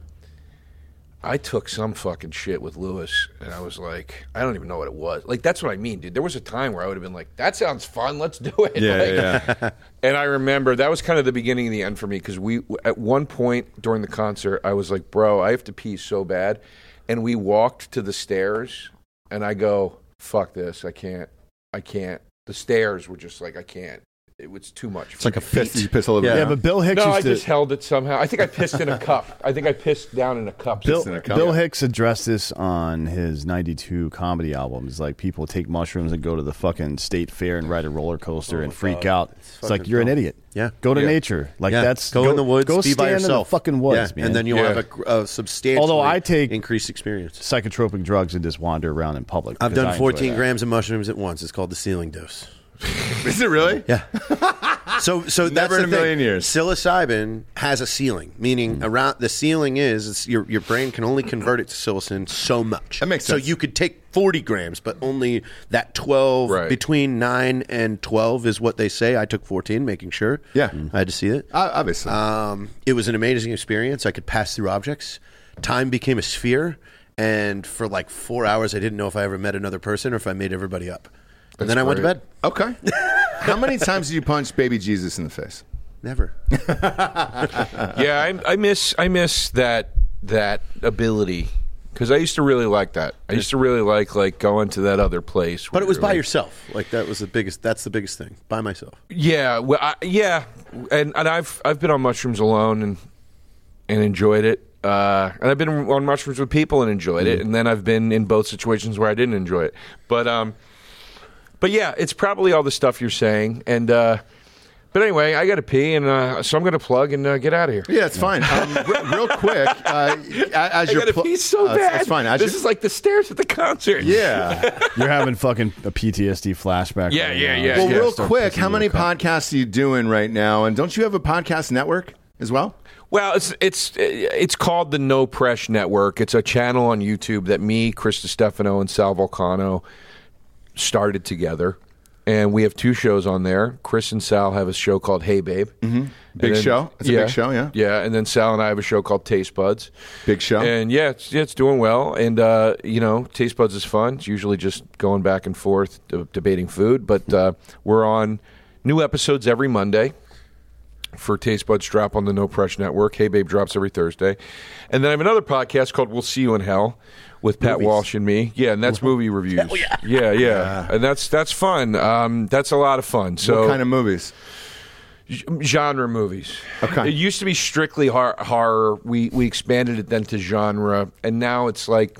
Speaker 4: I took some fucking shit with Lewis, and I was like, I don't even know what it was. Like that's what I mean, dude. There was a time where I would have been like, that sounds fun. Let's do it. Like, And I remember that was kind of the beginning of the end for me because we, at one point during the concert, I was like, bro, I have to pee so bad. And we walked to the stairs, and I go, fuck this. I can't. I can't. The stairs were just like, I can't. It was too much.
Speaker 2: It's like a piss. You piss all over
Speaker 5: Yeah.
Speaker 2: the
Speaker 3: Yeah, but Bill Hicks
Speaker 4: no,
Speaker 3: used
Speaker 4: I
Speaker 3: to.
Speaker 4: just held it somehow. I think I pissed in a cup. I think I pissed down in a cup.
Speaker 3: Bill,
Speaker 2: in a cup.
Speaker 3: Bill Hicks addressed this on his 92 comedy album. It's like people take mushrooms and go to the fucking state fair and ride a roller
Speaker 5: Oh,
Speaker 3: coaster and freak out. It's, like
Speaker 5: fucking
Speaker 3: you're an
Speaker 5: dumb.
Speaker 3: idiot.
Speaker 5: Yeah.
Speaker 3: Go to
Speaker 4: Yeah.
Speaker 3: nature. Like
Speaker 5: Yeah,
Speaker 3: that's
Speaker 5: go, in the woods,
Speaker 3: Go
Speaker 5: be
Speaker 3: stand
Speaker 5: by yourself.
Speaker 3: in the fucking woods,
Speaker 5: Yeah,
Speaker 3: man.
Speaker 5: and then you'll
Speaker 4: Yeah.
Speaker 5: have a, gr- a substantial.
Speaker 3: Although I take-
Speaker 5: increased experience.
Speaker 3: psychotropic drugs and just wander around in public.
Speaker 5: I've
Speaker 3: because I
Speaker 5: done
Speaker 3: enjoy
Speaker 5: 14
Speaker 3: that.
Speaker 5: grams of mushrooms at once. It's called the ceiling dose.
Speaker 2: Is it really?
Speaker 5: Yeah, So, so that's
Speaker 2: Never in
Speaker 5: the
Speaker 2: a million
Speaker 5: thing.
Speaker 2: years.
Speaker 5: Psilocybin has a ceiling, meaning around the ceiling is it's your your brain can only convert it to psilocin so much.
Speaker 2: That makes
Speaker 5: so
Speaker 2: sense.
Speaker 5: you could take forty grams, but only that twelve
Speaker 4: Right.
Speaker 5: between nine and twelve is what they say. I took fourteen, making sure.
Speaker 2: Yeah. Mm.
Speaker 5: I had to see it.
Speaker 2: O- obviously.
Speaker 3: Uh,
Speaker 5: Um, it was an amazing experience. I could pass through objects. Time became a sphere, and for like four hours, I didn't know if I ever met another person or if I made everybody up. and then I went to
Speaker 4: great.
Speaker 5: bed.
Speaker 2: okay. How many times did you punch baby Jesus in the face?
Speaker 5: Never.
Speaker 4: yeah, I, I miss I miss that that ability because I used to really like that. I used to really like like going to that other place.
Speaker 5: But
Speaker 4: where
Speaker 5: it was
Speaker 4: you're
Speaker 5: by
Speaker 4: like-
Speaker 5: yourself. Like that was the biggest. That's the biggest thing. By myself.
Speaker 4: Yeah, well, I, yeah, and and I've I've been on mushrooms alone and and enjoyed it. Uh, and I've been on mushrooms with people and enjoyed it, and then I've been in both situations where I didn't enjoy it. But um, but yeah, it's probably all the stuff you're saying. And uh, but anyway, I got to pee, and uh, so I'm gonna plug and uh, get out of here.
Speaker 2: Yeah, it's fine. Um, re- real quick, uh, as
Speaker 4: I
Speaker 2: you're
Speaker 4: got to
Speaker 2: pl-
Speaker 4: pee so
Speaker 2: uh, it's-
Speaker 4: bad.
Speaker 2: It's fine. As
Speaker 4: this
Speaker 2: you're-
Speaker 4: is like the stairs at the concert.
Speaker 2: yeah.
Speaker 3: You're having fucking a PTSD flashback.
Speaker 4: Yeah,
Speaker 3: right
Speaker 4: yeah,
Speaker 3: now.
Speaker 4: yeah,
Speaker 2: Well,
Speaker 4: yeah.
Speaker 2: real
Speaker 3: Start
Speaker 2: quick,
Speaker 3: pissing
Speaker 2: how
Speaker 3: you
Speaker 2: many
Speaker 3: a cup.
Speaker 2: podcasts are you doing right now? And don't you have a podcast network as well?
Speaker 4: Well, it's it's it's called the No Press Network. It's a channel on YouTube that me, Chris Stefano, and Sal Volcano started together, and we have two shows on there. Chris and Sal have a show called Hey Babe, mm-hmm.
Speaker 2: Big show. It's a big show, yeah.
Speaker 4: yeah. And then Sal and I have a show called Taste Buds.
Speaker 2: Big show.
Speaker 4: And yeah, it's, yeah, it's doing well. And uh, you know, Taste Buds is fun. It's usually just going back and forth de- debating food, but uh, we're on new episodes every Monday for Taste Buds Drop on the No Pressure Network. Hey Babe drops every Thursday, and then I have another podcast called We'll See You in Hell with Pat Walsh and me. Yeah, and that's movie reviews. Yeah. yeah, and that's that's fun. Um, that's a lot of fun. So
Speaker 2: what kind of movies?
Speaker 4: genre movies.
Speaker 2: Okay.
Speaker 4: It used to be strictly hor- horror. We we expanded it then to genre, and now it's like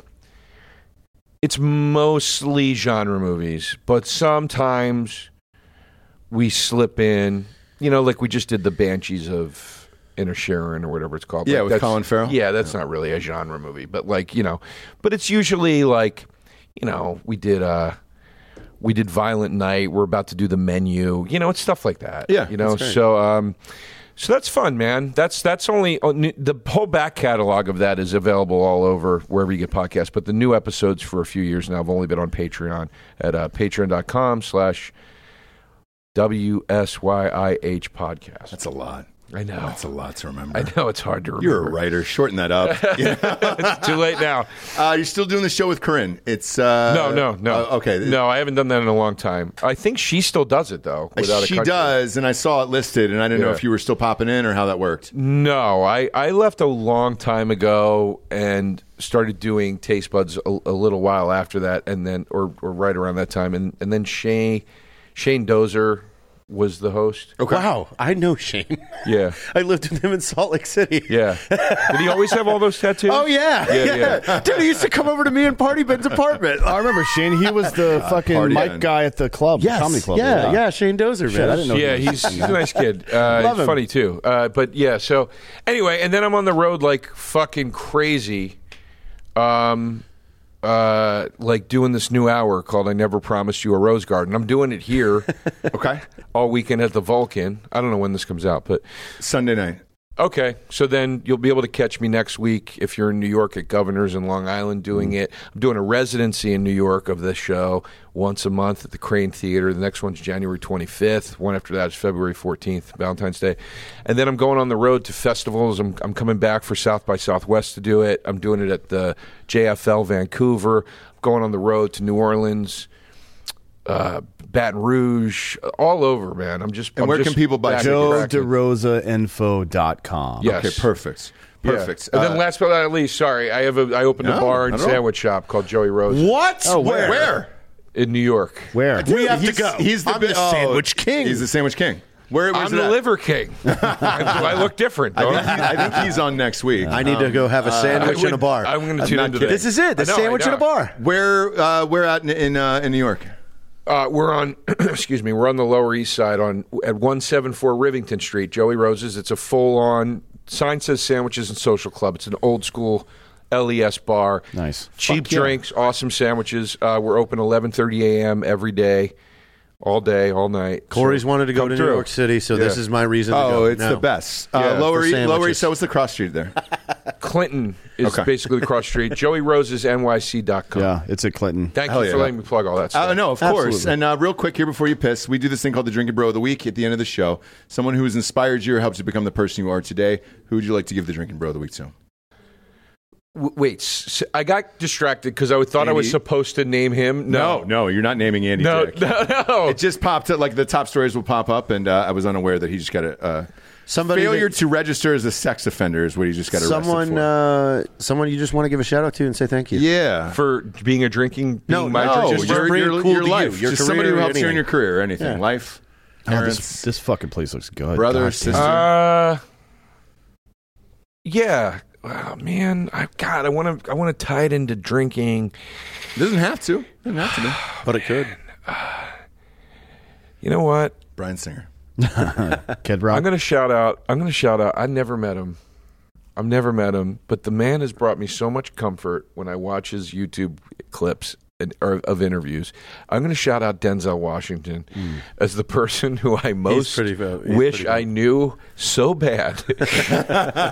Speaker 4: it's mostly genre movies, but sometimes we slip in. You know, like we just did the Banshees of Inner Sharon or whatever it's called.
Speaker 2: Yeah,
Speaker 4: Like,
Speaker 2: with
Speaker 4: that's-
Speaker 2: Colin Farrell.
Speaker 4: Yeah, that's not really a genre movie, but like you know, but it's usually like you know we did uh we did Violent Night. We're about to do the menu. You know, it's stuff like that.
Speaker 2: Yeah,
Speaker 4: you know.
Speaker 2: that's great.
Speaker 4: So, um, so that's fun, man. That's that's only oh, n- the whole back catalog of that is available all over wherever you get podcasts. But the new episodes for a few years now have only been on Patreon at uh, Patreon.com/slash W S Y I H podcast.
Speaker 2: That's a lot.
Speaker 4: I know.
Speaker 2: That's a lot to remember.
Speaker 4: I know it's hard to remember.
Speaker 2: You're a writer. Shorten that up.
Speaker 4: it's too late now.
Speaker 2: uh, you're still doing the show with Corinne. It's uh,
Speaker 4: No, no, no.
Speaker 2: uh, okay,
Speaker 4: no, I haven't done that in a long time. I think she still does it though. Without a
Speaker 2: Uh, she
Speaker 4: country.
Speaker 2: does, and I saw it listed, and I didn't know
Speaker 4: Yeah.
Speaker 2: if you were still popping in or how that worked.
Speaker 4: No, I, I left a long time ago and started doing Taste Buds a, a little while after that, and then or, or right around that time, and and then Shane Shane Dozer was the host.
Speaker 5: Wow. I know Shane.
Speaker 4: Yeah,
Speaker 5: I lived with him in Salt Lake City.
Speaker 4: yeah. Did he always have all those tattoos?
Speaker 5: Oh yeah.
Speaker 4: Yeah, yeah.
Speaker 5: Dude, he used to come over to me and party Ben's apartment.
Speaker 3: I remember Shane. He was the fucking
Speaker 2: party
Speaker 3: mic
Speaker 2: on.
Speaker 3: guy at the club, the
Speaker 5: Uh, Yes.
Speaker 3: comedy club.
Speaker 5: yeah, yeah, Shane Dozer,
Speaker 3: Shit,
Speaker 5: man.
Speaker 3: I didn't know.
Speaker 4: Yeah,
Speaker 3: he was-
Speaker 4: he's, he's a nice kid. Uh,
Speaker 3: Love him.
Speaker 4: Funny too. Uh, but yeah, so anyway, and then I'm on the road like fucking crazy, um, uh, like doing this new hour called "I Never Promised You a Rose Garden." I'm doing it here
Speaker 2: Okay,
Speaker 4: all weekend at the Vulcan. I don't know when this comes out, but
Speaker 2: Sunday night.
Speaker 4: okay. So then you'll be able to catch me next week if you're in New York at Governor's in Long Island doing
Speaker 2: Mm-hmm.
Speaker 4: it. I'm doing a residency in New York of this show once a month at the Crane Theater. The next one's January 25th. One after that is February 14th, Valentine's Day. And then I'm going on the road to festivals. I'm, I'm coming back for South by Southwest to do it. I'm doing it at the JFL Vancouver. I'm going on the road to New Orleans. Uh, Baton Rouge, all over, man. I'm just.
Speaker 2: And
Speaker 4: I'm
Speaker 2: where
Speaker 4: just
Speaker 2: can people buy
Speaker 4: back and
Speaker 2: Joe
Speaker 4: cracking.
Speaker 3: JoeDeRosaInfo.com.
Speaker 4: Yes.
Speaker 2: Okay, perfect, perfect.
Speaker 4: Yeah. And
Speaker 2: Uh,
Speaker 4: then last but not least, sorry, I have a I opened
Speaker 2: No,
Speaker 4: a bar and
Speaker 2: not at all.
Speaker 4: sandwich shop called Joey Rose
Speaker 5: What?
Speaker 3: Oh,
Speaker 5: where?
Speaker 2: where?
Speaker 4: in New York.
Speaker 3: Where?
Speaker 5: We have to
Speaker 2: He's-
Speaker 5: go.
Speaker 2: He's the,
Speaker 5: I'm
Speaker 2: bi-
Speaker 5: the
Speaker 2: oh,
Speaker 5: sandwich king.
Speaker 2: He's the sandwich king. Where was
Speaker 4: I'm the
Speaker 2: it at?
Speaker 4: liver king. Do I look different.
Speaker 2: I
Speaker 4: don't
Speaker 2: think, he- I think he's on next week. Uh,
Speaker 5: I need to go have a sandwich
Speaker 4: would-
Speaker 5: and a bar.
Speaker 4: I'm going to tune
Speaker 2: not
Speaker 4: in today.
Speaker 2: kidding.
Speaker 5: this is it. The
Speaker 4: I know, I
Speaker 5: sandwich
Speaker 4: know.
Speaker 5: and a bar.
Speaker 2: Where uh, where at in in, uh, in New York?
Speaker 4: Uh, we're on, excuse me, we're on the Lower East Side on at 174 Rivington Street, Joey Rose's. It's a full on sign says sandwiches and social club. It's an old school LES bar.
Speaker 3: Nice.
Speaker 4: cheap
Speaker 3: Fuck yeah.
Speaker 4: drinks, awesome sandwiches. Uh, we're open 11:30 a.m. every day all day, all night.
Speaker 5: Corey's
Speaker 4: So
Speaker 5: wanted to go
Speaker 4: come
Speaker 5: to
Speaker 4: through.
Speaker 5: New York City, so this
Speaker 4: Yeah.
Speaker 5: is my reason. to
Speaker 2: Oh,
Speaker 5: go.
Speaker 2: it's
Speaker 5: No.
Speaker 2: the best.
Speaker 4: Yeah,
Speaker 2: Uh,
Speaker 4: for
Speaker 2: lower, E- lower
Speaker 5: sandwiches.
Speaker 2: East Side. What's the cross street there?
Speaker 4: Clinton is
Speaker 2: Okay.
Speaker 4: basically cross street. Joey Rose's NYC.com.
Speaker 3: Yeah, it's at Clinton.
Speaker 4: Thank
Speaker 2: Hell
Speaker 4: you for
Speaker 2: yeah.
Speaker 4: letting me plug all that stuff.
Speaker 2: Uh, no, of course.
Speaker 3: Absolutely.
Speaker 2: And uh, real quick here before you piss, we do this thing called the Drink and Bro of the Week at the end of the show. Someone who has inspired you or helped you become the person you are today. Who would you like to give the Drink and Bro of the Week to?
Speaker 4: W- wait, s- I got distracted because I thought I was
Speaker 2: Andy?
Speaker 4: supposed to name him. No,
Speaker 2: no, you're not naming Andy
Speaker 4: no,
Speaker 2: Dick.
Speaker 4: no, no.
Speaker 2: It just popped up, like the top stories will pop up, and uh, I was unaware that he just got a uh,
Speaker 5: Somebody
Speaker 2: failure
Speaker 5: that-
Speaker 2: to register as a sex offender is what he just got arrested
Speaker 5: someone, uh,
Speaker 2: for.
Speaker 5: someone you just want to give a shout out to and say thank you.
Speaker 2: yeah.
Speaker 4: for being a drinking, being
Speaker 5: No,
Speaker 4: my
Speaker 5: no,
Speaker 4: drink-
Speaker 5: just for
Speaker 2: your,
Speaker 5: bringing
Speaker 2: your,
Speaker 5: cool
Speaker 2: your
Speaker 5: to you,
Speaker 2: life.
Speaker 5: your
Speaker 2: just somebody who
Speaker 5: career,
Speaker 2: helps you in
Speaker 5: anything.
Speaker 2: your career or anything.
Speaker 5: Yeah.
Speaker 2: Life,
Speaker 3: Oh,
Speaker 2: parents,
Speaker 3: this, this fucking place looks good.
Speaker 2: brother,
Speaker 3: God damn.
Speaker 2: sister.
Speaker 4: Uh, yeah. Wow, man. I God, I want to. I want to tie it into drinking.
Speaker 2: doesn't have to. Doesn't have to be.
Speaker 5: But it could.
Speaker 4: You know what?
Speaker 2: Brian Singer.
Speaker 3: Kid Rock.
Speaker 4: I'm gonna shout out. I'm gonna shout out. I never met him. I've never met him, but the man has brought me so much comfort when I watch his YouTube clips and, or, of interviews. I'm gonna shout out Denzel Washington as the person who I most
Speaker 5: Hmm. pretty val- he's
Speaker 4: wish
Speaker 5: pretty
Speaker 4: I knew so bad.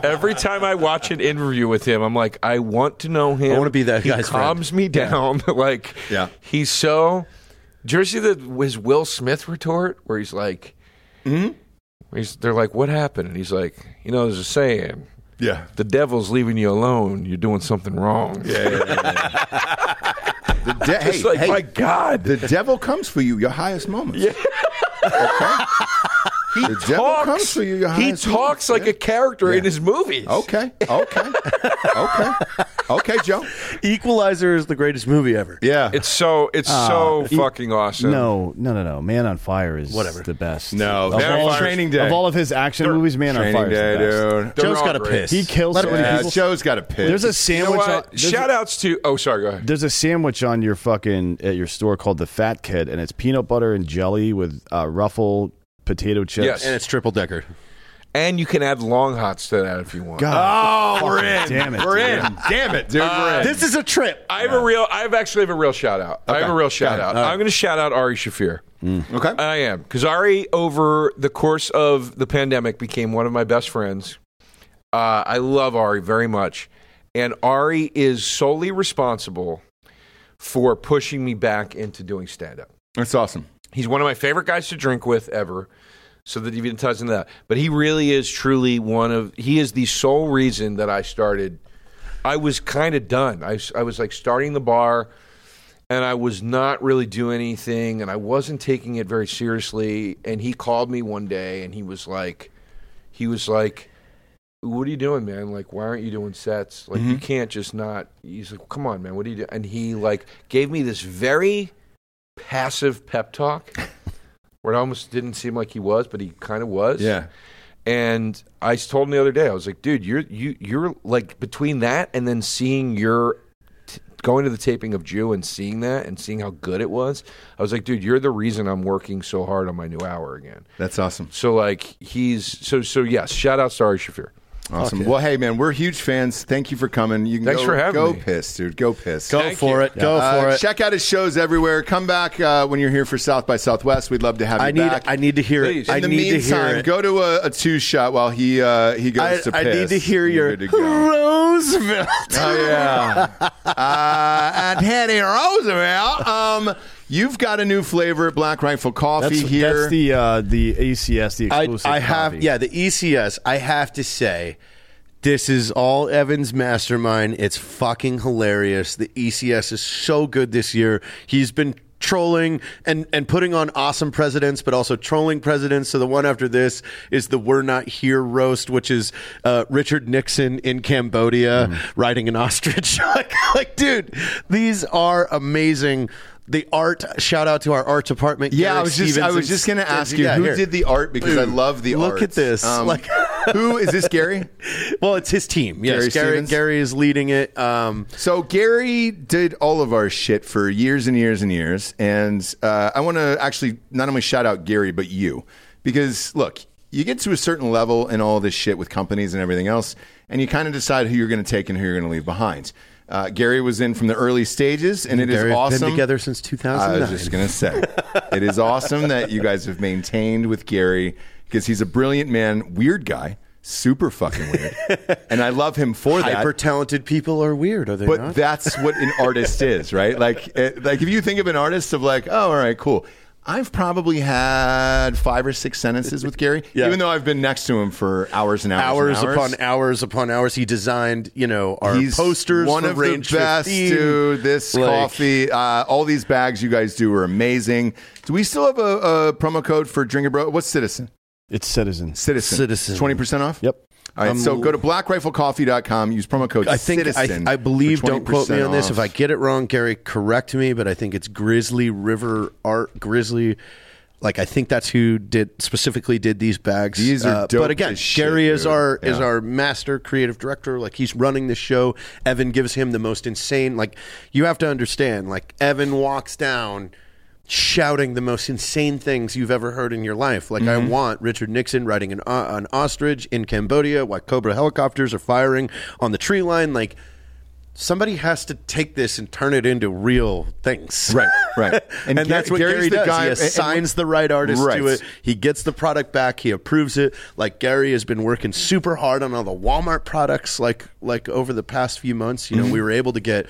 Speaker 4: Every time I watch an interview with him, I'm like, I want to know him.
Speaker 5: I wanna be that
Speaker 4: he
Speaker 5: guy's friend.
Speaker 4: calms me down. like,
Speaker 2: Yeah.
Speaker 4: he's so. Did you ever see the his Will Smith retort where he's like.
Speaker 2: Mm-hmm.
Speaker 4: He's, they're like, "What happened?" And he's like, "You know, there's a saying:
Speaker 2: Yeah.
Speaker 4: the devil's leaving you alone. You're doing something wrong." Yeah,
Speaker 2: The de-
Speaker 4: it's
Speaker 2: hey,
Speaker 4: like
Speaker 2: hey,
Speaker 4: my God.
Speaker 2: the devil comes for you, your highest moment. Yeah.
Speaker 4: he
Speaker 2: the devil comes to you, your
Speaker 4: he
Speaker 2: highest
Speaker 4: talks
Speaker 2: moment.
Speaker 4: like a character in
Speaker 2: Yeah.
Speaker 4: his movies.
Speaker 2: Okay. Okay. okay. Okay, Joe.
Speaker 5: Equalizer is the greatest movie ever.
Speaker 2: Yeah.
Speaker 4: it's so it's so
Speaker 3: you-
Speaker 4: fucking awesome.
Speaker 3: Uh, No, no, no, no. Man on Fire is
Speaker 5: Whatever.
Speaker 3: the best.
Speaker 2: No,
Speaker 3: of
Speaker 2: Man on
Speaker 3: all,
Speaker 2: Fire's- Training Day.
Speaker 3: Of all of his action movies, Man on
Speaker 2: Training
Speaker 3: Fire
Speaker 2: day,
Speaker 3: is the best.
Speaker 2: dude.
Speaker 4: They're
Speaker 5: Joe's
Speaker 4: all
Speaker 5: got a
Speaker 4: great.
Speaker 5: piss.
Speaker 3: He kills so many
Speaker 2: Yeah,
Speaker 3: people.
Speaker 2: Joe's got a piss.
Speaker 3: There's a
Speaker 4: You know
Speaker 3: sandwich. on,
Speaker 4: what?
Speaker 3: there's a-
Speaker 4: Shout outs to oh sorry, go ahead.
Speaker 3: There's a sandwich on your fucking at your store called the Fat Kid, and it's peanut butter and jelly with uh, ruffle potato chips.
Speaker 4: Yes.
Speaker 5: And it's triple decker.
Speaker 4: And you can add long hots to that if you want.
Speaker 3: God,
Speaker 2: Oh, we're in.
Speaker 3: fucking Damn it,
Speaker 2: We're
Speaker 3: dude.
Speaker 2: in. Damn it, dude. we're in.
Speaker 5: This is a trip.
Speaker 4: I have a real. I have actually have a real shout out. I have
Speaker 2: Okay.
Speaker 4: a
Speaker 2: Go
Speaker 4: real shout out.
Speaker 2: ahead.
Speaker 4: I'm going to shout out Ari Shafir.
Speaker 2: okay.
Speaker 4: I am because Ari, over the course of the pandemic, became one of my best friends. Uh, I love Ari very much, and Ari is solely responsible for pushing me back into doing stand up.
Speaker 2: That's awesome.
Speaker 4: He's one of my favorite guys to drink with ever. So that even ties into that, but he really is truly one of. He is the sole reason that I started. I was kind of done. I, s- I was like starting the bar, and I was not really doing anything, and I wasn't taking it very seriously. And he called me one day, and he was like, he was like, "What are you doing, man? Like, why aren't you doing sets? Like, you can't just not." He's like, "Come on, man, what are you doing?" And he like gave me this very passive pep talk where it almost didn't seem like he was, but he kind of was.
Speaker 2: Yeah.
Speaker 4: And I told him the other day, I was like, dude, you're you you're like between that and then seeing your t- going to the taping of Jew and seeing that and seeing how good it was. I was like, dude, you're the reason I'm working so hard on my new hour again.
Speaker 2: That's awesome.
Speaker 4: So like he's so so yes, shout out Sari Shafir.
Speaker 2: Awesome. Well, hey, man, we're huge fans. Thank you for coming. You can
Speaker 4: Thanks
Speaker 2: go,
Speaker 4: for having
Speaker 2: go
Speaker 4: me.
Speaker 2: piss, dude. Go piss.
Speaker 5: Go
Speaker 4: Thank
Speaker 5: for
Speaker 4: you.
Speaker 5: it. Go
Speaker 2: Uh,
Speaker 5: for it.
Speaker 2: Check out his shows everywhere. Come back uh, when you're here for South by Southwest. We'd love to have you
Speaker 5: I need.
Speaker 2: back.
Speaker 5: I need to hear it.
Speaker 4: Please. In
Speaker 5: I
Speaker 2: In the
Speaker 5: need to
Speaker 2: meantime,
Speaker 5: hear it.
Speaker 2: go to a, a two shot while he uh, he goes
Speaker 5: I,
Speaker 2: to piss.
Speaker 5: I need to hear
Speaker 2: You're
Speaker 5: your
Speaker 2: good to go.
Speaker 5: Roosevelt.
Speaker 2: Oh yeah, uh, and Teddy Roosevelt. Um, you've got a new flavor at Black Rifle Coffee
Speaker 3: that's,
Speaker 2: here.
Speaker 3: that's the uh, the ACS the
Speaker 5: I,
Speaker 3: exclusive.
Speaker 5: I have.
Speaker 3: coffee.
Speaker 5: Yeah, the ECS. I have to say, this is all Evan's mastermind. It's fucking hilarious. The ECS is so good this year. He's been trolling and and putting on awesome presidents but also trolling presidents so the one after this is the we're not here roast which is uh, richard nixon in cambodia
Speaker 2: Mm-hmm.
Speaker 5: riding an ostrich like, like dude these are amazing the art shout out to our art department
Speaker 2: yeah,
Speaker 5: Garrick
Speaker 2: I was just I
Speaker 5: Stevens
Speaker 2: was
Speaker 5: and-
Speaker 2: just going to ask you
Speaker 5: Yeah,
Speaker 2: who
Speaker 5: here.
Speaker 2: did the art because I love the Um, art.
Speaker 5: Look at this. Like-
Speaker 2: who is this, Gary?
Speaker 5: Well, it's his team. Yes,
Speaker 2: Gary
Speaker 5: Gary, Gary,
Speaker 2: Stevens?
Speaker 5: is leading it. Um,
Speaker 2: So Gary did all of our shit for years and years and years, and uh, I want to actually not only shout out Gary but you, because look, you get to a certain level in all this shit with companies and everything else, and you kind of decide who you're going to take and who you're going to leave behind. Uh, Gary was in from the early stages, and it is
Speaker 5: They've
Speaker 2: awesome.
Speaker 5: been together since
Speaker 2: I
Speaker 5: 2009.
Speaker 2: was just gonna say, it is awesome that you guys have maintained with Gary because he's a brilliant man, weird guy, super fucking weird, and I love him for that.
Speaker 5: Hyper talented people are weird, are they
Speaker 2: but
Speaker 5: not?
Speaker 2: that's what an artist is, right? Like, it, like if you think of an artist of like, oh, all right, cool. I've probably had five or six sentences with Gary,
Speaker 5: Yeah.
Speaker 2: even though I've been next to him for hours and hours,
Speaker 5: hours,
Speaker 2: and
Speaker 5: upon hours upon hours. He designed, you know, our
Speaker 2: He's
Speaker 5: posters.
Speaker 2: one
Speaker 5: for
Speaker 2: of
Speaker 5: Range
Speaker 2: the best,
Speaker 5: 15.
Speaker 2: dude. This
Speaker 5: Like,
Speaker 2: coffee, uh, all these bags you guys do are amazing. Do we still have a, a promo code for Drinker Bro? What's Citizen?
Speaker 3: It's citizens.
Speaker 2: Citizen.
Speaker 5: Citizen. Um,
Speaker 2: 20% off?
Speaker 3: Yep.
Speaker 2: All right, so go to blackriflecoffee.com, use promo code
Speaker 5: I think
Speaker 2: Citizen.
Speaker 5: I, I
Speaker 2: for
Speaker 5: believe. Don't quote me
Speaker 2: 20%
Speaker 5: on this. If I
Speaker 2: off.
Speaker 5: get it wrong, Gary, correct me. But I think it's Grizzly River Art Grizzly. Like I think that's who did specifically did these bags. Uh,
Speaker 2: These are dope
Speaker 5: but again,
Speaker 2: as shit,
Speaker 5: Gary is
Speaker 2: dude.
Speaker 5: our is
Speaker 2: Yeah.
Speaker 5: our master creative director. Like he's running the show. Evan gives him the most insane. Like you have to understand. Like Evan walks down shouting the most insane things you've ever heard in your life. Like
Speaker 2: Mm-hmm.
Speaker 5: I want Richard Nixon riding an uh, an ostrich in Cambodia. Why Cobra helicopters are firing on the tree line. Like somebody has to take this and turn it into real things.
Speaker 2: Right, right.
Speaker 5: And,
Speaker 2: Ga-
Speaker 5: that's what
Speaker 2: Gary's
Speaker 5: Gary
Speaker 2: the
Speaker 5: does.
Speaker 2: guy-
Speaker 5: he
Speaker 2: and- and-
Speaker 5: assigns the right artist
Speaker 2: Right.
Speaker 5: to it. He gets the product back. He approves it. Like Gary has been working super hard on all the Walmart products. Like like over the past few months, you know, we were able to get